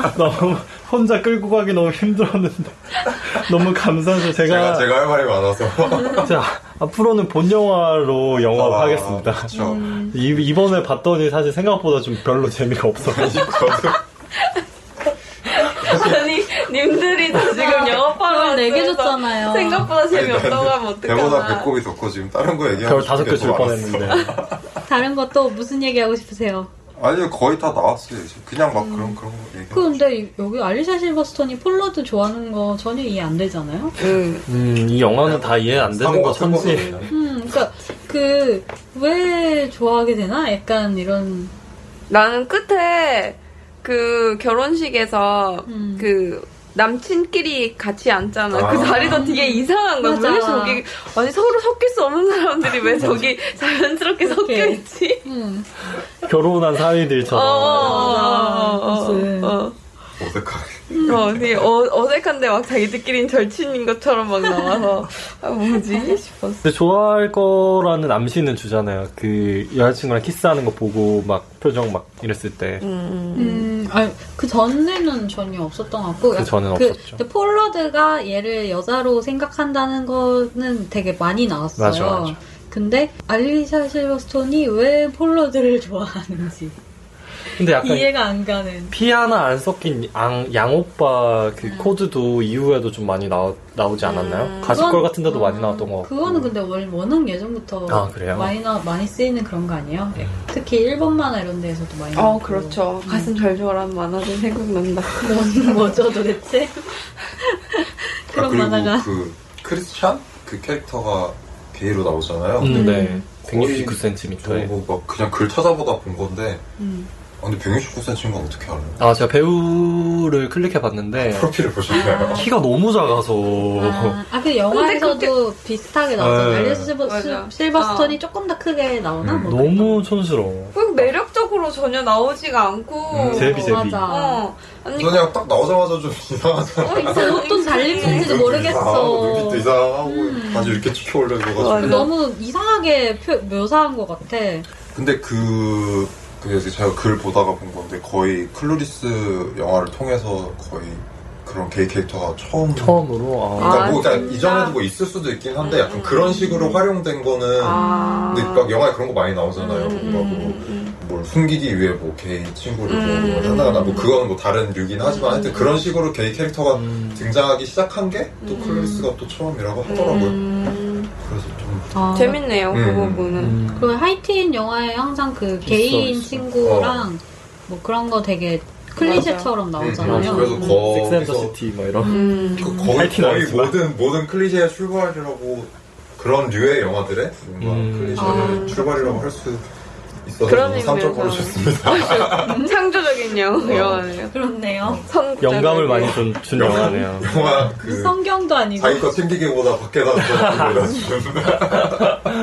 [SPEAKER 3] 너무 혼자 끌고 가기 너무 힘들었는데. 너무 감사해서
[SPEAKER 2] 제가
[SPEAKER 3] 제가,
[SPEAKER 2] 제가 할 말이 많아서
[SPEAKER 3] 자, 앞으로는 본 영화로 어, 영업하겠습니다.
[SPEAKER 2] 아, 그렇죠.
[SPEAKER 4] 음.
[SPEAKER 3] 이, 이번에 봤더니 사실 생각보다 좀 별로 재미가 없어가지고
[SPEAKER 1] 아니 님들이 다 지금 영업하고
[SPEAKER 4] 별네개 줬잖아요.
[SPEAKER 1] 생각보다 재미없다고 하면
[SPEAKER 2] 배보다
[SPEAKER 1] 어떡하나.
[SPEAKER 2] 배꼽이 더 커 지금 다른 거 얘기하고
[SPEAKER 3] 별 다섯 개
[SPEAKER 2] 싶은
[SPEAKER 3] 줄
[SPEAKER 2] 게더 많았어.
[SPEAKER 3] 뻔했는데.
[SPEAKER 4] 다른 것도 무슨 얘기하고 싶으세요?
[SPEAKER 2] 아니요 거의 다 나왔어요 지금. 그냥 막 그런 그런 거 얘기
[SPEAKER 4] 그 근데 이- 여기 알리샤 실버스톤이 폴라드 좋아하는 거 전혀 이해 안 되잖아요.
[SPEAKER 1] 응.
[SPEAKER 3] 음, 이 영화는 다 이해 안 되는 거 천지.
[SPEAKER 4] 음, 그러니까 그 왜 좋아하게 되나? 약간 이런
[SPEAKER 1] 나는 끝에 그 결혼식에서
[SPEAKER 4] 음.
[SPEAKER 1] 그 남친끼리 같이 앉잖아.
[SPEAKER 2] 아.
[SPEAKER 1] 그 자리도 되게 이상한 거야.
[SPEAKER 4] 맞아.
[SPEAKER 1] 왜 저기 아니 서로 섞일 수 없는 사람들이 왜 저기 자연스럽게
[SPEAKER 4] 그렇게.
[SPEAKER 1] 섞여 있지?
[SPEAKER 4] 음,
[SPEAKER 3] 결혼한 아.
[SPEAKER 1] 어, 어,
[SPEAKER 3] 사위들처럼.
[SPEAKER 1] 어, 어,
[SPEAKER 4] 무슨.
[SPEAKER 1] 어, 어.
[SPEAKER 4] 그
[SPEAKER 2] 어색하게
[SPEAKER 1] 어, 되게 어, 어색한데 막 자기들끼리는 절친인 것처럼 막 나와서 아 뭐지 싶었어.
[SPEAKER 3] 근데 좋아할 거라는 암시는 주잖아요. 그 여자친구랑 키스하는 거 보고 막 표정 막 이랬을 때.
[SPEAKER 1] 음,
[SPEAKER 4] 음, 아니 그 전에는 전혀 없었던 것 같고
[SPEAKER 3] 그 전에는
[SPEAKER 4] 그-
[SPEAKER 3] 없었죠.
[SPEAKER 4] 근데 폴라드가 얘를 여자로 생각한다는 거는 되게 많이 나왔어요.
[SPEAKER 3] 맞아, 맞아.
[SPEAKER 4] 근데 알리샤 실버스톤이 왜 폴라드를 좋아하는지
[SPEAKER 3] 근데 약간
[SPEAKER 4] 이해가 안 가는.
[SPEAKER 3] 피아나 안 섞인 양, 양오빠 그
[SPEAKER 4] 음.
[SPEAKER 3] 코드도 이후에도 좀 많이 나오, 나오지 않았나요?
[SPEAKER 1] 음.
[SPEAKER 3] 가십걸
[SPEAKER 4] 그건-
[SPEAKER 3] 같은 데도 많이
[SPEAKER 4] 음,
[SPEAKER 3] 나왔던 것 같고.
[SPEAKER 4] 그거는 근데 원- 워낙 예전부터
[SPEAKER 3] 아, 그래요?
[SPEAKER 4] 많이, 나, 많이 쓰이는 그런 거 아니에요? 특히 일본 만화 이런 데에서도 많이
[SPEAKER 1] 어
[SPEAKER 4] 나오고.
[SPEAKER 1] 그렇죠. 가슴 절절한 만화들 생각난다.
[SPEAKER 4] 뭔 거죠 도대체? 그런
[SPEAKER 2] 그리고
[SPEAKER 4] 만화가.
[SPEAKER 2] 그 크리스찬 그 캐릭터가 게이로 나오잖아요.
[SPEAKER 3] 음, 네.
[SPEAKER 4] 음.
[SPEAKER 2] 거의
[SPEAKER 3] 169cm에.
[SPEAKER 2] 저거 뭐 막 그냥 글 찾아보다 본 건데
[SPEAKER 1] 음.
[SPEAKER 2] 아, 근데 169cm인 건 어떻게 알아요?
[SPEAKER 3] 아, 제가 배우를 클릭해 봤는데
[SPEAKER 2] 프로필을
[SPEAKER 1] 음.
[SPEAKER 2] 보셨나요?
[SPEAKER 3] 키가 너무 작아서
[SPEAKER 4] 아, 아, 그 영화에서도
[SPEAKER 1] 근데
[SPEAKER 4] 비슷하게 나왔잖아요.
[SPEAKER 3] 네.
[SPEAKER 4] 알리샤 실버,
[SPEAKER 1] 맞아.
[SPEAKER 4] 실버스톤이 조금 더 크게 나오나?
[SPEAKER 2] 음,
[SPEAKER 4] 뭐
[SPEAKER 3] 너무 촌스러워.
[SPEAKER 1] 그 매력적으로 전혀 나오지가 않고.
[SPEAKER 2] 음,
[SPEAKER 3] 제비, 제비.
[SPEAKER 4] 맞아.
[SPEAKER 1] 어. 아니
[SPEAKER 2] 저는 그냥 딱 나오자마자 좀 이상하잖아.
[SPEAKER 1] 어,
[SPEAKER 4] 그래서 옷도 잘 입는지
[SPEAKER 2] 눈빛도 이상하고,
[SPEAKER 4] 모르겠어.
[SPEAKER 2] 아, 눈빛도 이상하고
[SPEAKER 4] 음.
[SPEAKER 2] 아주 이렇게 치켜
[SPEAKER 1] 맞아.
[SPEAKER 2] 올려줘가지고.
[SPEAKER 4] 너무 이상하게 표- 묘사한 것 같아.
[SPEAKER 2] 근데 그 그래서 제가 글 보다가 본 건데 거의 클루리스 영화를 통해서 거의 그런 게이 캐릭터가 처음.
[SPEAKER 3] 처음으로, 아.
[SPEAKER 2] 그러니까
[SPEAKER 1] 아,
[SPEAKER 2] 뭐 그러니까
[SPEAKER 1] 진짜? 음.
[SPEAKER 2] 이전에도 뭐 있을 수도 있긴 한데 약간 그런 식으로 활용된 거는.
[SPEAKER 1] 아.
[SPEAKER 2] 근데 막 영화에 그런 거 많이 나오잖아요.
[SPEAKER 1] 음,
[SPEAKER 2] 뭔가 뭐
[SPEAKER 1] 음,
[SPEAKER 2] 뭘 숨기기 위해 뭐 게이 친구를
[SPEAKER 1] 음.
[SPEAKER 2] 뭐 한다거나 뭐 그거는 뭐 다른 류긴 하지만 하여튼 그런 식으로 게이 캐릭터가
[SPEAKER 3] 음.
[SPEAKER 2] 등장하기 시작한 게 또 클로리스가 또 처음이라고 하더라고요.
[SPEAKER 1] 음.
[SPEAKER 2] 그래서 좀
[SPEAKER 4] 아,
[SPEAKER 1] 재밌네요, 그
[SPEAKER 2] 음.
[SPEAKER 1] 부분은.
[SPEAKER 3] 음.
[SPEAKER 4] 그리고 하이틴 영화에 항상 그 개인
[SPEAKER 3] 있어.
[SPEAKER 4] 친구랑 뭐 그런 거 되게 클리셰처럼 나오잖아요.
[SPEAKER 2] 음, 그래서
[SPEAKER 4] 음.
[SPEAKER 3] 섹스앤더
[SPEAKER 2] 거기서
[SPEAKER 3] 시티 막뭐 이런.
[SPEAKER 1] 음.
[SPEAKER 2] 그 거의,
[SPEAKER 3] 파이팅
[SPEAKER 2] 거의
[SPEAKER 3] 하겠지만.
[SPEAKER 2] 모든 모든 클리셰의 출발이라고 그런 류의 영화들의 뭔가
[SPEAKER 3] 음.
[SPEAKER 2] 클리셰의
[SPEAKER 1] 아.
[SPEAKER 2] 출발이라고 할 수 있어서
[SPEAKER 1] 그런
[SPEAKER 2] 저는
[SPEAKER 1] 의미에서.
[SPEAKER 2] 상적으로 좋습니다.
[SPEAKER 1] 창조적인
[SPEAKER 2] 아.
[SPEAKER 1] 영- 영화네요.
[SPEAKER 4] 그렇네요.
[SPEAKER 1] 선구자가
[SPEAKER 3] 영감을
[SPEAKER 1] 이렇게.
[SPEAKER 3] 많이 준, 준 영화네요.
[SPEAKER 2] 영화 어, 그
[SPEAKER 4] 성경도 아니고.
[SPEAKER 2] 자기 거 챙기기보다 밖에다 주는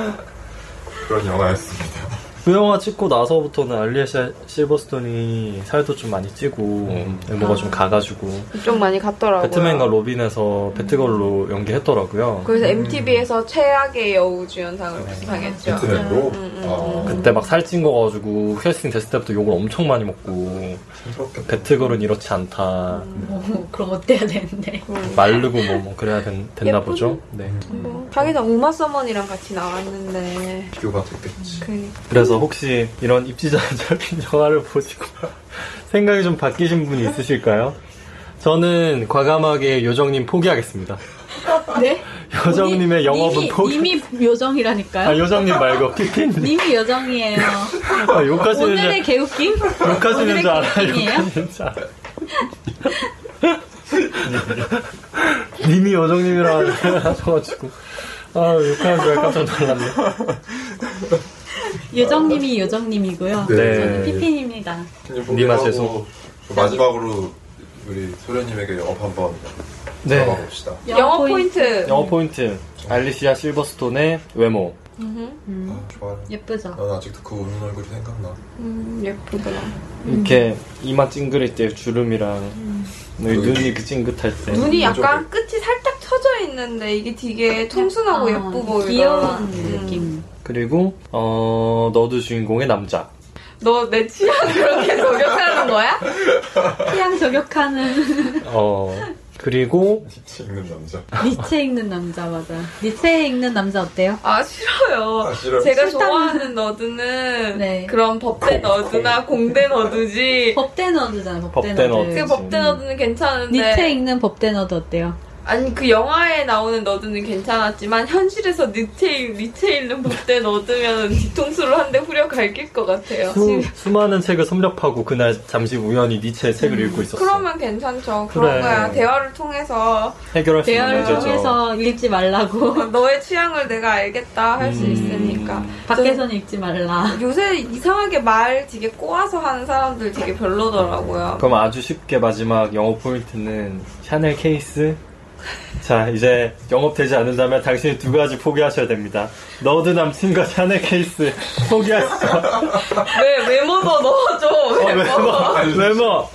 [SPEAKER 2] 그런 영화였습니다.
[SPEAKER 3] 그 영화 찍고 나서부터는 알리샤 실버스톤이 살도 좀 많이 찌고
[SPEAKER 2] 음.
[SPEAKER 3] 외모가
[SPEAKER 4] 아.
[SPEAKER 3] 좀 가가지고
[SPEAKER 1] 좀 많이 갔더라고요.
[SPEAKER 3] 배트맨과 로빈에서 배트걸로 연기했더라고요.
[SPEAKER 2] 음.
[SPEAKER 1] 그래서 MTV에서 최악의 여우 주연상을 수상했죠.
[SPEAKER 2] 베트맨으로
[SPEAKER 1] 음, 음,
[SPEAKER 2] 아,
[SPEAKER 1] 음.
[SPEAKER 3] 그때 막 살찐 거 가지고 캐스팅 됐을 때부터 욕을 엄청 많이 먹고
[SPEAKER 2] 힘들었겠다.
[SPEAKER 3] 배트걸은 이렇지 않다
[SPEAKER 4] 뭐 그런 거 어때야 되는데.
[SPEAKER 3] 말르고 뭐, 뭐 그래야 된, 됐나
[SPEAKER 1] 예쁜-
[SPEAKER 3] 보죠. 네.
[SPEAKER 1] 뭐, 자기는 우마 서먼이랑 같이 나왔는데.
[SPEAKER 2] 비교가 됐겠지.
[SPEAKER 1] 그,
[SPEAKER 3] 그래서 혹시 이런 입지전적인 영화를 보시고 생각이 좀 바뀌신 분이 있으실까요? 저는 과감하게 요정님 포기하겠습니다.
[SPEAKER 4] 네?
[SPEAKER 3] 요정님의 영업은
[SPEAKER 4] 님이,
[SPEAKER 3] 포기.
[SPEAKER 4] 님이 요정이라니까요.
[SPEAKER 3] 아 요정님 말고 피피님.
[SPEAKER 4] 님이 요정이에요.
[SPEAKER 3] 아, 욕하시는
[SPEAKER 4] 오늘의
[SPEAKER 3] 줄
[SPEAKER 4] 개웃김?
[SPEAKER 3] 욕하시는
[SPEAKER 4] 오늘의
[SPEAKER 3] 줄 알아요.
[SPEAKER 4] 개웃김이에요?
[SPEAKER 3] 욕하시는 줄 알아요. 예, 님이 여정님이라 하셔가지고 아 욕하는 줄 알고 깜짝 놀랐네.
[SPEAKER 4] 요정님이 요정님이고요.
[SPEAKER 2] 네.
[SPEAKER 4] 저는 피피입니다.
[SPEAKER 3] 니마 죄송.
[SPEAKER 2] 뭐 마지막으로 우리 소련님에게 영업 한번
[SPEAKER 3] 네.
[SPEAKER 2] 잡아봅시다.
[SPEAKER 1] 영어 포인트.
[SPEAKER 3] 영어 포인트 알리시아 실버스톤의 외모.
[SPEAKER 2] 아, 좋아요.
[SPEAKER 4] 예쁘죠?
[SPEAKER 2] 난 아직도 그 웃는 얼굴이 생각나.
[SPEAKER 1] 음, 예쁘더라.
[SPEAKER 3] 이렇게 이마 찡그릴 때 주름이랑 눈이
[SPEAKER 2] 눈이
[SPEAKER 3] 그 찡긋할 때.
[SPEAKER 1] 눈이
[SPEAKER 2] 음,
[SPEAKER 1] 약간 끝이 살짝 처져 있는데 이게 되게 통순하고
[SPEAKER 4] 어,
[SPEAKER 1] 예쁘 보이더라.
[SPEAKER 4] 귀여운
[SPEAKER 1] 음.
[SPEAKER 4] 느낌.
[SPEAKER 3] 그리고 어 너도 주인공의 남자.
[SPEAKER 1] 너 내 취향 그렇게 저격하는 거야?
[SPEAKER 4] 취향 저격하는
[SPEAKER 3] 어 그리고
[SPEAKER 2] 빛이 있는 남자.
[SPEAKER 4] 니체 읽는 남자 맞아. 니체 읽는 남자 어때요?
[SPEAKER 1] 아 싫어요.
[SPEAKER 2] 아, 싫어요?
[SPEAKER 1] 제가
[SPEAKER 4] 싫다면-
[SPEAKER 1] 좋아하는 너드는
[SPEAKER 4] 네.
[SPEAKER 1] 그런 법대 너드나 공대 너드지.
[SPEAKER 4] 법대 너드잖아. 법대
[SPEAKER 3] 법대
[SPEAKER 4] 너드.
[SPEAKER 3] 너드.
[SPEAKER 1] 그 법대 너드는 괜찮은데
[SPEAKER 4] 니체 읽는 법대 너드 어때요?
[SPEAKER 1] 아니 그 영화에 나오는 너드는 괜찮았지만 현실에서 니체 니체 있는 법대 너드면 뒤통수를 한 대 후려 갈길 것 같아요.
[SPEAKER 3] 수, 수많은 책을 섭렵하고 그날 잠시 우연히 니체의 책을
[SPEAKER 4] 음,
[SPEAKER 3] 읽고 있었어.
[SPEAKER 1] 그러면 괜찮죠.
[SPEAKER 3] 그래.
[SPEAKER 1] 그런 거야. 대화를 통해서
[SPEAKER 3] 해결할 수 있는
[SPEAKER 1] 대화를
[SPEAKER 3] 문제죠.
[SPEAKER 4] 통해서 읽지 말라고
[SPEAKER 1] 너의 취향을 내가 알겠다 할 수
[SPEAKER 3] 음.
[SPEAKER 1] 있으니까.
[SPEAKER 4] 밖에서는 읽지 말라.
[SPEAKER 1] 요새 이상하게 말 되게 꼬아서 하는 사람들 되게 별로더라고요.
[SPEAKER 3] 그럼 아주 쉽게 마지막 영업 포인트는 샤넬 케이스. 자, 이제 영업되지 않는다면 당신이 두 가지 포기하셔야 됩니다. 너드 남친과 샤넬 케이스 포기하시죠.
[SPEAKER 1] 왜 외모도 넣어줘.
[SPEAKER 4] 네,
[SPEAKER 1] 외모.
[SPEAKER 3] 외모, 외모.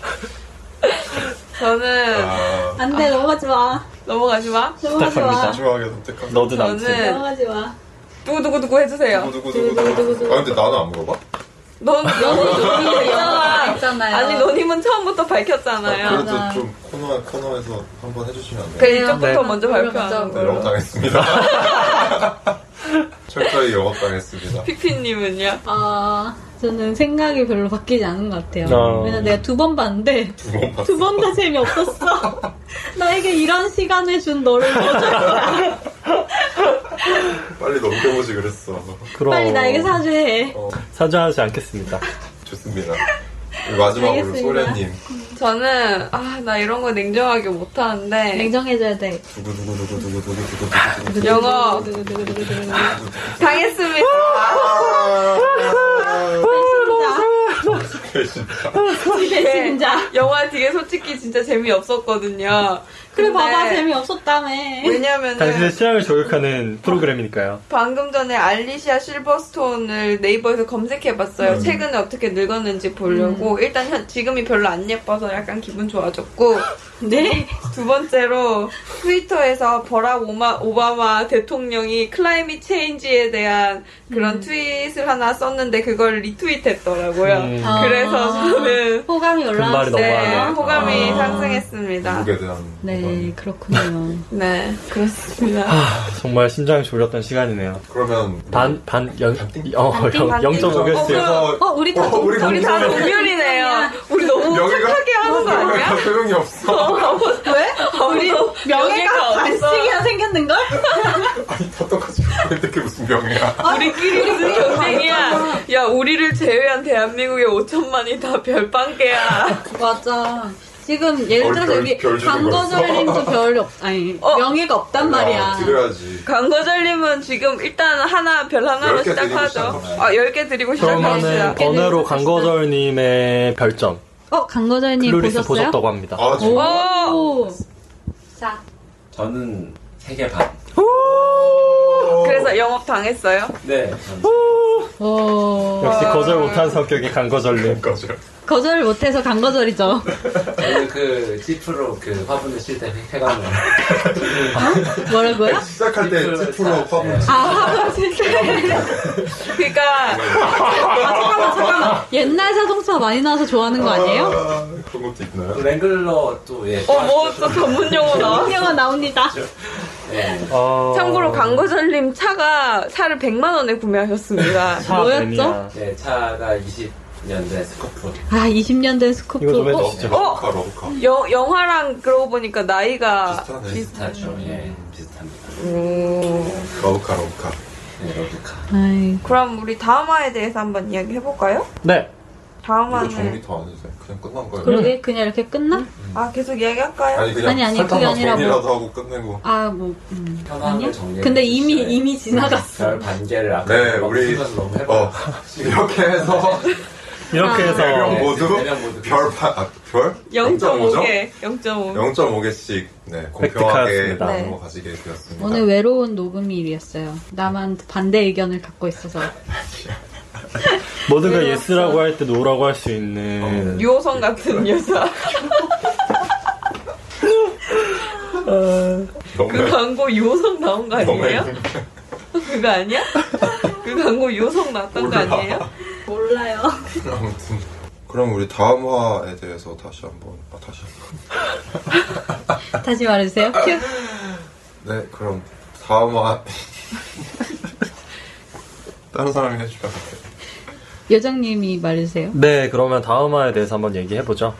[SPEAKER 1] 저는
[SPEAKER 2] 아,
[SPEAKER 4] 안 돼, 넘어가지 마.
[SPEAKER 1] 넘어가지 마.
[SPEAKER 4] 넘어가지 마.
[SPEAKER 2] 마지막에 선택한
[SPEAKER 3] 너드 남친.
[SPEAKER 1] 저는-
[SPEAKER 4] 넘어가지 마.
[SPEAKER 1] 누구누구누구 해주세요.
[SPEAKER 2] 아, 두구두구두구두구. 아 근데 나는 안 물어봐?
[SPEAKER 1] 넌 너는
[SPEAKER 4] 영화
[SPEAKER 1] 있잖아.
[SPEAKER 4] 있잖아요.
[SPEAKER 1] 아니 너님은 처음부터 밝혔잖아요.
[SPEAKER 4] 그래도-
[SPEAKER 2] 그래도
[SPEAKER 4] 맞아.
[SPEAKER 2] 좀 코너 코너에서 한번 해주시면 안 돼요?
[SPEAKER 1] 그래 이쪽부터
[SPEAKER 3] 네.
[SPEAKER 1] 먼저 발표하는
[SPEAKER 4] 먼저.
[SPEAKER 1] 걸로.
[SPEAKER 2] 영업 당했습니다. 철저히 영업 당했습니다.
[SPEAKER 1] 피피님은요?
[SPEAKER 4] 아, 저는 생각이 별로 바뀌지 않은 것 같아요.
[SPEAKER 3] 어.
[SPEAKER 4] 왜냐면 내가 두 번 봤는데
[SPEAKER 2] 두 번 봤어.
[SPEAKER 4] 두 번 다 재미없었어. 나에게 이런 시간을 준 너를 뭐죠?
[SPEAKER 2] 빨리 넘겨보지 그랬어.
[SPEAKER 3] 그럼
[SPEAKER 4] 빨리 나에게 사죄해. 네.
[SPEAKER 2] 어,
[SPEAKER 3] 사죄하지 않겠습니다.
[SPEAKER 2] 좋습니다. 마지막으로
[SPEAKER 4] 알겠습니다.
[SPEAKER 2] 소련님
[SPEAKER 1] 저는 아 나 이런 거 냉정하게 못하는데
[SPEAKER 4] 냉정해져야 돼.
[SPEAKER 2] 두구두구두구두구두구두구두구.
[SPEAKER 1] 영어
[SPEAKER 4] 두구두구두구두구두구.
[SPEAKER 1] 당했습니다.
[SPEAKER 4] 진짜.
[SPEAKER 1] 영화 되게 솔직히 진짜 재미없었거든요.
[SPEAKER 4] 그래
[SPEAKER 1] 근데
[SPEAKER 4] 봐봐 재미없었다며.
[SPEAKER 3] 당신의
[SPEAKER 1] 왜냐면은
[SPEAKER 3] 취향을 저격하는 프로그램이니까요.
[SPEAKER 1] 방금 전에 알리시아 실버스톤을 네이버에서 검색해봤어요.
[SPEAKER 3] 음.
[SPEAKER 1] 최근에 어떻게 늙었는지 보려고. 일단 현- 지금이 별로 안 예뻐서 약간 기분 좋아졌고.
[SPEAKER 4] 네?
[SPEAKER 1] 두 번째로 트위터에서 버락 오마, 오바마 대통령이 클라이밋 체인지에 대한 그런 트윗을 하나 썼는데 그걸 리트윗했더라고요.
[SPEAKER 3] 음.
[SPEAKER 1] 그래서
[SPEAKER 4] 아.
[SPEAKER 1] 저는
[SPEAKER 4] 호감이 올라왔어요.
[SPEAKER 3] 너무
[SPEAKER 1] 네,
[SPEAKER 3] 많아요.
[SPEAKER 1] 호감이
[SPEAKER 4] 아.
[SPEAKER 1] 상승했습니다.
[SPEAKER 2] 미국에 대한
[SPEAKER 4] 네,
[SPEAKER 2] 부분.
[SPEAKER 4] 그렇군요.
[SPEAKER 1] 네,
[SPEAKER 3] 아.
[SPEAKER 1] 그렇습니다.
[SPEAKER 3] 정말 심장이 졸렸던 시간이네요.
[SPEAKER 2] 그러면
[SPEAKER 3] 반, 반, 영,
[SPEAKER 2] 반띵?
[SPEAKER 3] 어,
[SPEAKER 4] 반띵,
[SPEAKER 3] 영-
[SPEAKER 4] 반띵.
[SPEAKER 3] 0.5개씩.
[SPEAKER 2] 그래서
[SPEAKER 4] 어, 우리 다
[SPEAKER 2] 어, 우리
[SPEAKER 1] 우리 다 동률이네요. 우리 너무
[SPEAKER 2] 명예가-
[SPEAKER 1] 착하게 하는 거 아니야?
[SPEAKER 2] 명예가 소용이 없어.
[SPEAKER 1] 왜? 우리
[SPEAKER 4] 명예가 반씩이나 생겼는걸?
[SPEAKER 2] 아니 다 똑같이 이렇게 무슨 명예야?
[SPEAKER 1] 우리끼리 무슨 경쟁이야? 야, 우리를 제외한 대한민국의 5천만이 다 별빵개야.
[SPEAKER 4] 맞아. 지금 예를
[SPEAKER 2] 어,
[SPEAKER 4] 들어서
[SPEAKER 2] 별-
[SPEAKER 4] 여기
[SPEAKER 2] 별 주는
[SPEAKER 4] 강거절님도 별이 없, 아니,
[SPEAKER 1] 어?
[SPEAKER 4] 명예가 없단 말이야.
[SPEAKER 2] 아, 드려야지.
[SPEAKER 1] 광고절님은 지금 일단 하나 별 하나로
[SPEAKER 2] 열개 드리고
[SPEAKER 1] 시작하죠.
[SPEAKER 2] 시작합시다.
[SPEAKER 1] 아, 10개 드리고 시작합시다.
[SPEAKER 3] 그러면은
[SPEAKER 4] 개
[SPEAKER 3] 번외로
[SPEAKER 4] 드리고
[SPEAKER 3] 강거절님의 별점.
[SPEAKER 4] 어, 강거절님
[SPEAKER 3] 클로리스
[SPEAKER 4] 보셨어요?
[SPEAKER 3] 보셨다고 합니다.
[SPEAKER 2] 아 진짜.
[SPEAKER 4] 오! 자,
[SPEAKER 5] 저는 3개 반.
[SPEAKER 1] 그래서 영업 당했어요.
[SPEAKER 5] 네.
[SPEAKER 4] 오.
[SPEAKER 3] 역시 거절 못한 성격이 강거절님.
[SPEAKER 2] 거절.
[SPEAKER 4] 어, 거절 못해서 강거절이죠.
[SPEAKER 5] 저는 그 지프로 그 화분을 칠때 해가는 거.
[SPEAKER 4] 뭐라고요?
[SPEAKER 2] 시작할 때
[SPEAKER 5] 지프로
[SPEAKER 2] 찌푸로
[SPEAKER 5] 다-
[SPEAKER 2] 화분.
[SPEAKER 5] 네.
[SPEAKER 4] 아, 화분실 때.
[SPEAKER 2] 아,
[SPEAKER 1] 그러니까
[SPEAKER 4] 옛날 자동차 많이 나와서 좋아하는 거 아니에요?
[SPEAKER 2] 아, 그런 것도
[SPEAKER 5] 또
[SPEAKER 2] 있나요?
[SPEAKER 5] 랭글러 또 예.
[SPEAKER 1] 어, 뭐 또 전문 용어 나와.
[SPEAKER 4] 영화 나옵니다.
[SPEAKER 5] 예.
[SPEAKER 3] 어...
[SPEAKER 1] 참고로 광고절님 차가 차를 100만 원에 구매하셨습니다.
[SPEAKER 3] 차
[SPEAKER 4] 아, 뭐였죠?
[SPEAKER 3] 뱀이야.
[SPEAKER 5] 네, 차가 20년대 스코프.
[SPEAKER 4] 아, 20년 된 스쿠프.
[SPEAKER 3] 이거 좀
[SPEAKER 4] 어,
[SPEAKER 3] 해줘.
[SPEAKER 2] 진짜
[SPEAKER 3] 진짜.
[SPEAKER 2] 러브카 러브카.
[SPEAKER 1] 영 영화랑 그러고 보니까 나이가
[SPEAKER 2] 비슷하네.
[SPEAKER 5] 비슷하죠. 예, 비슷합니다.
[SPEAKER 1] 음,
[SPEAKER 2] 러브카 러브카.
[SPEAKER 5] 네, 러브카.
[SPEAKER 4] 아이,
[SPEAKER 1] 그럼 우리 다음화에 대해서 한번 이야기 해볼까요?
[SPEAKER 3] 네.
[SPEAKER 2] 이거
[SPEAKER 1] 다음화는
[SPEAKER 2] 정리 더 안 해도 돼. 그냥 끝난 거예요.
[SPEAKER 4] 그러게, 그냥 이렇게 끝나?
[SPEAKER 1] 아 계속 이야기할까요?
[SPEAKER 2] 아니 그냥
[SPEAKER 4] 아니, 아니,
[SPEAKER 2] 설탕만
[SPEAKER 4] 그게 아니라고.
[SPEAKER 2] 정리라도 하고 끝내고.
[SPEAKER 4] 아, 뭐, 음. 아니야?
[SPEAKER 5] 현황을 정리해.
[SPEAKER 4] 근데 이미,
[SPEAKER 5] 주시죠.
[SPEAKER 4] 이미 지나갔어.
[SPEAKER 5] 별 반개를 아까
[SPEAKER 2] 네 우리
[SPEAKER 5] 순간 너무 해봐.
[SPEAKER 2] 어 이렇게 해서
[SPEAKER 3] 이렇게
[SPEAKER 2] 대령
[SPEAKER 3] 해서
[SPEAKER 2] 모두
[SPEAKER 5] 대령 모두.
[SPEAKER 2] 별반 아, 별
[SPEAKER 1] 0.5개, 0.5.
[SPEAKER 2] 0.5개씩 네 공평하게
[SPEAKER 3] 획득하였습니다.
[SPEAKER 2] 나눈 거
[SPEAKER 1] 네.
[SPEAKER 2] 가지게 되었습니다.
[SPEAKER 4] 오늘 외로운 녹음일이었어요. 나만 반대 의견을 갖고 있어서.
[SPEAKER 3] 모두가
[SPEAKER 4] 네.
[SPEAKER 3] 예스라고 할 때 노라고 할 수 있는
[SPEAKER 1] 유호성
[SPEAKER 2] 네.
[SPEAKER 1] 같은 여자.
[SPEAKER 2] 너무
[SPEAKER 1] 그 광고 유호성 나온 거
[SPEAKER 2] 너무
[SPEAKER 1] 아니에요? 그거 아니야? 그 광고 유호성 나왔던 거
[SPEAKER 2] 몰라.
[SPEAKER 1] 아니에요?
[SPEAKER 4] 몰라요.
[SPEAKER 2] 아무튼 그럼 우리 다음화에 대해서 다시 한번 아 다시 한번
[SPEAKER 4] 다시 말해주세요. 큐.
[SPEAKER 2] 네 그럼 다음화 다른 사람이 해주면
[SPEAKER 4] 요정님이 말해주세요.
[SPEAKER 3] 네 그러면 다음화에 대해서 한번 얘기해보죠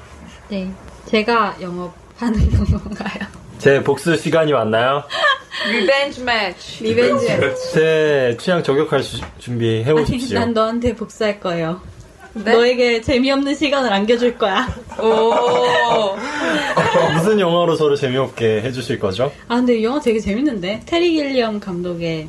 [SPEAKER 4] 네. 제가 영업하는 건가요?
[SPEAKER 3] 제 복수 시간이 왔나요?
[SPEAKER 1] 리벤지 매치.
[SPEAKER 4] 리벤지.
[SPEAKER 3] 제 취향 저격할 수- 준비
[SPEAKER 4] 아니,
[SPEAKER 3] 해보십시오.
[SPEAKER 4] 난 너한테 복수할 거예요.
[SPEAKER 1] 네?
[SPEAKER 4] 너에게 재미없는 시간을 안겨줄 거야.
[SPEAKER 1] 오.
[SPEAKER 3] 무슨 영화로 저를 재미없게 해주실 거죠?
[SPEAKER 4] 아, 근데 이 영화 되게 재밌는데? 테리 길리엄 감독의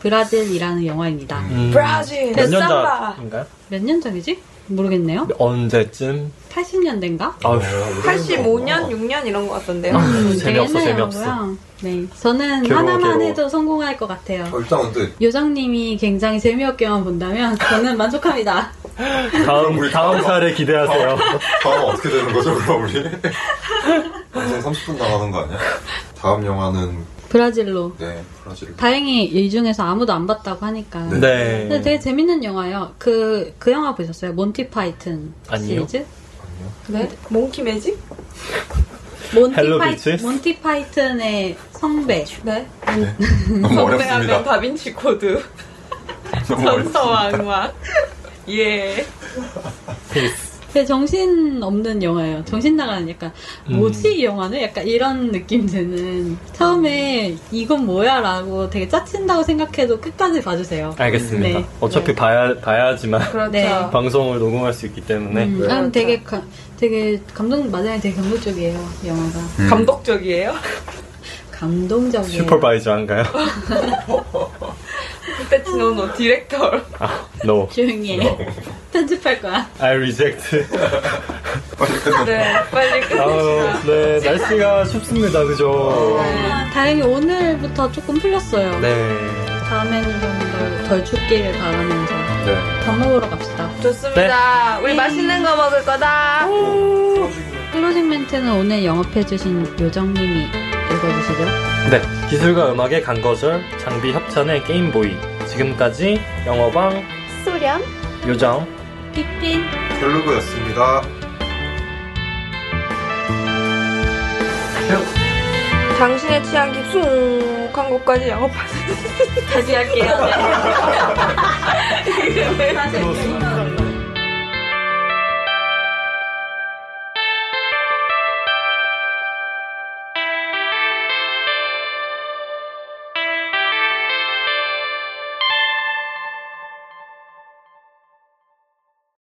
[SPEAKER 4] 브라질이라는 영화입니다. 네,
[SPEAKER 1] 브라질.
[SPEAKER 3] 몇 년
[SPEAKER 1] 삼바.
[SPEAKER 3] 전인가요?
[SPEAKER 4] 몇 년 전이지? 모르겠네요.
[SPEAKER 3] 언제쯤?
[SPEAKER 4] 80년대인가?
[SPEAKER 3] 아휴,
[SPEAKER 1] 85년,
[SPEAKER 2] 음.
[SPEAKER 1] 6년 이런 것 같던데요.
[SPEAKER 4] 음,
[SPEAKER 3] 재미없어, 재미없어.
[SPEAKER 4] 네. 저는
[SPEAKER 3] 괴로워,
[SPEAKER 4] 하나만
[SPEAKER 3] 괴로워.
[SPEAKER 4] 해도 성공할 것 같아요.
[SPEAKER 2] 어, 일단 근데
[SPEAKER 4] 요장님이 굉장히 재미없게만 본다면 저는 만족합니다.
[SPEAKER 3] 다음,
[SPEAKER 2] 우리
[SPEAKER 3] 다음
[SPEAKER 2] 다음
[SPEAKER 3] 사례 기대하세요.
[SPEAKER 2] 다음 어떻게 되는 거죠 그럼 우리? 방송 30분 나가는 거 아니야? 다음 영화는
[SPEAKER 4] 브라질로.
[SPEAKER 2] 네 브라질
[SPEAKER 4] 다행히 이 중에서 아무도 안 봤다고 하니까.
[SPEAKER 3] 네.
[SPEAKER 4] 근데 되게 재밌는 영화예요. 그, 그 영화 보셨어요? 몬티 파이튼
[SPEAKER 3] 아니요.
[SPEAKER 4] 시리즈?
[SPEAKER 1] 네? 몽키 매직?
[SPEAKER 4] 몬티,
[SPEAKER 3] 헬로
[SPEAKER 4] 파이,
[SPEAKER 3] 비치?
[SPEAKER 4] 몬티 파이튼의 성배.
[SPEAKER 1] 네.
[SPEAKER 2] 너무
[SPEAKER 1] 선배하면
[SPEAKER 2] 어렵습니다
[SPEAKER 1] 다빈치 코드.
[SPEAKER 2] 너무
[SPEAKER 1] 전서와
[SPEAKER 2] 어렵습니다
[SPEAKER 1] 악마. 예.
[SPEAKER 4] 되게 정신 없는 영화예요. 정신 나가는 약간
[SPEAKER 3] 음.
[SPEAKER 4] 뭐지 이 영화는 약간 이런 느낌 드는 처음에 이건 뭐야라고 되게 짜친다고 생각해도 끝까지 봐주세요.
[SPEAKER 3] 아, 알겠습니다.
[SPEAKER 4] 네.
[SPEAKER 3] 어차피
[SPEAKER 4] 네.
[SPEAKER 3] 봐야, 봐야지만
[SPEAKER 1] 그렇죠.
[SPEAKER 4] 네.
[SPEAKER 3] 방송을 녹음할 수 있기 때문에.
[SPEAKER 4] 음,
[SPEAKER 1] 네.
[SPEAKER 4] 아, 되게 가- 되게 감동 맞아요. 되게 감동적이에요 영화가
[SPEAKER 1] 음. 감독적이에요?
[SPEAKER 4] 감동적이에요.
[SPEAKER 3] 네. 슈퍼바이저한가요?
[SPEAKER 1] 그때 지노노 뭐 디렉터.
[SPEAKER 3] 아, no.
[SPEAKER 4] 조용히 해.
[SPEAKER 3] 네.
[SPEAKER 4] 편집할 거야.
[SPEAKER 3] I reject.
[SPEAKER 2] 빨리 끝내
[SPEAKER 1] 네. 빨리 끝내시다.
[SPEAKER 3] 아유, 네. 날씨가 춥습니다. 그죠?
[SPEAKER 4] 아, 다행히 오늘부터 조금 풀렸어요.
[SPEAKER 3] 네.
[SPEAKER 4] 다음에는 좀 덜 춥기를 바라면서
[SPEAKER 2] 네.
[SPEAKER 4] 밥 먹으러 갑시다.
[SPEAKER 1] 좋습니다. 네. 우리 맛있는 거 먹을 거다.
[SPEAKER 4] 클로징 멘트는 오늘 영업해주신 요정님이 읽어주시죠.
[SPEAKER 3] 네, 기술과 음악의 간거절, 장비 협찬의 게임보이. 지금까지 영어방
[SPEAKER 1] 소련.
[SPEAKER 3] 요정.
[SPEAKER 4] 삐삐.
[SPEAKER 2] 별로였습니다
[SPEAKER 1] 당신의 취향 깊숙한 곳까지 영업하는.
[SPEAKER 4] 다시 할게요.
[SPEAKER 1] 게 네.
[SPEAKER 4] 다시 할게요.